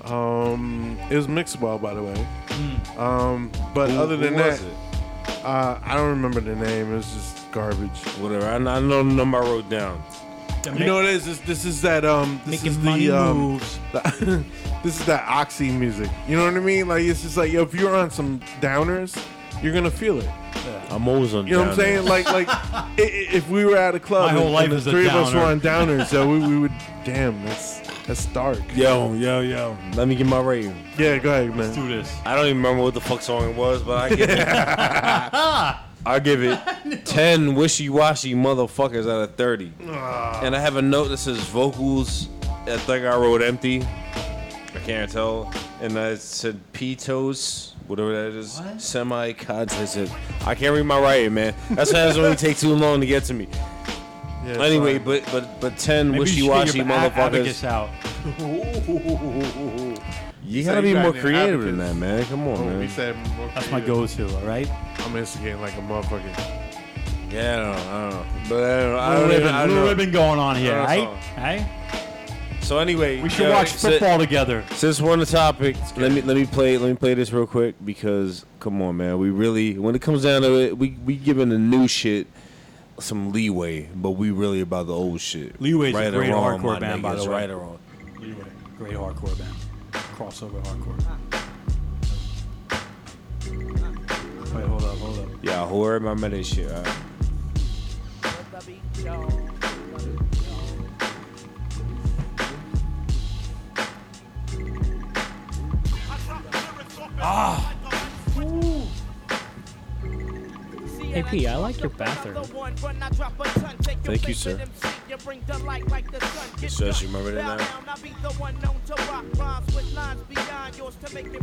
Speaker 1: Um, it was mixed well, by the way. Um, but
Speaker 7: Who-
Speaker 1: other than
Speaker 7: who was
Speaker 1: that, uh, I don't remember the name. It was just garbage.
Speaker 7: Whatever. I, I know the number I wrote down.
Speaker 1: You know what it is? This, this is that um. This
Speaker 7: Making
Speaker 1: is
Speaker 7: money
Speaker 1: the um.
Speaker 7: moves.
Speaker 1: the- this is that oxy music. You know what I mean? Like it's just like yo, if you're on some downers, you're gonna feel it.
Speaker 7: I'm always on.
Speaker 1: You know what I'm saying? Like, like i- i- if we were at a club
Speaker 7: My whole
Speaker 1: and,
Speaker 7: life
Speaker 1: and the
Speaker 7: is a
Speaker 1: three of us were
Speaker 7: downer.
Speaker 1: on downers, so we, we would. Damn, that's that's dark.
Speaker 7: Yo, yo, yo. Let me get my rating.
Speaker 1: Yeah, go ahead, man. Let's
Speaker 8: do this.
Speaker 7: I don't even remember what the fuck song it was, but I give it. I give it ten wishy-washy motherfuckers out of thirty. And I have a note that says vocals. I think I wrote empty. I can't tell. And I said pitos, whatever that is. Semi cods. I said I can't read my writing, man. That's why it's only take too long to get to me.
Speaker 1: Yeah,
Speaker 7: anyway,
Speaker 1: sorry.
Speaker 7: but but but ten
Speaker 8: Maybe you should get your
Speaker 7: wishy-washy
Speaker 8: a-
Speaker 7: motherfuckers.
Speaker 8: abacus out.
Speaker 7: You
Speaker 1: So
Speaker 7: gotta
Speaker 1: you
Speaker 7: be
Speaker 1: got
Speaker 7: more
Speaker 1: any
Speaker 7: creative than that,
Speaker 1: advocates?
Speaker 7: man. Come on,
Speaker 1: Oh,
Speaker 7: man.
Speaker 1: we said more
Speaker 8: That's my
Speaker 1: creative.
Speaker 8: go-to. All right.
Speaker 1: I'm instigating like a motherfucker.
Speaker 7: Yeah, I don't know. I don't know. But I don't know. I
Speaker 8: Little
Speaker 7: don't even-
Speaker 8: ribbon,
Speaker 7: I don't
Speaker 8: little
Speaker 7: know.
Speaker 8: ribbon going on here,
Speaker 7: I don't
Speaker 8: right?
Speaker 7: know.
Speaker 8: Hey,
Speaker 7: So anyway,
Speaker 8: we should
Speaker 7: yeah,
Speaker 8: watch
Speaker 7: si-
Speaker 8: football together.
Speaker 7: Since we're on the topic, let me let me play let me play this real quick because come on, man, we really when it comes down to it, we we giving the new shit some leeway, but we really about the old shit.
Speaker 8: Leeway's
Speaker 7: right
Speaker 8: a great
Speaker 7: or wrong,
Speaker 8: hardcore
Speaker 7: my
Speaker 8: band, by
Speaker 7: niggas,
Speaker 8: the way.
Speaker 7: Right or wrong.
Speaker 8: Leeway, great hardcore band. Crossover hardcore. Wait, hold up, hold up.
Speaker 7: Yeah, whoever remember this shit. All right.
Speaker 8: Ah.
Speaker 9: Hey P, I like your bathroom.
Speaker 7: Thank you, sir. So you remember that now?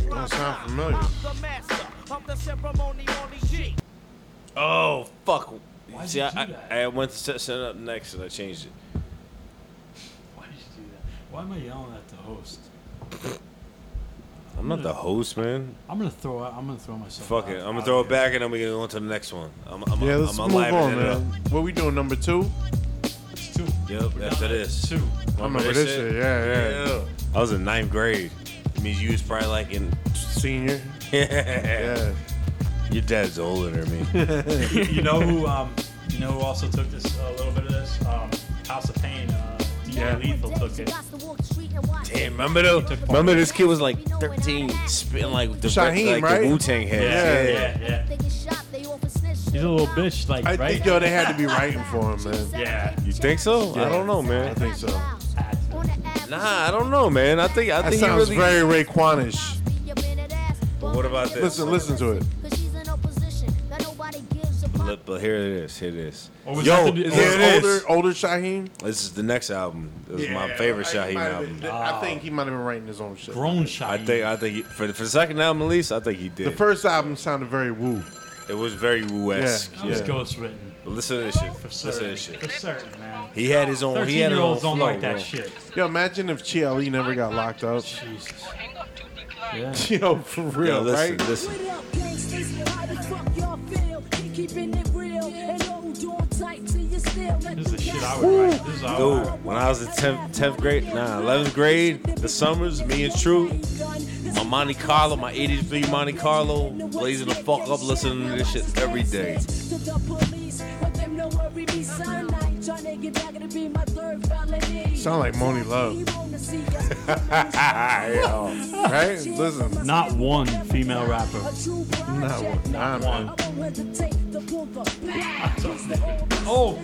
Speaker 1: Don't sound familiar.
Speaker 7: Oh fuck!
Speaker 8: did
Speaker 7: See,
Speaker 8: you
Speaker 7: I,
Speaker 8: do that?
Speaker 7: I, I went to set, set it up next and I changed it.
Speaker 8: Why did you do that? Why am I yelling at the host?
Speaker 7: I'm not the host, man.
Speaker 8: I'm gonna throw. I'm gonna throw myself.
Speaker 7: Fuck it. I'm gonna throw it back and then we gonna go on to the next one. I'm, I'm,
Speaker 1: Yeah, let's
Speaker 7: I'm, I'm
Speaker 1: move
Speaker 7: livening
Speaker 1: on,
Speaker 7: it up.
Speaker 1: man. What we doing? Number two.
Speaker 7: Yep, after this.
Speaker 8: Two.
Speaker 1: I remember this shit, yeah, yeah.
Speaker 7: I was in ninth grade. It means you was probably like in.
Speaker 1: Senior.
Speaker 7: yeah. Your dad's older than me.
Speaker 8: you know who? Um, you know who also took this a little bit of this? Um, House of Pain. Uh, DJ Lethal took it.
Speaker 7: Damn, remember though? Remember this kid was like 13, spitting like the,
Speaker 1: Shaheem,
Speaker 7: like
Speaker 1: right?
Speaker 7: the Wu Tang head.
Speaker 8: Yeah, yeah, yeah.
Speaker 15: He's
Speaker 8: a little bitch, like
Speaker 1: I
Speaker 8: right?
Speaker 1: think yo, they had to be writing for him, man.
Speaker 8: Yeah.
Speaker 7: You think so? I don't know, man.
Speaker 1: I think so.
Speaker 7: Nah, I don't know, man. I think I
Speaker 1: That
Speaker 7: think he
Speaker 1: sounds
Speaker 7: really.
Speaker 1: very Raekwonish.
Speaker 7: But what about this?
Speaker 1: Listen, listen to it.
Speaker 15: Cause she's in a position that nobody gives a
Speaker 7: Look, but here it is. Here it is.
Speaker 1: Or was
Speaker 7: Yo,
Speaker 1: that the-
Speaker 7: here
Speaker 1: Oh, is this
Speaker 7: it is.
Speaker 1: older- older Shaheem?
Speaker 7: This is the next album. It was my
Speaker 1: Yeah,
Speaker 7: favorite
Speaker 1: I- he
Speaker 7: Shaheem
Speaker 1: might have
Speaker 7: album.
Speaker 1: been- I think he might have been writing his own shit.
Speaker 7: I think. I think he, for the, for the second album at least, I think he did.
Speaker 1: The first album sounded very woo.
Speaker 7: it was very Wu esque.
Speaker 1: Yeah. That was
Speaker 8: ghostwritten.
Speaker 7: But listen to this shit.
Speaker 8: For
Speaker 7: Listen to
Speaker 8: certain.
Speaker 7: this shit.
Speaker 8: For certain, man.
Speaker 7: He had his own. He had his own
Speaker 8: 13-year-olds don't
Speaker 7: flow,
Speaker 8: like that
Speaker 7: bro.
Speaker 8: shit.
Speaker 1: Yo, imagine if Chiali never got locked up. Jesus. Yo, for real,
Speaker 7: Yo, listen,
Speaker 1: right?
Speaker 7: listen.
Speaker 15: This
Speaker 8: is the shit I would write. This is how I would
Speaker 7: Dude, when I was in 10th, 10th grade, nah, 11th grade, the summers, me and True, my Monte Carlo, my 83 Monte Carlo, blazing the fuck up, listening to this shit every day.
Speaker 16: to the police, but them no worry me son. I ain't tryna get back to be my third felony.
Speaker 1: Sound like Moni Love.
Speaker 8: right? Listen. Not one female rapper.
Speaker 1: Not one. Nah, man.
Speaker 8: Oh,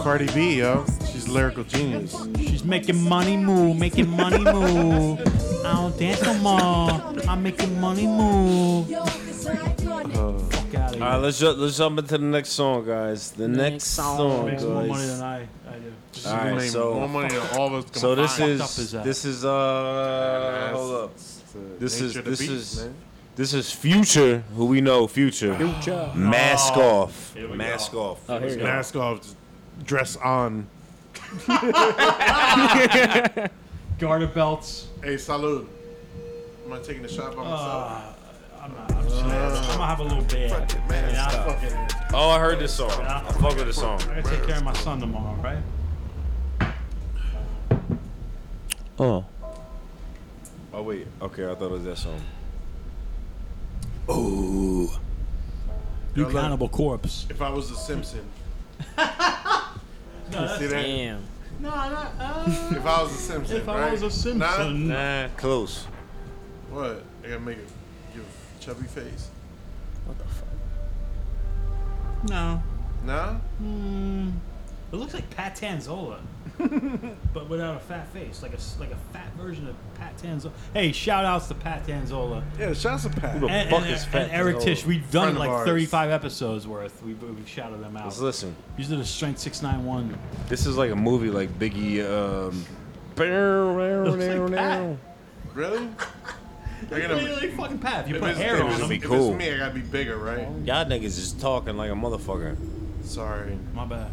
Speaker 1: Cardi B, yo. She's a lyrical genius.
Speaker 8: She's making money move, making money move. I don't dance no more. I'm making money move. Fuck out
Speaker 7: All right, let's ju- let's jump into the next song, guys. The next, song,
Speaker 8: makes
Speaker 7: guys.
Speaker 8: more money than I, I do.
Speaker 7: All right,
Speaker 1: Made
Speaker 7: so
Speaker 1: more money than all of us
Speaker 7: So this
Speaker 1: combined.
Speaker 7: is
Speaker 1: Fucked up his ass.
Speaker 7: this is uh
Speaker 1: That's-
Speaker 7: hold up.
Speaker 1: it's the
Speaker 7: This
Speaker 1: nature
Speaker 7: is
Speaker 1: of the
Speaker 7: this
Speaker 1: beast,
Speaker 7: is
Speaker 1: man.
Speaker 7: this is Future, who we know, Future.
Speaker 1: Future.
Speaker 7: Mask
Speaker 1: Oh,
Speaker 7: off.
Speaker 1: here we go.
Speaker 7: Mask off.
Speaker 1: Oh, here we go. Mask off. Dress on.
Speaker 8: Garter belts.
Speaker 1: Hey, salute. Am I taking a shot by myself?
Speaker 8: Uh,
Speaker 1: Uh,
Speaker 8: I'm not. I'm, just, I'm gonna have a little bed. And I'll fucking-
Speaker 7: Oh, I heard this song. I fuck with this song.
Speaker 8: I gotta take care of my son tomorrow, right?
Speaker 7: Oh. Oh wait. Okay, I thought it was that song.
Speaker 8: Oh. New
Speaker 1: Yo, look.
Speaker 8: Cannibal Corpse.
Speaker 1: If I was a Simpson. See that?
Speaker 8: No, not.
Speaker 1: If I was a Simpson,
Speaker 8: If I
Speaker 1: right?
Speaker 8: was a Simpson.
Speaker 7: Nah, close.
Speaker 1: Nah? What? I gotta make a give a chubby face. What the fuck?
Speaker 8: No.
Speaker 1: Nah?
Speaker 8: Hmm. It looks like Pat Tanzola, but without a fat face, like a s- like a fat version of Pat Tanzola. Hey, shout outs to Pat Tanzola.
Speaker 1: Yeah, shout out to Pat.
Speaker 8: And,
Speaker 1: Who the
Speaker 8: and,
Speaker 1: fuck is
Speaker 8: and
Speaker 1: Pat
Speaker 8: Eric
Speaker 1: Tanzola?
Speaker 8: Tish. We've done
Speaker 1: Friend of
Speaker 8: like
Speaker 1: ours.
Speaker 8: 35 episodes worth. We've, we've shouted them out.
Speaker 7: Let's listen.
Speaker 8: These are the Strength 691.
Speaker 7: This is like a movie, like Biggie. Um,
Speaker 8: Pat.
Speaker 1: Really? I
Speaker 8: It's really fucking Pat. If you
Speaker 1: if
Speaker 8: put
Speaker 1: it's-
Speaker 8: hair
Speaker 1: if
Speaker 8: on
Speaker 1: it's-
Speaker 8: him.
Speaker 7: Be
Speaker 1: If
Speaker 7: cool.
Speaker 1: it's me, I gotta be bigger, right?
Speaker 7: Y'all niggas is talking like a motherfucker.
Speaker 1: Sorry.
Speaker 8: My bad.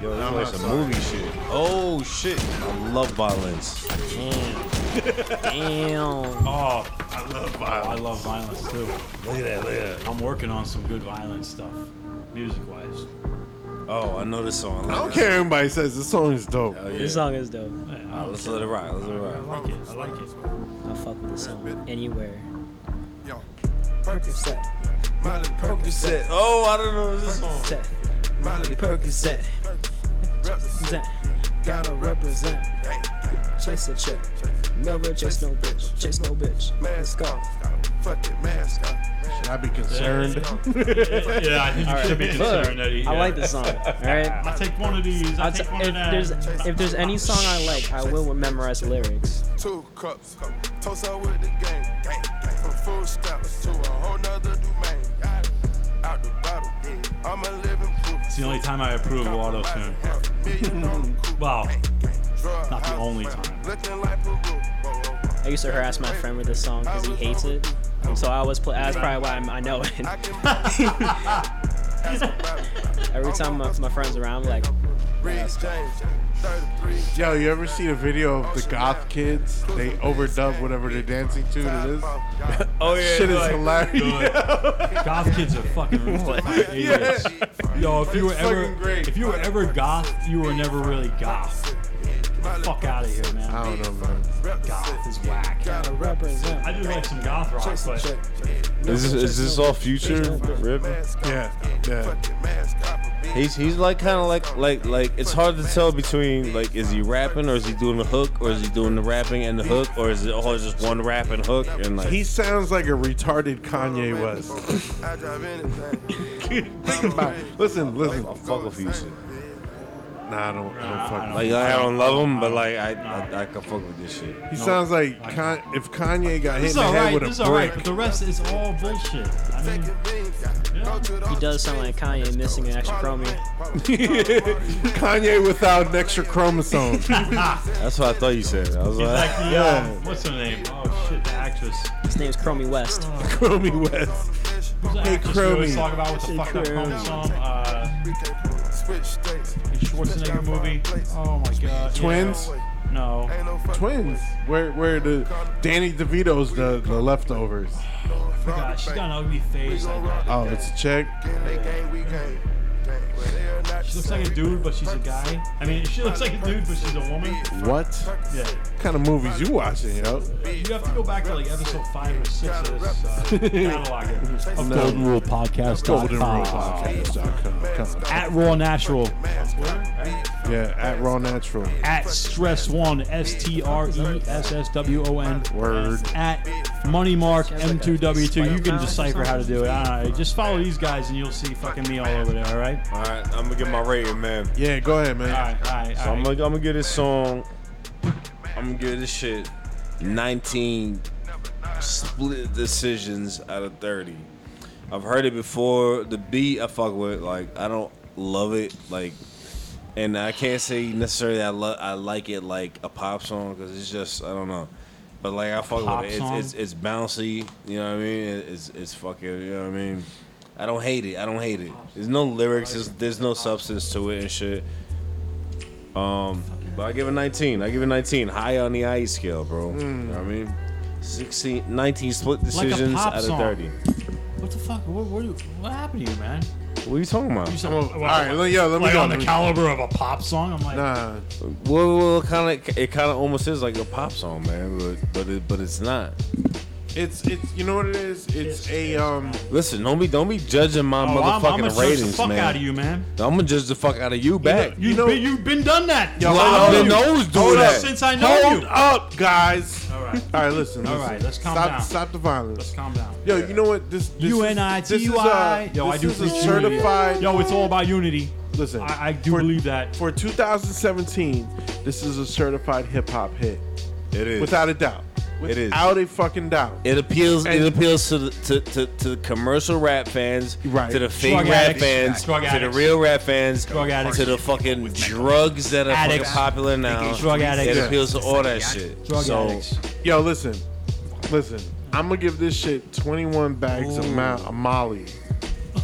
Speaker 7: Yo,
Speaker 1: I'm
Speaker 7: this is
Speaker 1: not
Speaker 7: like some
Speaker 1: sorry.
Speaker 7: movie shit. Oh shit! I love violence.
Speaker 8: Damn. Oh, I love violence. I love violence too.
Speaker 7: Look at that, look at
Speaker 8: I'm working on some good violence stuff, music wise.
Speaker 7: Oh, I know this song.
Speaker 1: I don't care if anybody says this song is dope.
Speaker 9: This song is dope.
Speaker 7: Alright, let's let it ride. Let's let it ride.
Speaker 8: like it. I like it.
Speaker 9: I'll fuck with this song anywhere.
Speaker 17: Percocet. Molly
Speaker 7: Percocet. Oh, I don't know this
Speaker 17: song. Molly Percocet. Represent. Gotta represent. Chase a check. Never chase no bitch. Chase no bitch. Mask off. Fuck it, mask off.
Speaker 1: Should I be concerned?
Speaker 8: yeah, I think you should be
Speaker 9: Look,
Speaker 8: concerned that he.
Speaker 9: I like this song. All right.
Speaker 8: I take one of these. I
Speaker 9: I'll t-
Speaker 8: take one
Speaker 9: if
Speaker 8: of that.
Speaker 9: there's if there's any song I like, I will memorize the lyrics.
Speaker 17: Two cups. Toast up with the game. Gang, gang. From full stops to a whole nother domain. Out the bottle. I'm a living proof.
Speaker 8: It's the only time I approve of auto tune. wow. Not the only time.
Speaker 17: Looking like Peru.
Speaker 9: I used to harass my friend with this song because he hates it, so I always play. That's probably why I'm, I know it. Every time my, my friends around, I'm like,
Speaker 17: Reese James. 33.
Speaker 1: Yo, you ever see the video of the goth kids? They overdub whatever they're dancing to to this.
Speaker 7: Oh, yeah,
Speaker 1: shit is
Speaker 7: like-
Speaker 1: hilarious.
Speaker 8: Good. goth kids are fucking fucking idiots. Yo, if you were
Speaker 1: It's
Speaker 8: ever
Speaker 1: fucking great.
Speaker 8: if you were ever goth, you were never really goth. Get the fuck out of here, man.
Speaker 1: I don't know, man.
Speaker 8: Goth is whack. I do like some goth rock, but
Speaker 7: Is this, is this all future? Rip?
Speaker 1: Yeah,
Speaker 7: yeah. He's he's like kind of like like like it's hard to tell between like is he rapping or is he doing the hook or is he doing the rapping and the hook or is it all just one rap and hook and like
Speaker 1: He sounds like a retarded Kanye West.
Speaker 17: I drive anything.
Speaker 1: Think about it. Listen, listen.
Speaker 7: I fuck with you.
Speaker 1: Nah, I don't. I don't fuck.
Speaker 7: Like
Speaker 1: with
Speaker 7: I
Speaker 1: him.
Speaker 7: don't love him, but like I I, I can fuck with this shit.
Speaker 1: He sounds like Con- if Kanye got hit
Speaker 8: This
Speaker 1: in
Speaker 8: is
Speaker 1: the head
Speaker 8: alright,
Speaker 1: with
Speaker 8: this is
Speaker 1: a
Speaker 8: alright,
Speaker 1: brick.
Speaker 8: but the rest is all bullshit. I mean,
Speaker 9: He does sound like Kanye missing an extra chromie.
Speaker 1: Kanye without an extra chromosome.
Speaker 7: That's what I thought you said. I was
Speaker 8: He's
Speaker 7: like,
Speaker 8: like the, uh, what's her name? Oh shit, the actress.
Speaker 9: His name's Chromie West.
Speaker 1: Chromie West.
Speaker 8: Who's the
Speaker 1: Hey,
Speaker 8: actress we always
Speaker 1: Chromie.
Speaker 8: talk about with the
Speaker 9: Hey,
Speaker 8: fucked up
Speaker 9: Chromie.
Speaker 8: chromosome? Uh, the Schwarzenegger movie. Oh my god.
Speaker 1: Twins?
Speaker 8: No.
Speaker 1: Twins. Where where the Danny DeVito's the the leftovers.
Speaker 8: I forgot. Oh She's got an ugly face. Like,
Speaker 1: Oh, it's a check.
Speaker 8: she looks like a dude, but she's a guy. I mean, she looks like a dude, but she's a woman.
Speaker 1: What?
Speaker 8: Yeah.
Speaker 1: kind of movies you watching, yo?
Speaker 8: You have to go back to like episode five or six of this uh, catalog. Of
Speaker 1: No.
Speaker 11: Golden Rule Podcast.
Speaker 1: Golden Rule Podcast dot com. Come on.
Speaker 11: At Raw Natural.
Speaker 1: Yeah, at Raw Natural.
Speaker 11: At Stress One. S T R E S S W O N.
Speaker 1: Word.
Speaker 11: At Money Mark M2W2. You can decipher how to do it. I don't know. Just follow these guys and you'll see fucking me all over there, all right?
Speaker 7: all right, I'm gonna get my rating, man.
Speaker 1: Yeah, go ahead, man.
Speaker 11: All right, all right,
Speaker 7: So
Speaker 11: all
Speaker 7: I'm
Speaker 11: right.
Speaker 7: gonna, I'm gonna give this song. I'm gonna give this shit 19 split decisions out of 30. I've heard it before. The beat I fuck with, like I don't love it, like, and I can't say necessarily I love I like it like a pop song because it's just I don't know. But like I fuck
Speaker 8: Pop
Speaker 7: with it.
Speaker 8: song?
Speaker 7: It's, it's it's bouncy. You know what I mean? It's it's fucking. You know what I mean? I don't hate it. I don't hate it. There's no lyrics. There's, there's no substance to it and shit. Um, but I give it 19. I give it 19. High on the ice scale, bro. You
Speaker 8: Hmm.
Speaker 7: know what I mean? 16, 19 split decisions
Speaker 8: pop
Speaker 7: out of
Speaker 8: song.
Speaker 7: 30.
Speaker 8: What the fuck? What, what, what happened to you, man?
Speaker 7: What are you talking about?
Speaker 8: You said,
Speaker 1: all right, let- yo, let me
Speaker 8: like
Speaker 1: go,
Speaker 8: on the
Speaker 1: let me-
Speaker 8: caliber of a pop song. I'm like,
Speaker 1: Nah,
Speaker 7: Well, well kind of, it kind of almost is like a pop song, man, but but, it, but it's not.
Speaker 1: it's it's you know what it is. It's a um.
Speaker 7: Listen, don't be don't be judging my
Speaker 8: oh, I'm, I'm
Speaker 7: motherfucking
Speaker 8: gonna search
Speaker 7: ratings,
Speaker 8: the fuck
Speaker 7: man.
Speaker 8: out of you, man.
Speaker 7: I'm gonna judge the fuck out of you back.
Speaker 8: You've, been, you've been done that.
Speaker 1: Yo,
Speaker 8: Since
Speaker 1: I
Speaker 8: I know
Speaker 1: been
Speaker 8: you.
Speaker 7: knows do
Speaker 8: Hold up,
Speaker 7: that.
Speaker 8: Since I know
Speaker 1: Hold
Speaker 8: you.
Speaker 1: up, guys. All
Speaker 8: right.
Speaker 1: All right, listen.
Speaker 8: All
Speaker 1: listen.
Speaker 8: right, let's calm
Speaker 1: stop,
Speaker 8: down.
Speaker 1: Stop the violence.
Speaker 8: Let's calm down.
Speaker 1: Yo, you know what? This, this
Speaker 11: UNITY.
Speaker 1: This is a,
Speaker 8: Yo,
Speaker 1: this
Speaker 8: I do
Speaker 1: is a
Speaker 8: appreciate it.
Speaker 1: certified.
Speaker 8: uh, Yo, it's all about unity.
Speaker 1: Listen,
Speaker 8: I, I do believe that.
Speaker 1: for 2017, this is a certified hip hop hit,
Speaker 7: It is.
Speaker 1: without a doubt.
Speaker 7: It is.
Speaker 1: Without a fucking doubt.
Speaker 7: It appeals.
Speaker 1: And-
Speaker 7: it appeals to the to, to, to the commercial rap fans,
Speaker 1: Right.
Speaker 7: to the fake
Speaker 8: Drug
Speaker 7: rap
Speaker 8: addicts.
Speaker 7: fans,
Speaker 8: Drug
Speaker 7: to the
Speaker 8: addicts.
Speaker 7: real rap fans,
Speaker 8: Drug addicts.
Speaker 7: to the fucking drugs that are fucking
Speaker 8: Addicts.
Speaker 7: popular now.
Speaker 8: Drug addicts.
Speaker 7: It appeals to all that shit.
Speaker 8: Drug
Speaker 7: so,
Speaker 8: addicts.
Speaker 1: Yo, listen, listen. I'm gonna give this shit 21 bags of, ma- of Molly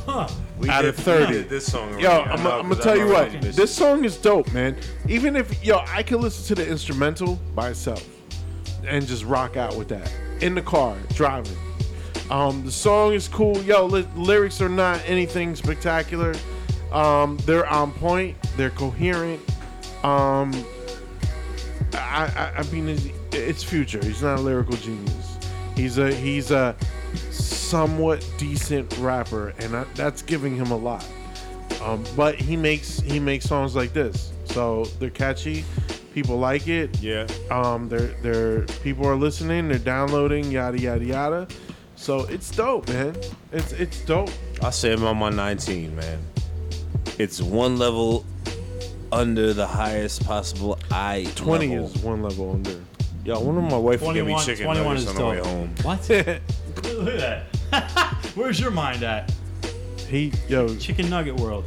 Speaker 8: Huh.
Speaker 7: We
Speaker 1: out of
Speaker 7: did- we
Speaker 1: 30.
Speaker 7: did this song
Speaker 1: Yo,
Speaker 7: already. I
Speaker 1: I'm,
Speaker 7: know,
Speaker 1: I'm
Speaker 7: 'cause
Speaker 1: gonna
Speaker 7: I
Speaker 1: tell you
Speaker 7: know
Speaker 1: what.
Speaker 7: about this.
Speaker 1: This song is dope, man. Even if yo, I can listen to the instrumental by itself and just rock out with that in the car driving. Um, the song is cool. Yo, li- lyrics are not anything spectacular. Um, they're on point. They're coherent. Um, I, I, I mean, it's, it's future. He's not a lyrical genius. He's a he's a somewhat decent rapper, and I, that's giving him a lot. Um, but he makes he makes songs like this, so they're catchy. People like it.
Speaker 7: Yeah.
Speaker 1: Um, they're they're people are listening. They're downloading. Yada yada yada. So it's dope, man. It's it's dope.
Speaker 7: I say I'm on my 19, man. It's one level under the highest possible I
Speaker 1: Twenty
Speaker 7: level.
Speaker 1: is one level under.
Speaker 7: Yo, I wonder if my wife will give me
Speaker 8: 21
Speaker 7: chicken
Speaker 8: 21
Speaker 7: nuggets on
Speaker 8: is
Speaker 7: the way
Speaker 8: dope.
Speaker 7: home.
Speaker 8: What? Look at that. Where's your mind at?
Speaker 1: He yo
Speaker 8: Chicken Nugget World.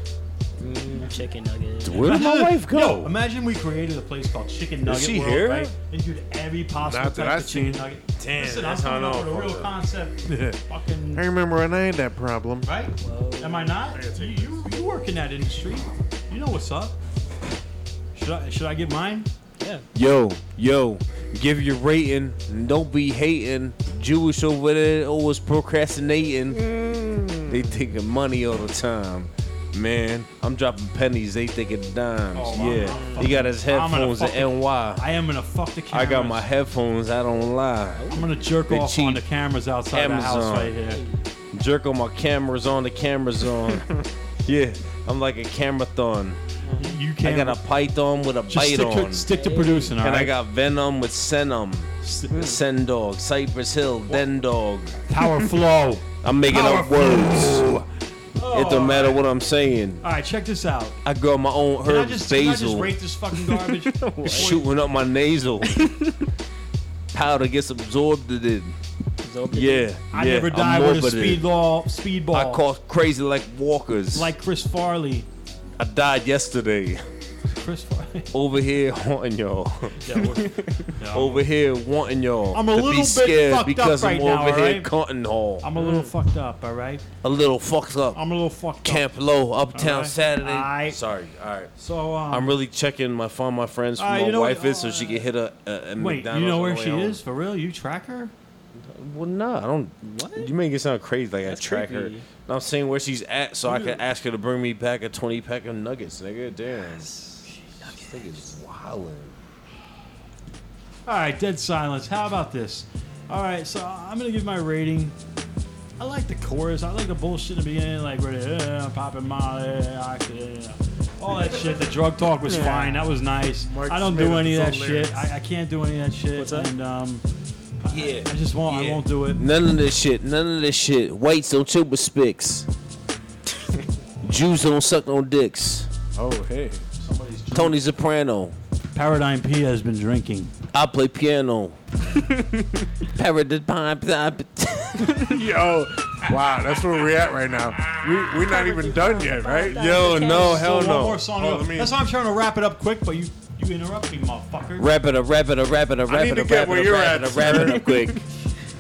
Speaker 9: Mm, chicken nugget.
Speaker 7: Where did my wife go?
Speaker 8: Yo, imagine we created a place called Chicken Nugget
Speaker 7: she
Speaker 8: World,
Speaker 7: here?
Speaker 8: right? And you'd every possible
Speaker 1: Not that
Speaker 8: type
Speaker 1: I
Speaker 8: of chicken
Speaker 1: seen.
Speaker 8: nugget.
Speaker 7: Damn,
Speaker 8: Listen,
Speaker 7: that's
Speaker 8: I'm
Speaker 7: how I
Speaker 8: coming up
Speaker 7: know.
Speaker 8: with a real concept. Fucking
Speaker 1: I remember when I had that problem.
Speaker 8: right? Am I not? You, you, you work in that industry. You know what's up. Should I should I get mine?
Speaker 9: Yeah.
Speaker 7: Yo, yo, give your rating. and Don't be hating. Jewish over there always procrastinating. They taking money all the time. Man, I'm dropping pennies. They thinking dimes.
Speaker 8: Oh, I'm-
Speaker 7: yeah,
Speaker 8: I'm
Speaker 7: he got his
Speaker 8: fucking- I'm gonna
Speaker 7: headphones at
Speaker 8: fucking-
Speaker 7: NY.
Speaker 8: I am gonna fuck the
Speaker 7: I
Speaker 8: cameras.
Speaker 7: got my headphones. I don't lie.
Speaker 8: I'm gonna jerk
Speaker 7: They
Speaker 8: off on
Speaker 7: cheap.
Speaker 8: the cameras outside the
Speaker 7: Amazon.
Speaker 8: house right here.
Speaker 7: Jerk on my cameras on. The cameras on. yeah, I'm like a camera thorn.
Speaker 8: You
Speaker 7: I
Speaker 8: can't.
Speaker 7: got a python with a
Speaker 8: just
Speaker 7: bite
Speaker 8: stick
Speaker 7: on.
Speaker 8: to, stick to producing, all
Speaker 7: and
Speaker 8: right?
Speaker 7: I got venom with Senum. Sen dog, Cypress Hill, Den dog.
Speaker 8: power flow.
Speaker 7: I'm making up words. it don't matter what I'm saying.
Speaker 8: All right, check this out.
Speaker 7: I grow my own
Speaker 8: Can I
Speaker 7: herb
Speaker 8: just, Can I just
Speaker 7: basil.
Speaker 8: rate this fucking garbage?
Speaker 7: It's shooting up my nasal. Powder gets absorbed in. Yeah,
Speaker 8: I
Speaker 7: yeah,
Speaker 8: never
Speaker 7: I'm
Speaker 8: die with a
Speaker 7: morbid.
Speaker 8: speedball. Speedball.
Speaker 7: I caught crazy like walkers.
Speaker 8: like Chris Farley.
Speaker 7: I died yesterday.
Speaker 8: Chris Farley.
Speaker 7: Over here haunting y'all.
Speaker 8: Yeah, we're-
Speaker 7: Over here wanting y'all.
Speaker 8: I'm
Speaker 7: to
Speaker 8: a little
Speaker 7: be
Speaker 8: bit
Speaker 7: scared
Speaker 8: fucked up
Speaker 7: because
Speaker 8: right
Speaker 7: I'm
Speaker 8: now,
Speaker 7: over here
Speaker 8: alright?
Speaker 7: cutting all.
Speaker 8: I'm a little fucked up. All right.
Speaker 7: A little fucked up.
Speaker 8: I'm a little fucked
Speaker 7: Camp Low, Uptown
Speaker 8: Alright.
Speaker 7: Saturday.
Speaker 8: Alright.
Speaker 7: Sorry, all right.
Speaker 8: So um,
Speaker 7: I'm really checking my find my friends where
Speaker 8: Alright,
Speaker 7: my
Speaker 8: Uh, you know what,
Speaker 7: wife is so she can hit her uh, at
Speaker 8: wait.
Speaker 7: McDonald's.
Speaker 8: you know
Speaker 7: on
Speaker 8: where
Speaker 7: the way
Speaker 8: she
Speaker 7: home.
Speaker 8: is for real? You track her?
Speaker 7: Well, no, I don't. What? You make it sound crazy like I track her.
Speaker 8: creepy.
Speaker 7: No, I'm saying where she's at so I
Speaker 8: Dude.
Speaker 7: can ask her to bring me back a 20 pack of nuggets, nigga. Damn. This nigga's wildin'.
Speaker 8: All right, dead silence. How about this? All right, so I'm gonna give my rating. I like the chorus. I like the bullshit in the beginning, like where they uh, popping Molly, I could, uh, all that shit. The drug talk was
Speaker 11: Yeah.
Speaker 8: fine. That was nice.
Speaker 11: Mark
Speaker 8: I don't
Speaker 11: Smith
Speaker 8: do
Speaker 11: with
Speaker 8: any of that
Speaker 11: his own lyrics.
Speaker 8: shit. I, I can't do any of that shit. What's that? And um, yeah, I, just won't. I
Speaker 7: Yeah.
Speaker 8: won't do it.
Speaker 7: None of this shit. None of this shit. Whites don't chill with spics. Jews don't suck on dicks.
Speaker 1: Oh hey.
Speaker 7: Tony Soprano.
Speaker 8: Paradigm P has been drinking.
Speaker 7: I play piano. Paradigm.
Speaker 1: Yo, wow, that's where we're at right now. We we're not even done yet, right?
Speaker 7: Yo, no, hell
Speaker 8: One more
Speaker 7: no.
Speaker 1: Oh,
Speaker 8: song. to go.
Speaker 1: let me-
Speaker 8: That's why I'm trying to wrap it up quick, but you you interrupt me, motherfucker.
Speaker 7: Rap it up, rap it up, rap it up,
Speaker 8: I
Speaker 7: rap
Speaker 8: need
Speaker 7: it
Speaker 8: to
Speaker 7: up,
Speaker 8: get
Speaker 7: rap
Speaker 8: where
Speaker 7: it
Speaker 8: you're
Speaker 7: up, rap
Speaker 8: at.
Speaker 7: it up, rap it up quick.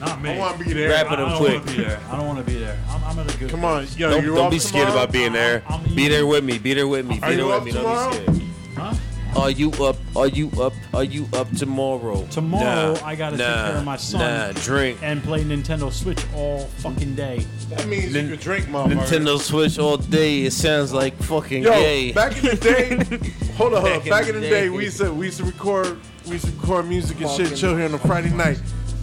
Speaker 8: Not me.
Speaker 1: I wanna be there.
Speaker 7: Wrap it
Speaker 8: I-
Speaker 7: up
Speaker 8: I don't
Speaker 7: quick.
Speaker 8: wanna be there. I don't want to be there. I'm, I'm at a good.
Speaker 1: Come on, yo,
Speaker 7: don't
Speaker 1: you're
Speaker 7: don't
Speaker 1: off
Speaker 7: be scared
Speaker 1: tomorrow?
Speaker 7: about being there. Be there with me. Be there with me.
Speaker 1: Are
Speaker 7: Be there
Speaker 1: you
Speaker 7: with
Speaker 1: up
Speaker 7: me. Don't be
Speaker 1: tomorrow?
Speaker 7: scared. Are you up? Are you up? Are you up tomorrow?
Speaker 8: Tomorrow
Speaker 7: Nah,
Speaker 8: I gotta
Speaker 7: nah,
Speaker 8: take care of my son.
Speaker 7: Nah, drink.
Speaker 8: And play Nintendo Switch all fucking day.
Speaker 1: That means you could drink, motherfucker.
Speaker 7: Nintendo Switch all day. It sounds like fucking
Speaker 1: Yo,
Speaker 7: gay.
Speaker 1: back in the day, hold on,
Speaker 7: Back
Speaker 1: back,
Speaker 7: in
Speaker 1: back in
Speaker 7: the
Speaker 1: the day,
Speaker 7: day.
Speaker 1: we used to we used to record we used to record music and shit,
Speaker 7: Fucking-
Speaker 1: chill here on a Friday night.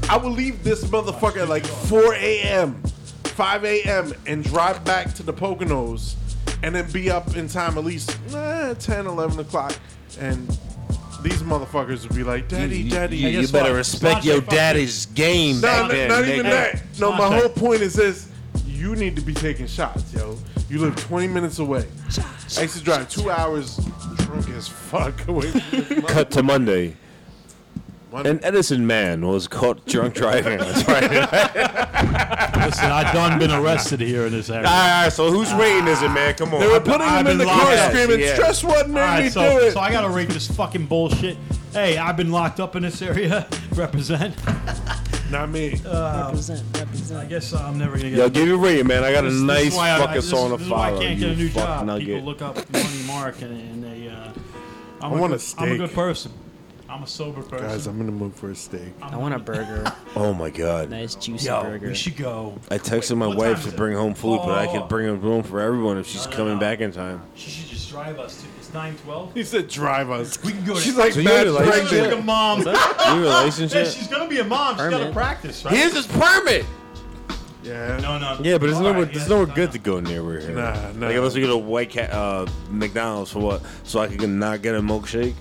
Speaker 1: I would leave this motherfucker at like 4 a.m., 5 a.m. and drive back to the Poconos, and then be up in time at least eh, 10, 11 o'clock, and these motherfuckers would be like, "Daddy,
Speaker 7: you,
Speaker 1: daddy,
Speaker 7: you, you better respect your daddy's game
Speaker 1: No,
Speaker 7: back
Speaker 1: not,
Speaker 7: then.
Speaker 1: not
Speaker 7: nigga.
Speaker 1: even that. No, my whole point is this: you need to be taking shots, yo. You live 20 minutes away. I used to drive two hours drunk as fuck away. From this
Speaker 7: Cut to Monday.
Speaker 1: Monday.
Speaker 7: An Edison man was caught drunk driving. That's right.
Speaker 8: Listen, I done been arrested here in this area.
Speaker 7: all right, so
Speaker 8: Ah.
Speaker 7: whose rating is it, man? Come on.
Speaker 1: They were putting him in the car screaming, "Stress what made me
Speaker 8: so,
Speaker 1: do it."
Speaker 8: So I gotta rate this fucking bullshit. Hey, I've been locked up in this area. represent.
Speaker 1: Not me.
Speaker 8: represent. Represent. I guess uh, I'm never gonna get.
Speaker 7: Yo, give it a rating, man. I got a
Speaker 8: This- this is
Speaker 7: nice
Speaker 8: why I-
Speaker 7: fucking
Speaker 8: I- this-
Speaker 7: song to
Speaker 8: This is why I
Speaker 7: follow,
Speaker 8: can't
Speaker 7: you
Speaker 8: get a new
Speaker 7: fuck
Speaker 8: job.
Speaker 7: nugget.
Speaker 8: People look up Money Mark and, and they. Uh, I'm
Speaker 1: I want a
Speaker 8: a good, I'm a
Speaker 1: steak.
Speaker 8: good person. I'm a sober person.
Speaker 1: Guys, I'm in the mood for a steak.
Speaker 9: I want a burger.
Speaker 7: Oh my god.
Speaker 9: nice juicy
Speaker 8: Yo,
Speaker 9: burger.
Speaker 8: we should go.
Speaker 7: I texted my
Speaker 8: What time
Speaker 7: wife
Speaker 8: is
Speaker 7: to
Speaker 8: it?
Speaker 7: bring home food, but I
Speaker 8: Oh. Ah.
Speaker 7: could bring home for everyone if she's
Speaker 8: No, no,
Speaker 7: coming
Speaker 8: no.
Speaker 7: back in time.
Speaker 8: She should just drive us to. It's nine twelve.
Speaker 1: He said, "Drive us."
Speaker 8: We can go.
Speaker 1: She's
Speaker 8: to-
Speaker 1: like
Speaker 7: So you
Speaker 1: mad
Speaker 7: really like
Speaker 8: She's
Speaker 1: pregnant.
Speaker 8: like a mom.
Speaker 7: Your
Speaker 8: Yeah,
Speaker 7: relationship?
Speaker 8: she's gonna be a mom. She's gotta
Speaker 7: Permit.
Speaker 8: practice, right?
Speaker 7: Here's his permit.
Speaker 1: Yeah.
Speaker 8: No, no.
Speaker 7: Yeah, but it's
Speaker 8: All
Speaker 7: nowhere.
Speaker 8: right,
Speaker 7: there's
Speaker 8: yeah.
Speaker 7: nowhere good to go near where here.
Speaker 1: Nah, nah.
Speaker 7: Like unless we go to White Cat, uh, McDonald's for what? So I can not get a milkshake.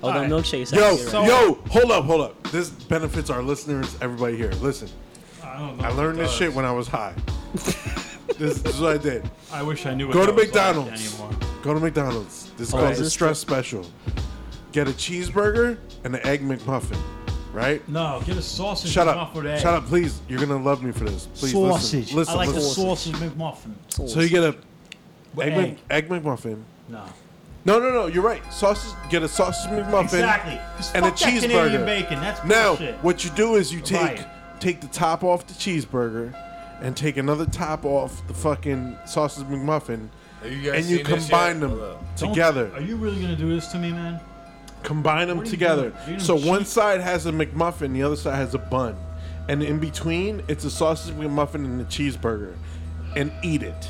Speaker 9: Although milkshakes.
Speaker 1: Yo,
Speaker 9: actually
Speaker 8: so-
Speaker 9: right.
Speaker 1: yo, hold up, hold up. This benefits our listeners, everybody here. Listen,
Speaker 8: I don't know.
Speaker 1: I
Speaker 8: if it
Speaker 1: learned this
Speaker 8: does.
Speaker 1: shit when I was high. this, this is what I did.
Speaker 8: I wish I knew. What
Speaker 1: Go to
Speaker 8: that was like
Speaker 1: McDonald's.
Speaker 8: anymore.
Speaker 1: Go to McDonald's. This is
Speaker 9: Oh,
Speaker 1: called
Speaker 9: is
Speaker 1: the
Speaker 9: this
Speaker 1: stress special. Get a cheeseburger and an egg McMuffin, right?
Speaker 8: No, get a sausage
Speaker 1: Shut up.
Speaker 8: McMuffin. egg.
Speaker 1: Shut up, please. You're gonna love me for this. Please
Speaker 8: sausage.
Speaker 1: listen. Listen,
Speaker 8: I like
Speaker 1: listen.
Speaker 8: the sausage McMuffin.
Speaker 1: So you get a
Speaker 8: With
Speaker 1: egg,
Speaker 8: egg.
Speaker 1: Mc, egg McMuffin.
Speaker 8: no.
Speaker 1: No, no, no. You're right. Sausage. Get a sausage McMuffin
Speaker 8: Exactly. 'Cause
Speaker 1: and a
Speaker 8: fuck that Canadian
Speaker 1: cheeseburger.
Speaker 8: bacon. That's
Speaker 1: Now,
Speaker 8: bullshit.
Speaker 1: what you do is you take
Speaker 8: Right.
Speaker 1: take the top off the cheeseburger, and take another top off the fucking sausage McMuffin,
Speaker 7: Have you guys
Speaker 1: and you
Speaker 7: seen this
Speaker 1: combine
Speaker 7: yet?
Speaker 1: them
Speaker 7: Hold up.
Speaker 8: Don't-
Speaker 1: together.
Speaker 8: Are you really gonna do this to me, man?
Speaker 1: combine them
Speaker 8: What are you
Speaker 1: together.
Speaker 8: doing? You're
Speaker 1: So
Speaker 8: gonna
Speaker 1: one
Speaker 8: cheat.
Speaker 1: side has a McMuffin, the other side has a bun, and in between it's a sausage McMuffin and a cheeseburger, and eat it.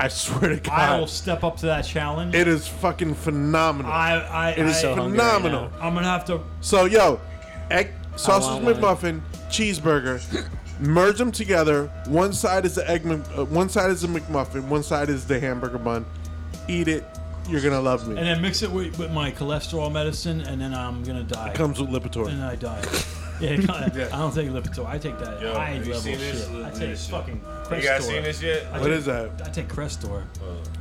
Speaker 1: I swear to
Speaker 8: I will
Speaker 1: God,
Speaker 8: step up to that challenge.
Speaker 1: it is fucking phenomenal.
Speaker 8: I, I,
Speaker 1: It is
Speaker 8: I-
Speaker 1: so hungry right phenomenal.
Speaker 8: I'm gonna have to.
Speaker 1: So yo, egg sausage
Speaker 9: want one.
Speaker 1: McMuffin, cheeseburger, merge them together. One side is the egg, Mc- uh, one side is the McMuffin, one side is the hamburger bun. Eat it, you're gonna love me.
Speaker 8: And then mix it with, with my cholesterol medicine, and then I'm gonna die.
Speaker 1: Comes with Lipitor.
Speaker 8: And I die. Yeah, I don't take Lipitor. I take that
Speaker 7: Yo,
Speaker 8: high
Speaker 7: have you
Speaker 8: level
Speaker 7: seen
Speaker 8: shit.
Speaker 7: this?
Speaker 8: I
Speaker 7: Look at
Speaker 8: take
Speaker 7: this shit.
Speaker 8: fucking
Speaker 7: You
Speaker 8: Crestor.
Speaker 7: guys seen this yet?
Speaker 8: I
Speaker 7: What
Speaker 8: take-
Speaker 7: is that?
Speaker 8: I take Crestor.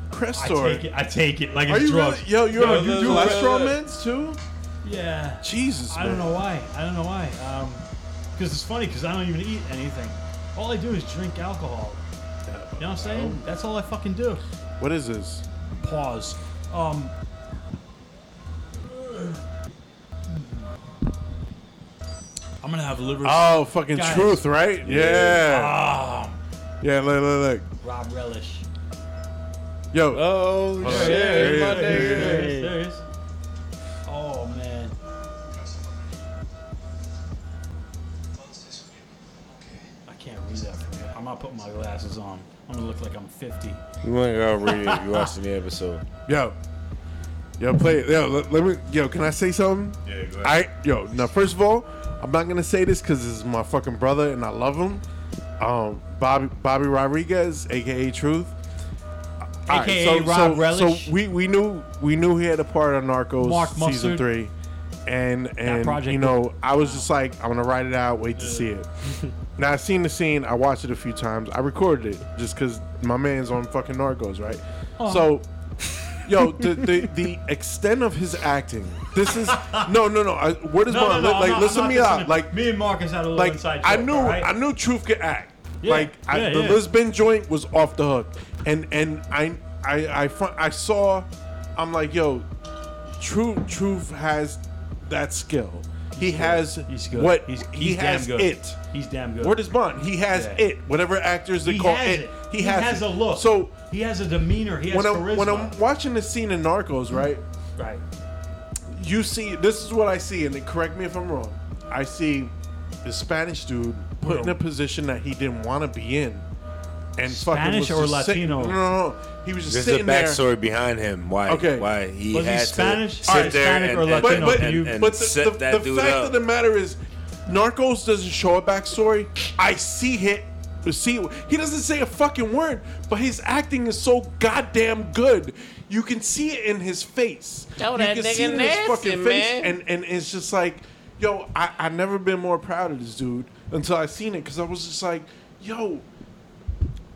Speaker 1: Crestor.
Speaker 8: I take it. I take it like
Speaker 1: Are
Speaker 8: it's
Speaker 1: you
Speaker 8: drugs.
Speaker 1: Really? Yo, you're, you do
Speaker 8: look,
Speaker 1: Crestor
Speaker 8: look.
Speaker 1: mints too?
Speaker 8: Yeah.
Speaker 1: Jesus,
Speaker 8: I don't
Speaker 1: man.
Speaker 8: know why. I don't know why. Um, because it's funny because I don't even eat anything. All I do is drink alcohol. You know what I'm saying? That's all I fucking do.
Speaker 1: What is this?
Speaker 8: Pause. Um. I'm gonna have liver.
Speaker 1: Oh, fucking
Speaker 8: Guys.
Speaker 1: truth, right? Yeah.
Speaker 8: Ah,
Speaker 1: Yeah, look, look,
Speaker 8: Rob Relish.
Speaker 1: look. Yo. Oh,
Speaker 8: shit, my nigga. There he is. Oh man. I can't read that from here. I'm not putting my glasses on. I'm gonna look like I'm 50.
Speaker 7: You want to go read it if you watching the episode.
Speaker 1: Yo. Yo, play it. Yo, let, let me. Yo, can I say something?
Speaker 7: Yeah, go ahead.
Speaker 1: I, yo, now, first of all, I'm not going to say this because this is my fucking brother and I love him. Um, Bobby, Bobby Rodriguez, aka Truth. All right,
Speaker 8: AKA
Speaker 1: so- so,
Speaker 8: Rob Relish.
Speaker 1: So we, we knew we knew he had a part on Narcos
Speaker 8: Mark
Speaker 1: season
Speaker 8: Mustard.
Speaker 1: three, and and
Speaker 8: project
Speaker 1: you know I was just like I'm gonna write it out, wait to see it. now I've seen the scene, I watched it a few times, I recorded it just because my man's on fucking Narcos, right?
Speaker 8: Uh-huh.
Speaker 7: Aw.
Speaker 1: So, yo, the, the the extent of his acting, this is no no no. I, where does
Speaker 8: No,
Speaker 1: my
Speaker 8: no, no, I'm
Speaker 1: like
Speaker 8: not-
Speaker 1: listen
Speaker 8: I'm not
Speaker 1: me out
Speaker 8: listening.
Speaker 1: like
Speaker 8: me and Marcus had a little
Speaker 1: like
Speaker 8: inside
Speaker 1: I
Speaker 8: joke,
Speaker 1: knew
Speaker 8: all right?
Speaker 1: I knew Truth could act.
Speaker 8: Yeah,
Speaker 1: like I,
Speaker 8: yeah,
Speaker 1: the
Speaker 8: yeah.
Speaker 1: Lisbon joint was off the hook, and and I I I, fr- I saw, I'm like yo, Truth Truth has that skill. He has
Speaker 8: He's good.
Speaker 1: what
Speaker 8: He's, he's
Speaker 1: he
Speaker 8: damn
Speaker 1: has
Speaker 8: good.
Speaker 1: it.
Speaker 8: He's damn good.
Speaker 1: Word is bond. He has
Speaker 8: Yeah.
Speaker 1: it. Whatever actors they
Speaker 8: He
Speaker 1: call
Speaker 8: has
Speaker 1: it,
Speaker 8: it.
Speaker 1: he
Speaker 8: He
Speaker 1: has,
Speaker 8: has
Speaker 1: it.
Speaker 8: a look.
Speaker 1: So
Speaker 8: He has a demeanor. He has
Speaker 1: when I'm
Speaker 8: charisma.
Speaker 1: when I'm watching the scene in Narcos, right?
Speaker 8: Right.
Speaker 1: You see, this is what I see, and then correct me if I'm wrong. I see the Spanish dude put in a position that he didn't want to be in, and fucking was
Speaker 8: Spanish or
Speaker 1: just sit-
Speaker 8: Latino?
Speaker 1: no, no, no. He was just
Speaker 7: There's a
Speaker 1: sitting there.
Speaker 7: backstory behind him. Why?
Speaker 1: Okay.
Speaker 7: Why he
Speaker 1: Was he
Speaker 7: had
Speaker 1: Spanish?
Speaker 7: to
Speaker 1: All
Speaker 7: sit
Speaker 1: right,
Speaker 7: there
Speaker 1: Hispanic
Speaker 7: and,
Speaker 1: or
Speaker 7: and- and-
Speaker 1: Latino,
Speaker 7: and,
Speaker 1: can you-
Speaker 7: and
Speaker 1: but the-
Speaker 7: set
Speaker 1: the-
Speaker 7: that
Speaker 1: the
Speaker 7: dude
Speaker 1: fact
Speaker 7: up.
Speaker 1: of the matter is, Narcos doesn't show a backstory. I see him. See, he doesn't say a fucking word, but his acting is so goddamn good. You can see it in his face.
Speaker 18: Yo,
Speaker 1: you
Speaker 18: that
Speaker 1: can
Speaker 18: nigga
Speaker 1: see it in
Speaker 18: nasty, man.
Speaker 1: and and it's just like, yo, I I never been more proud of this dude until I seen it because I was just like, yo.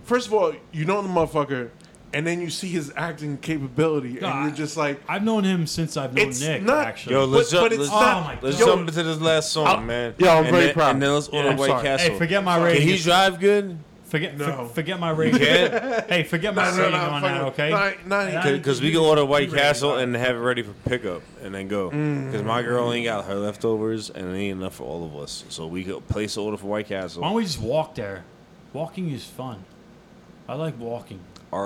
Speaker 1: First of all, you know the motherfucker, and then you see his acting capability, and
Speaker 8: God,
Speaker 1: you're just like,
Speaker 8: I've known him since I've known
Speaker 1: It's
Speaker 8: Nick.
Speaker 1: not-
Speaker 8: actually.
Speaker 1: Yo, let's But- ju- but it's let's- not-
Speaker 8: Oh my
Speaker 1: let's
Speaker 8: God.
Speaker 1: jump
Speaker 7: into this last song, man.
Speaker 1: Yo, I'm
Speaker 7: and
Speaker 1: very
Speaker 7: then,
Speaker 1: proud.
Speaker 7: And then let's order
Speaker 8: Yeah, I'm
Speaker 7: White
Speaker 8: sorry.
Speaker 7: Castle.
Speaker 8: Hey, forget my
Speaker 7: Can he
Speaker 8: ratings.
Speaker 7: drive good?
Speaker 8: Forget
Speaker 7: No.
Speaker 8: no. forget my rating.
Speaker 7: can't?
Speaker 8: hey, forget my
Speaker 7: No, no,
Speaker 8: rating
Speaker 7: no,
Speaker 8: on
Speaker 7: fucking-
Speaker 8: that, okay?
Speaker 7: not-
Speaker 8: And I didn't
Speaker 7: Because we
Speaker 8: do-
Speaker 7: can order White Castle and have it ready for pickup and then go.
Speaker 1: Mm.
Speaker 7: Because my girl ain't got her leftovers and it ain't enough for all of us. So we could place an order for White Castle.
Speaker 8: Why don't we just walk there? Walking is fun. I like walking.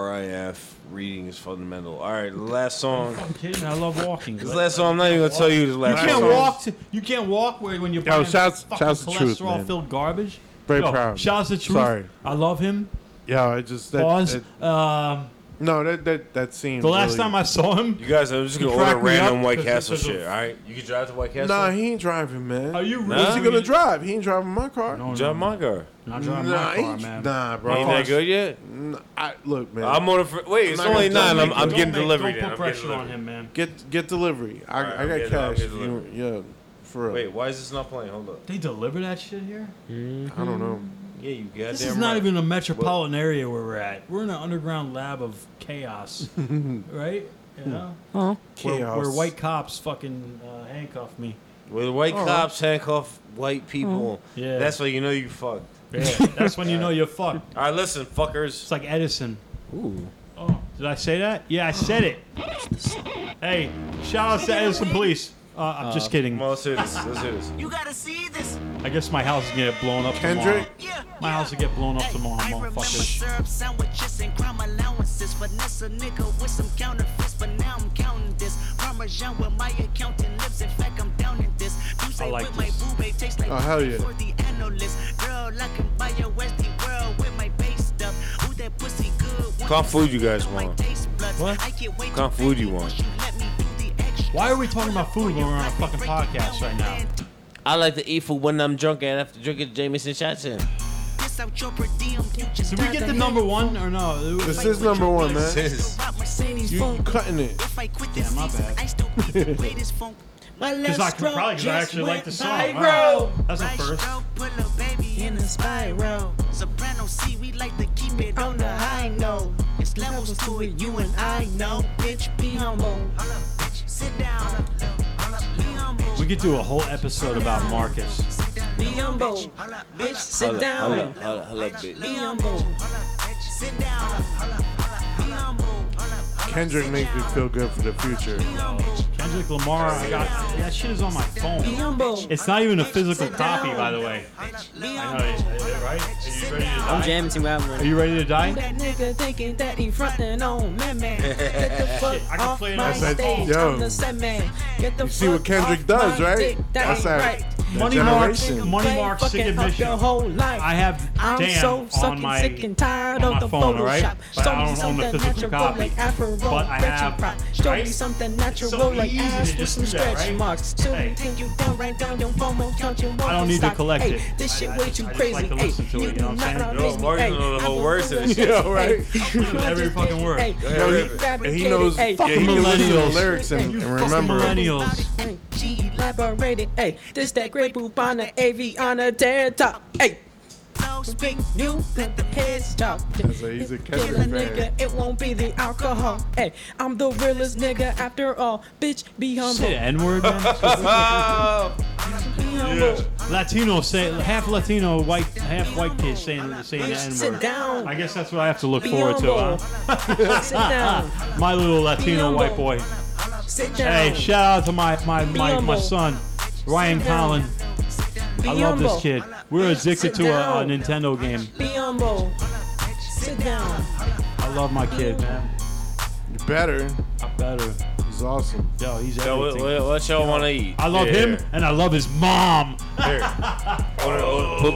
Speaker 7: RIF reading is fundamental. All right, the last song.
Speaker 8: I'm kidding. I love walking.
Speaker 7: This last song, I'm not even gonna tell you the last
Speaker 8: You can't
Speaker 7: song.
Speaker 8: walk. To, you can't walk where when you're
Speaker 7: Yo,
Speaker 8: buying
Speaker 7: shouts-
Speaker 8: fucking
Speaker 7: shouts to Truth, man.
Speaker 8: cholesterol filled garbage.
Speaker 1: Very
Speaker 8: Yo,
Speaker 1: proud.
Speaker 8: Shouts to truth.
Speaker 1: Sorry.
Speaker 8: I love him.
Speaker 1: Yeah, I just that,
Speaker 8: Pause.
Speaker 1: that-
Speaker 8: um,
Speaker 1: no, that that that scene.
Speaker 8: the last
Speaker 1: really-
Speaker 8: time I saw him,
Speaker 7: You guys, I'm just
Speaker 1: You
Speaker 7: gonna order
Speaker 1: cracked me
Speaker 7: random
Speaker 1: up
Speaker 7: White
Speaker 1: 'cause
Speaker 7: Castle
Speaker 1: this is a-
Speaker 7: shit. All right, you can drive to White Castle.
Speaker 1: Nah, he ain't driving, man. Are
Speaker 8: you
Speaker 7: Nah.
Speaker 1: What's he gonna drive? He ain't driving my car.
Speaker 7: drive my car.
Speaker 8: Not
Speaker 1: driving my Nah, car, he- man. nah, bro.
Speaker 7: Ain't that good yet?
Speaker 1: N- I, look, man.
Speaker 7: I'm on a fr- wait.
Speaker 1: I'm
Speaker 7: it's
Speaker 1: not gonna-
Speaker 7: only
Speaker 1: don't
Speaker 7: nine. I'm,
Speaker 1: make-
Speaker 7: I'm
Speaker 1: don't
Speaker 7: getting
Speaker 1: make-
Speaker 7: delivery.
Speaker 1: don't
Speaker 7: now.
Speaker 1: put
Speaker 7: I'm
Speaker 1: pressure
Speaker 7: getting
Speaker 1: on
Speaker 7: delivery.
Speaker 8: him, man.
Speaker 1: Get get delivery. I,
Speaker 7: Alright,
Speaker 1: I
Speaker 7: I'll
Speaker 1: got
Speaker 7: get- I'll
Speaker 1: cash.
Speaker 7: get
Speaker 1: You- yeah, for real.
Speaker 7: Wait, why is this not playing? Hold up.
Speaker 8: they deliver that shit here.
Speaker 1: I don't know.
Speaker 7: Yeah, you goddamn
Speaker 8: This is not
Speaker 7: right.
Speaker 8: even a metropolitan area where we're at. We're in an underground lab of chaos, right? You know,
Speaker 7: Huh.
Speaker 8: Where-
Speaker 7: Chaos.
Speaker 8: Where, white cops fucking uh, handcuff me.
Speaker 7: Well, the white
Speaker 8: All right.
Speaker 7: cops handcuff white people.
Speaker 8: Mhm. Yeah.
Speaker 7: That's when you know you fucked.
Speaker 8: Yeah, that's when you know you're fucked.
Speaker 7: All right, listen, fuckers. It's
Speaker 8: like Edison. Ooh. Oh, did I say that? Yeah, I said it. Hey, shout out to Edison Police. Uh, I'm just kidding.
Speaker 7: Well, let's hear this. Let's hear this.
Speaker 19: You gotta see this.
Speaker 8: I guess my house is gonna get blown up
Speaker 19: Kendrick?
Speaker 8: tomorrow. My house will get blown up tomorrow, motherfucker.
Speaker 19: Syrup sandwiches and crime allowances. Finesse a nigga with some counterfeits, but now I'm counting this. Parmesan with my accountant lips. In fact, I'm down in this. You say
Speaker 8: like
Speaker 19: with my boo babe tastes like
Speaker 8: Oh, hell yeah.
Speaker 19: for the analyst. Girl, I can buy your Westy world with my base stuff. Ooh, that pussy good.
Speaker 7: What kind of food you guys want?
Speaker 8: What?
Speaker 7: What kind of food you want?
Speaker 8: Why are we talking about food when we're on a fucking podcast right now?
Speaker 7: I like to eat food when I'm drunk and after drinking Jameson shots in.
Speaker 19: Piss out your per diem. You just
Speaker 8: Did we get the number one or no?
Speaker 1: This is number one, man.
Speaker 7: This is-
Speaker 19: Mercedes
Speaker 1: You cutting it?
Speaker 19: If I quit this
Speaker 8: Yeah, my
Speaker 19: season,
Speaker 8: bad.
Speaker 19: I still beat the greatest funk. My
Speaker 8: Because
Speaker 19: left
Speaker 8: I could
Speaker 19: stroke
Speaker 8: probably 'cause I
Speaker 19: just
Speaker 8: actually like the
Speaker 19: went
Speaker 8: song.
Speaker 19: viral.
Speaker 8: Wow. That's the first.
Speaker 19: Put little baby in a spiral. Soprano C, we like to keep it on the high note. It's levels to it, you and I know. Bitch, be humble. Sit down.
Speaker 8: We could do a whole episode about Marcus.
Speaker 19: Be humble. Bitch, sit
Speaker 8: Hold up, hold
Speaker 19: down.
Speaker 8: up, hold up, hold up, bitch.
Speaker 19: Be humble. Sit down.
Speaker 1: Kendrick makes me feel good for the future.
Speaker 8: Kendrick Lamar, I got that shit is on my phone. It's not even a physical copy, by the way. I know, it- it- right? Are you ready to die?
Speaker 9: I'm jamming to album.
Speaker 8: Are you ready to die?
Speaker 19: That nigga thinking that he frontin' on me, man. Get the fuck
Speaker 8: I can
Speaker 19: off
Speaker 8: play it
Speaker 19: my
Speaker 1: on my phone.
Speaker 19: stage.
Speaker 1: Yo.
Speaker 19: I'm the same man. Get the
Speaker 1: You see what
Speaker 19: fuck
Speaker 1: Kendrick
Speaker 19: off
Speaker 1: does,
Speaker 19: my
Speaker 1: right?
Speaker 19: dick. That
Speaker 1: That's
Speaker 19: ain't
Speaker 1: that-
Speaker 19: right.
Speaker 1: that Money Mark's- generation.
Speaker 8: Money
Speaker 19: Play
Speaker 8: Mark's
Speaker 19: fucking
Speaker 8: Sick
Speaker 19: up
Speaker 8: Admission.
Speaker 19: Your whole life.
Speaker 8: I have
Speaker 19: I'm
Speaker 8: Damn
Speaker 19: so
Speaker 8: on
Speaker 19: sucking
Speaker 8: my
Speaker 19: sick and tired
Speaker 8: on
Speaker 19: of
Speaker 8: my
Speaker 19: the
Speaker 8: phone,
Speaker 19: Photoshop.
Speaker 8: all right? But
Speaker 19: Show
Speaker 8: I don't
Speaker 19: me
Speaker 8: own the
Speaker 19: something
Speaker 8: physical
Speaker 19: natural
Speaker 8: copy.
Speaker 19: like Afro,
Speaker 8: But I
Speaker 19: retro
Speaker 8: have-
Speaker 19: pop. Show me
Speaker 8: right?
Speaker 19: something
Speaker 8: It's
Speaker 19: natural
Speaker 8: so
Speaker 19: like
Speaker 8: easy to
Speaker 19: ass with
Speaker 8: just
Speaker 19: some
Speaker 8: do that,
Speaker 19: stretch
Speaker 8: right?
Speaker 19: marks. Till
Speaker 8: Hey.
Speaker 19: you think you done right down your phone, won't count your
Speaker 8: I don't need to collect it.
Speaker 19: This shit
Speaker 8: I- I-
Speaker 19: way too
Speaker 8: I just
Speaker 19: crazy.
Speaker 8: like to
Speaker 19: Hey,
Speaker 8: listen to it, you know what I'm saying?
Speaker 19: Yo, Marcus
Speaker 8: knows the whole
Speaker 19: words to this shit.
Speaker 8: Yeah, right.
Speaker 19: Every
Speaker 8: fucking word.
Speaker 19: Hey,
Speaker 8: Go
Speaker 1: Yo,
Speaker 8: ahead,
Speaker 1: he-
Speaker 8: Rabbit.
Speaker 1: and he knows
Speaker 19: Hey,
Speaker 1: yeah, he
Speaker 8: fucking
Speaker 1: can listen to the
Speaker 8: millennials.
Speaker 1: lyrics and, and
Speaker 8: fucking
Speaker 1: remember.
Speaker 8: millennials.
Speaker 19: She elaborated, hey, this that great Bubana AV on a tear top, hey. No speak new, let the heads talk.
Speaker 1: That's a- he's a
Speaker 19: Kill a
Speaker 1: Kendrick fan.
Speaker 19: nigga, it won't be the alcohol. Hey, I'm the realest nigga after all. Bitch, be humble.
Speaker 8: Say the N word. Latinos say half Latino, white half white kids saying the same N word.
Speaker 19: Sit down.
Speaker 8: I guess that's what I have to look
Speaker 19: Be
Speaker 8: forward to.
Speaker 19: humble.
Speaker 8: Huh?
Speaker 19: Sit down.
Speaker 8: My little Latino
Speaker 19: humble.
Speaker 8: white boy.
Speaker 19: Sit down.
Speaker 8: Hey, shout out to my my
Speaker 19: Be
Speaker 8: my, my
Speaker 19: humble.
Speaker 8: son, Ryan
Speaker 19: Sit down.
Speaker 8: Collin.
Speaker 19: Be
Speaker 8: I love
Speaker 19: humble.
Speaker 8: this kid. We're addicted
Speaker 19: Sit
Speaker 8: to a, a
Speaker 19: down.
Speaker 8: Nintendo game.
Speaker 19: Be humble. Sit down.
Speaker 8: I love my kid, man.
Speaker 1: You better.
Speaker 8: I'm better.
Speaker 1: He's awesome.
Speaker 8: Yo, he's
Speaker 7: Yo, what,
Speaker 8: everything.
Speaker 7: what, what y'all want to eat?
Speaker 8: I love
Speaker 7: Yeah.
Speaker 8: him and I love his mom.
Speaker 7: Put,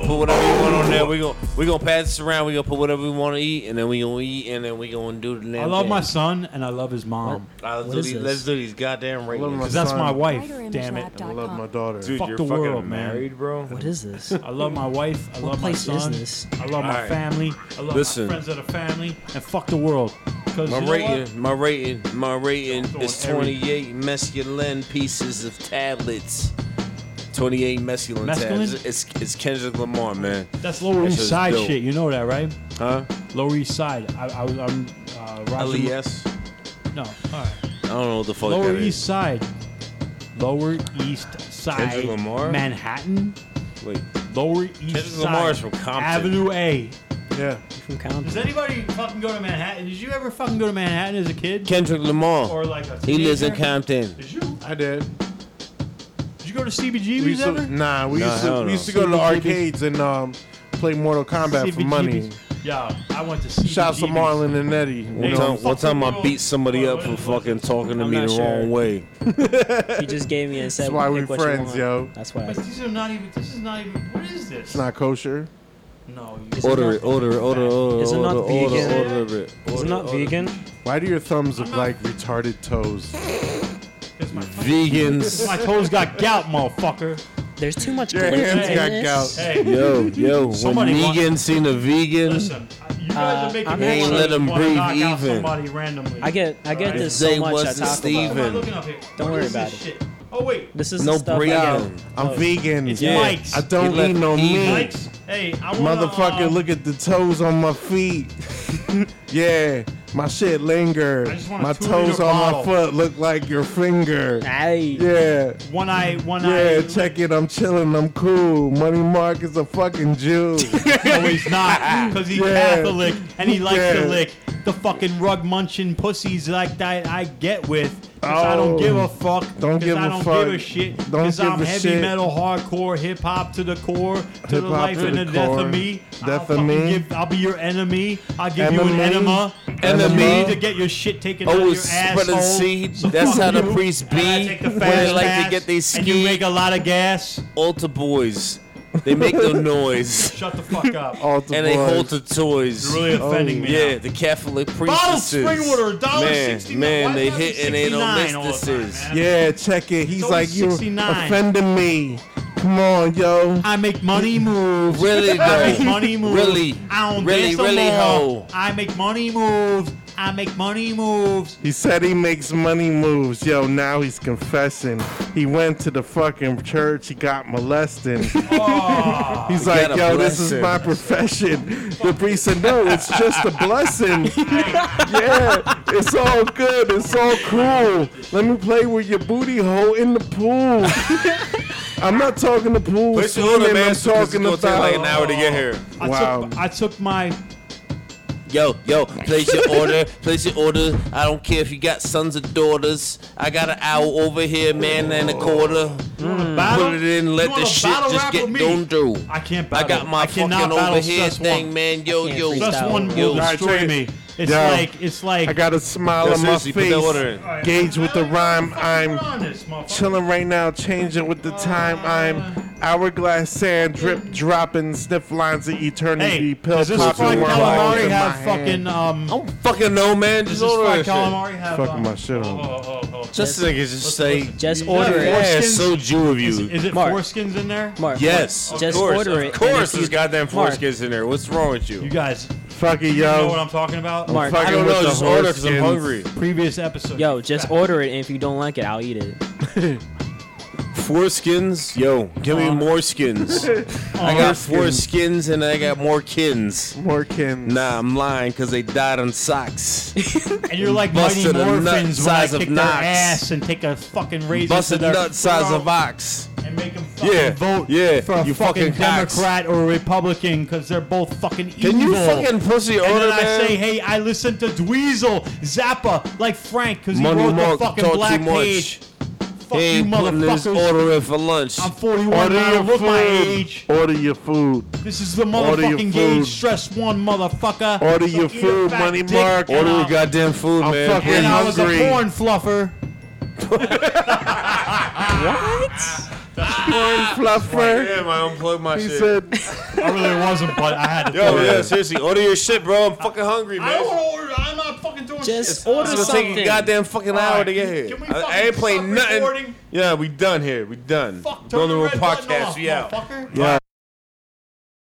Speaker 7: put whatever you want on there. We gonna we gonna pass this around. We gonna put whatever we want to eat, and then we gonna eat, and then we gonna do the next.
Speaker 8: I love my son and I love his
Speaker 7: Oh,
Speaker 8: mom.
Speaker 7: Let's do, these, let's do these goddamn ratings.
Speaker 8: Because that's my wife. Damn it.
Speaker 1: I love my daughter.
Speaker 7: Dude,
Speaker 8: Fuck
Speaker 7: you're
Speaker 8: the
Speaker 7: fucking
Speaker 8: world, man.
Speaker 7: married, bro.
Speaker 9: What is this?
Speaker 8: I love my wife. I
Speaker 9: What
Speaker 8: love my
Speaker 9: place is
Speaker 8: son.
Speaker 9: this?
Speaker 8: I love my
Speaker 7: Alright.
Speaker 8: family. I love
Speaker 7: Listen.
Speaker 8: my friends of the family. And fuck the world. 'Cause
Speaker 7: My
Speaker 8: you know what?
Speaker 7: rating, my rating, my rating is
Speaker 8: every-
Speaker 7: 28 mescaline pieces of tablets. 28 mescaline,
Speaker 8: Mescaline?
Speaker 7: tablets. It's, it's Kendrick Lamar, man.
Speaker 8: That's Lower
Speaker 7: That
Speaker 8: East
Speaker 7: shit's
Speaker 8: Side
Speaker 7: dope.
Speaker 8: shit. You know that, right?
Speaker 7: Huh?
Speaker 8: Lower East Side. I, I, I'm uh, Roger.
Speaker 7: LES?
Speaker 8: No. All right.
Speaker 7: I don't know what the fuck
Speaker 8: Lower
Speaker 7: that is.
Speaker 8: East Side. Lower East Side.
Speaker 7: Kendrick Lamar?
Speaker 8: Manhattan.
Speaker 7: Wait.
Speaker 8: Lower East
Speaker 7: Kendrick
Speaker 8: Side.
Speaker 7: Lamar is from Compton.
Speaker 8: Avenue A.
Speaker 1: Yeah.
Speaker 9: From Compton.
Speaker 8: Does anybody fucking go to Manhattan? Did you ever fucking go to Manhattan as a kid?
Speaker 7: Kendrick Lamar.
Speaker 8: Or like a
Speaker 7: he lives in
Speaker 8: teenager?
Speaker 7: Compton.
Speaker 8: Did you?
Speaker 1: I did.
Speaker 8: Did you go to
Speaker 1: We
Speaker 8: CBGB's
Speaker 1: used to,
Speaker 8: ever?
Speaker 1: nah, we
Speaker 7: Nah,
Speaker 1: used
Speaker 7: hell
Speaker 1: to
Speaker 7: no.
Speaker 1: we used to go to the
Speaker 8: CBGBs.
Speaker 1: arcades and um, play Mortal Kombat for money.
Speaker 8: Yeah, I went to CBGB's.
Speaker 1: Shouts to Marlon and Eddie. You
Speaker 7: One
Speaker 1: know?
Speaker 7: time, one time I beat somebody up for fucking talking to
Speaker 9: I'm
Speaker 7: me the
Speaker 9: not sure.
Speaker 7: wrong way.
Speaker 9: He just gave me and said,
Speaker 1: That's why we
Speaker 9: "Pick what you
Speaker 1: friends,
Speaker 9: want."
Speaker 1: yo.
Speaker 9: That's why.
Speaker 8: But these are not even. This is not even. What is this?
Speaker 1: It's not kosher.
Speaker 8: No.
Speaker 9: Is it
Speaker 7: Order
Speaker 9: not-
Speaker 7: it, order it, order it, order it,
Speaker 9: Is it not
Speaker 7: order it, order it,
Speaker 9: vegan?
Speaker 7: order it.
Speaker 9: Is it not vegan?
Speaker 1: Why do your thumbs look like retarded toes?
Speaker 7: Vegans.
Speaker 8: My toes got gout, motherfucker.
Speaker 9: There's too much
Speaker 1: Your
Speaker 9: gluten
Speaker 1: hands
Speaker 9: in
Speaker 1: got
Speaker 9: this.
Speaker 1: gout.
Speaker 8: Hey,
Speaker 7: Yo, yo, when
Speaker 8: Somebody want-
Speaker 7: vegan seen a vegan,
Speaker 8: listen. You guys
Speaker 9: Uh,
Speaker 8: are making
Speaker 9: I'm
Speaker 8: me
Speaker 9: actually-
Speaker 8: wanna-
Speaker 7: Let 'em
Speaker 8: wanna
Speaker 7: breathe
Speaker 8: knock out
Speaker 7: even.
Speaker 8: somebody randomly.
Speaker 9: I get I get
Speaker 8: Alright.
Speaker 9: this
Speaker 7: They
Speaker 9: so much I
Speaker 7: wasn't
Speaker 9: talk
Speaker 8: What am I
Speaker 7: Steven.
Speaker 9: about.
Speaker 8: looking up here?
Speaker 9: Don't
Speaker 8: What
Speaker 9: worry
Speaker 8: is
Speaker 9: about
Speaker 8: this
Speaker 9: it.
Speaker 8: Shit? Oh wait.
Speaker 9: This is
Speaker 7: No
Speaker 9: the stuff I
Speaker 7: breakdown.
Speaker 9: get.
Speaker 1: I'm
Speaker 9: Oh,
Speaker 1: vegan.
Speaker 8: It's
Speaker 7: Yeah.
Speaker 8: Mike's.
Speaker 1: I don't
Speaker 7: He
Speaker 1: eat no
Speaker 7: left- he
Speaker 1: meat.
Speaker 8: Mike's. Hey, I want
Speaker 1: Motherfucker,
Speaker 8: Uh,
Speaker 1: look at the toes on my feet. yeah, my shit linger.
Speaker 8: I just want a
Speaker 1: My
Speaker 8: two-liter
Speaker 1: toes on
Speaker 8: bottle.
Speaker 1: my foot look like your finger.
Speaker 9: Hey.
Speaker 1: Yeah.
Speaker 8: One eye. One
Speaker 1: Yeah,
Speaker 8: eye.
Speaker 1: check it. I'm chilling. I'm cool. Money Mark is a fucking Jew.
Speaker 8: No, he's not, because he's
Speaker 1: Yeah.
Speaker 8: Catholic and he likes to
Speaker 1: Yeah.
Speaker 8: lick the fucking rug munching pussies like that. I get with. 'cause I don't
Speaker 1: Oh.
Speaker 8: give a fuck. 'cause
Speaker 1: give
Speaker 8: I
Speaker 1: a
Speaker 8: don't
Speaker 1: fuck.
Speaker 8: give a shit.
Speaker 1: Don't
Speaker 8: Because
Speaker 1: give
Speaker 8: I'm
Speaker 1: a
Speaker 8: heavy
Speaker 1: shit.
Speaker 8: metal, hardcore, hip hop to the core, to the
Speaker 1: Hip-hop
Speaker 8: life
Speaker 1: to
Speaker 8: and the,
Speaker 1: the
Speaker 8: death
Speaker 1: core.
Speaker 8: of me.
Speaker 1: Death
Speaker 8: I'll
Speaker 1: of
Speaker 8: fucking
Speaker 1: me.
Speaker 8: Give, I'll be your enemy. I'll give you an
Speaker 1: Enemy.
Speaker 8: enema.
Speaker 1: Enemy.
Speaker 8: You need to get your shit taken out of
Speaker 7: Always
Speaker 8: your
Speaker 7: Oh, spreading
Speaker 8: asshole.
Speaker 7: seed.
Speaker 8: So
Speaker 7: That's
Speaker 8: fuck
Speaker 7: how the
Speaker 8: you.
Speaker 7: priests
Speaker 8: And I
Speaker 7: be
Speaker 8: take the
Speaker 7: when
Speaker 8: fast
Speaker 7: they like to
Speaker 8: pass,
Speaker 7: get they
Speaker 8: And you
Speaker 7: ski.
Speaker 8: make a lot of gas.
Speaker 7: Ulta boys. They make the noise.
Speaker 8: Shut the fuck up.
Speaker 1: All the
Speaker 7: and they
Speaker 1: boys.
Speaker 7: hold the toys.
Speaker 8: You're really offending me. now.
Speaker 7: Oh, Yeah, the Catholic priestesses.
Speaker 8: Bottled spring water, $1.69.
Speaker 7: Man, man,
Speaker 8: Why
Speaker 7: they
Speaker 8: does it
Speaker 7: hit and they don't
Speaker 8: $69
Speaker 7: miss
Speaker 8: all the
Speaker 7: this
Speaker 8: time,
Speaker 7: is.
Speaker 8: man?
Speaker 1: Yeah, check it. He's
Speaker 8: It's
Speaker 1: like,
Speaker 8: only
Speaker 1: you
Speaker 8: 69.
Speaker 1: offending me. Come on, yo.
Speaker 8: I make money moves.
Speaker 7: Really
Speaker 8: I make
Speaker 7: though.
Speaker 8: money moves.
Speaker 7: Really.
Speaker 8: I don't
Speaker 7: Really,
Speaker 8: dance no
Speaker 7: really
Speaker 8: more.
Speaker 7: hoe.
Speaker 8: I make money moves.
Speaker 20: I make money moves.
Speaker 1: He said he makes money moves. Yo, now he's confessing. He went to the fucking church. He got molested. he's
Speaker 5: Get
Speaker 1: like,
Speaker 5: a
Speaker 1: yo, this is
Speaker 5: blessing."
Speaker 1: my profession. The priest said, no, it's just a blessing. yeah, it's all good. It's all cool. Let me play with your booty hole in the pool. I'm not talking to pool
Speaker 7: Put your
Speaker 1: swimming.
Speaker 7: order, man.
Speaker 1: I'm
Speaker 7: It's gonna take
Speaker 1: talking about
Speaker 7: like an hour to get here.
Speaker 8: I
Speaker 1: Wow.
Speaker 8: took I took my
Speaker 7: Yo, yo, place your order. Place your order. I don't care if you got sons or daughters. I got an hour over here, man, and a quarter.
Speaker 8: Mm.
Speaker 7: Hmm. Put it in, let the shit just get done through.
Speaker 8: I can't
Speaker 7: I
Speaker 8: battle.
Speaker 7: got my
Speaker 8: I
Speaker 7: fucking
Speaker 8: cannot battle
Speaker 7: overhead
Speaker 8: Sus
Speaker 7: thing,
Speaker 8: one.
Speaker 7: man. Yo,
Speaker 8: I can't
Speaker 7: yo,
Speaker 8: freestyle. Sus one
Speaker 7: yo.
Speaker 8: will destroy
Speaker 1: Alright,
Speaker 8: me. It's
Speaker 1: Yo.
Speaker 8: like it's like
Speaker 1: I got a smile
Speaker 7: Yo,
Speaker 1: on my
Speaker 7: seriously, put that order
Speaker 1: face.
Speaker 7: in.
Speaker 1: Gauge with the rhyme.
Speaker 8: on this,
Speaker 1: I'm chilling right now, changing with the time. I'm hourglass sand drip dropping, sniff lines of eternity. pill
Speaker 8: does this
Speaker 1: popping
Speaker 8: fried
Speaker 1: worm balls
Speaker 8: calamari
Speaker 1: in my
Speaker 8: have
Speaker 1: hand.
Speaker 8: fucking um? I'm
Speaker 7: fucking no man.
Speaker 8: Does
Speaker 7: Just
Speaker 8: this
Speaker 7: order that
Speaker 8: fried
Speaker 7: shit.
Speaker 8: calamari have?
Speaker 1: Fucking
Speaker 8: um,
Speaker 1: my shit on.
Speaker 7: Just niggas just say.
Speaker 9: Just
Speaker 7: Yeah,
Speaker 9: order it.
Speaker 7: Yeah, so Jew of you.
Speaker 8: Is it
Speaker 9: Mark.
Speaker 8: foreskins in there?
Speaker 9: Mark,
Speaker 7: Yes,
Speaker 9: Mark,
Speaker 7: of
Speaker 9: just
Speaker 7: course,
Speaker 9: order
Speaker 7: of
Speaker 9: it. and
Speaker 7: course,
Speaker 9: if you-
Speaker 7: there's goddamn
Speaker 9: Mark,
Speaker 7: foreskins in there. What's wrong with you?
Speaker 8: You guys,
Speaker 1: Fuck it,
Speaker 8: you know what
Speaker 1: yo.
Speaker 8: I'm talking about?
Speaker 9: Mark,
Speaker 7: I don't know. Just order because Oh. I'm hungry.
Speaker 8: Previous episode.
Speaker 9: Yo, just order it, and if you don't like it, I'll eat it.
Speaker 7: Four skins, yo, give
Speaker 8: Uh,
Speaker 7: me more skins. I got four
Speaker 1: skins.
Speaker 7: skins and I got more kins.
Speaker 1: More kins.
Speaker 7: Nah, I'm lying because they died on socks.
Speaker 8: And you're like Mighty
Speaker 7: Busted a nut
Speaker 8: Morphins when I
Speaker 7: size of
Speaker 8: kick their
Speaker 7: Knox.
Speaker 8: ass and take a fucking razor
Speaker 7: Busted
Speaker 8: to their
Speaker 7: nut size
Speaker 8: throat
Speaker 7: of ox.
Speaker 8: and make them fucking
Speaker 7: Yeah,
Speaker 8: vote
Speaker 7: yeah,
Speaker 8: for a
Speaker 7: you fucking
Speaker 8: fucking,
Speaker 7: cocks.
Speaker 8: Democrat or Republican because they're both fucking
Speaker 7: Can you
Speaker 8: evil.
Speaker 7: fucking pussy
Speaker 8: and
Speaker 7: order,
Speaker 8: then I
Speaker 7: man?
Speaker 8: say, hey, I listen to Dweezil, Zappa, like Frank, because he
Speaker 7: Money
Speaker 8: wrote
Speaker 7: Mark
Speaker 8: the fucking
Speaker 7: talk
Speaker 8: Black
Speaker 7: too much.
Speaker 8: Page.
Speaker 7: He
Speaker 8: you,
Speaker 7: ain't putting this
Speaker 8: motherfuckers.
Speaker 7: order in for lunch.
Speaker 8: I'm 41
Speaker 1: Order
Speaker 8: now.
Speaker 1: your
Speaker 8: Look my
Speaker 1: food.
Speaker 8: age.
Speaker 1: Order your food.
Speaker 8: This is the
Speaker 1: Order your
Speaker 8: motherfucking game.
Speaker 1: food.
Speaker 8: Stress one, motherfucker.
Speaker 1: Order
Speaker 8: So
Speaker 1: your
Speaker 8: eat a
Speaker 1: food,
Speaker 8: fat
Speaker 1: Money
Speaker 8: dick
Speaker 1: Mark.
Speaker 7: Order
Speaker 8: now.
Speaker 7: your goddamn food,
Speaker 1: I'm
Speaker 7: man.
Speaker 1: fucking
Speaker 8: And I was a
Speaker 1: hungry.
Speaker 8: porn fluffer.
Speaker 1: Corn fluffer.
Speaker 7: Damn, I unplugged my
Speaker 1: He
Speaker 7: shit.
Speaker 1: said,
Speaker 8: I really wasn't, but I had to.
Speaker 7: Yo, yeah, seriously, order your shit, bro. I'm fucking hungry,
Speaker 8: I
Speaker 7: man.
Speaker 8: don't want to order. I'm not fucking doing
Speaker 9: Just
Speaker 8: shit.
Speaker 9: order
Speaker 7: It's gonna take a
Speaker 9: something.
Speaker 7: goddamn fucking
Speaker 8: All
Speaker 7: hour
Speaker 8: right,
Speaker 7: to get
Speaker 8: can-
Speaker 7: here.
Speaker 8: can we
Speaker 7: I, I
Speaker 8: fucking
Speaker 7: ain't playing
Speaker 8: stop
Speaker 7: nothing.
Speaker 8: recording?
Speaker 7: Yeah, we done here. We done.
Speaker 8: Fuck, turn
Speaker 7: Golden
Speaker 8: the
Speaker 7: Rule
Speaker 8: red button
Speaker 7: Podcast,
Speaker 8: off,
Speaker 7: we out.
Speaker 8: motherfucker.
Speaker 1: yeah.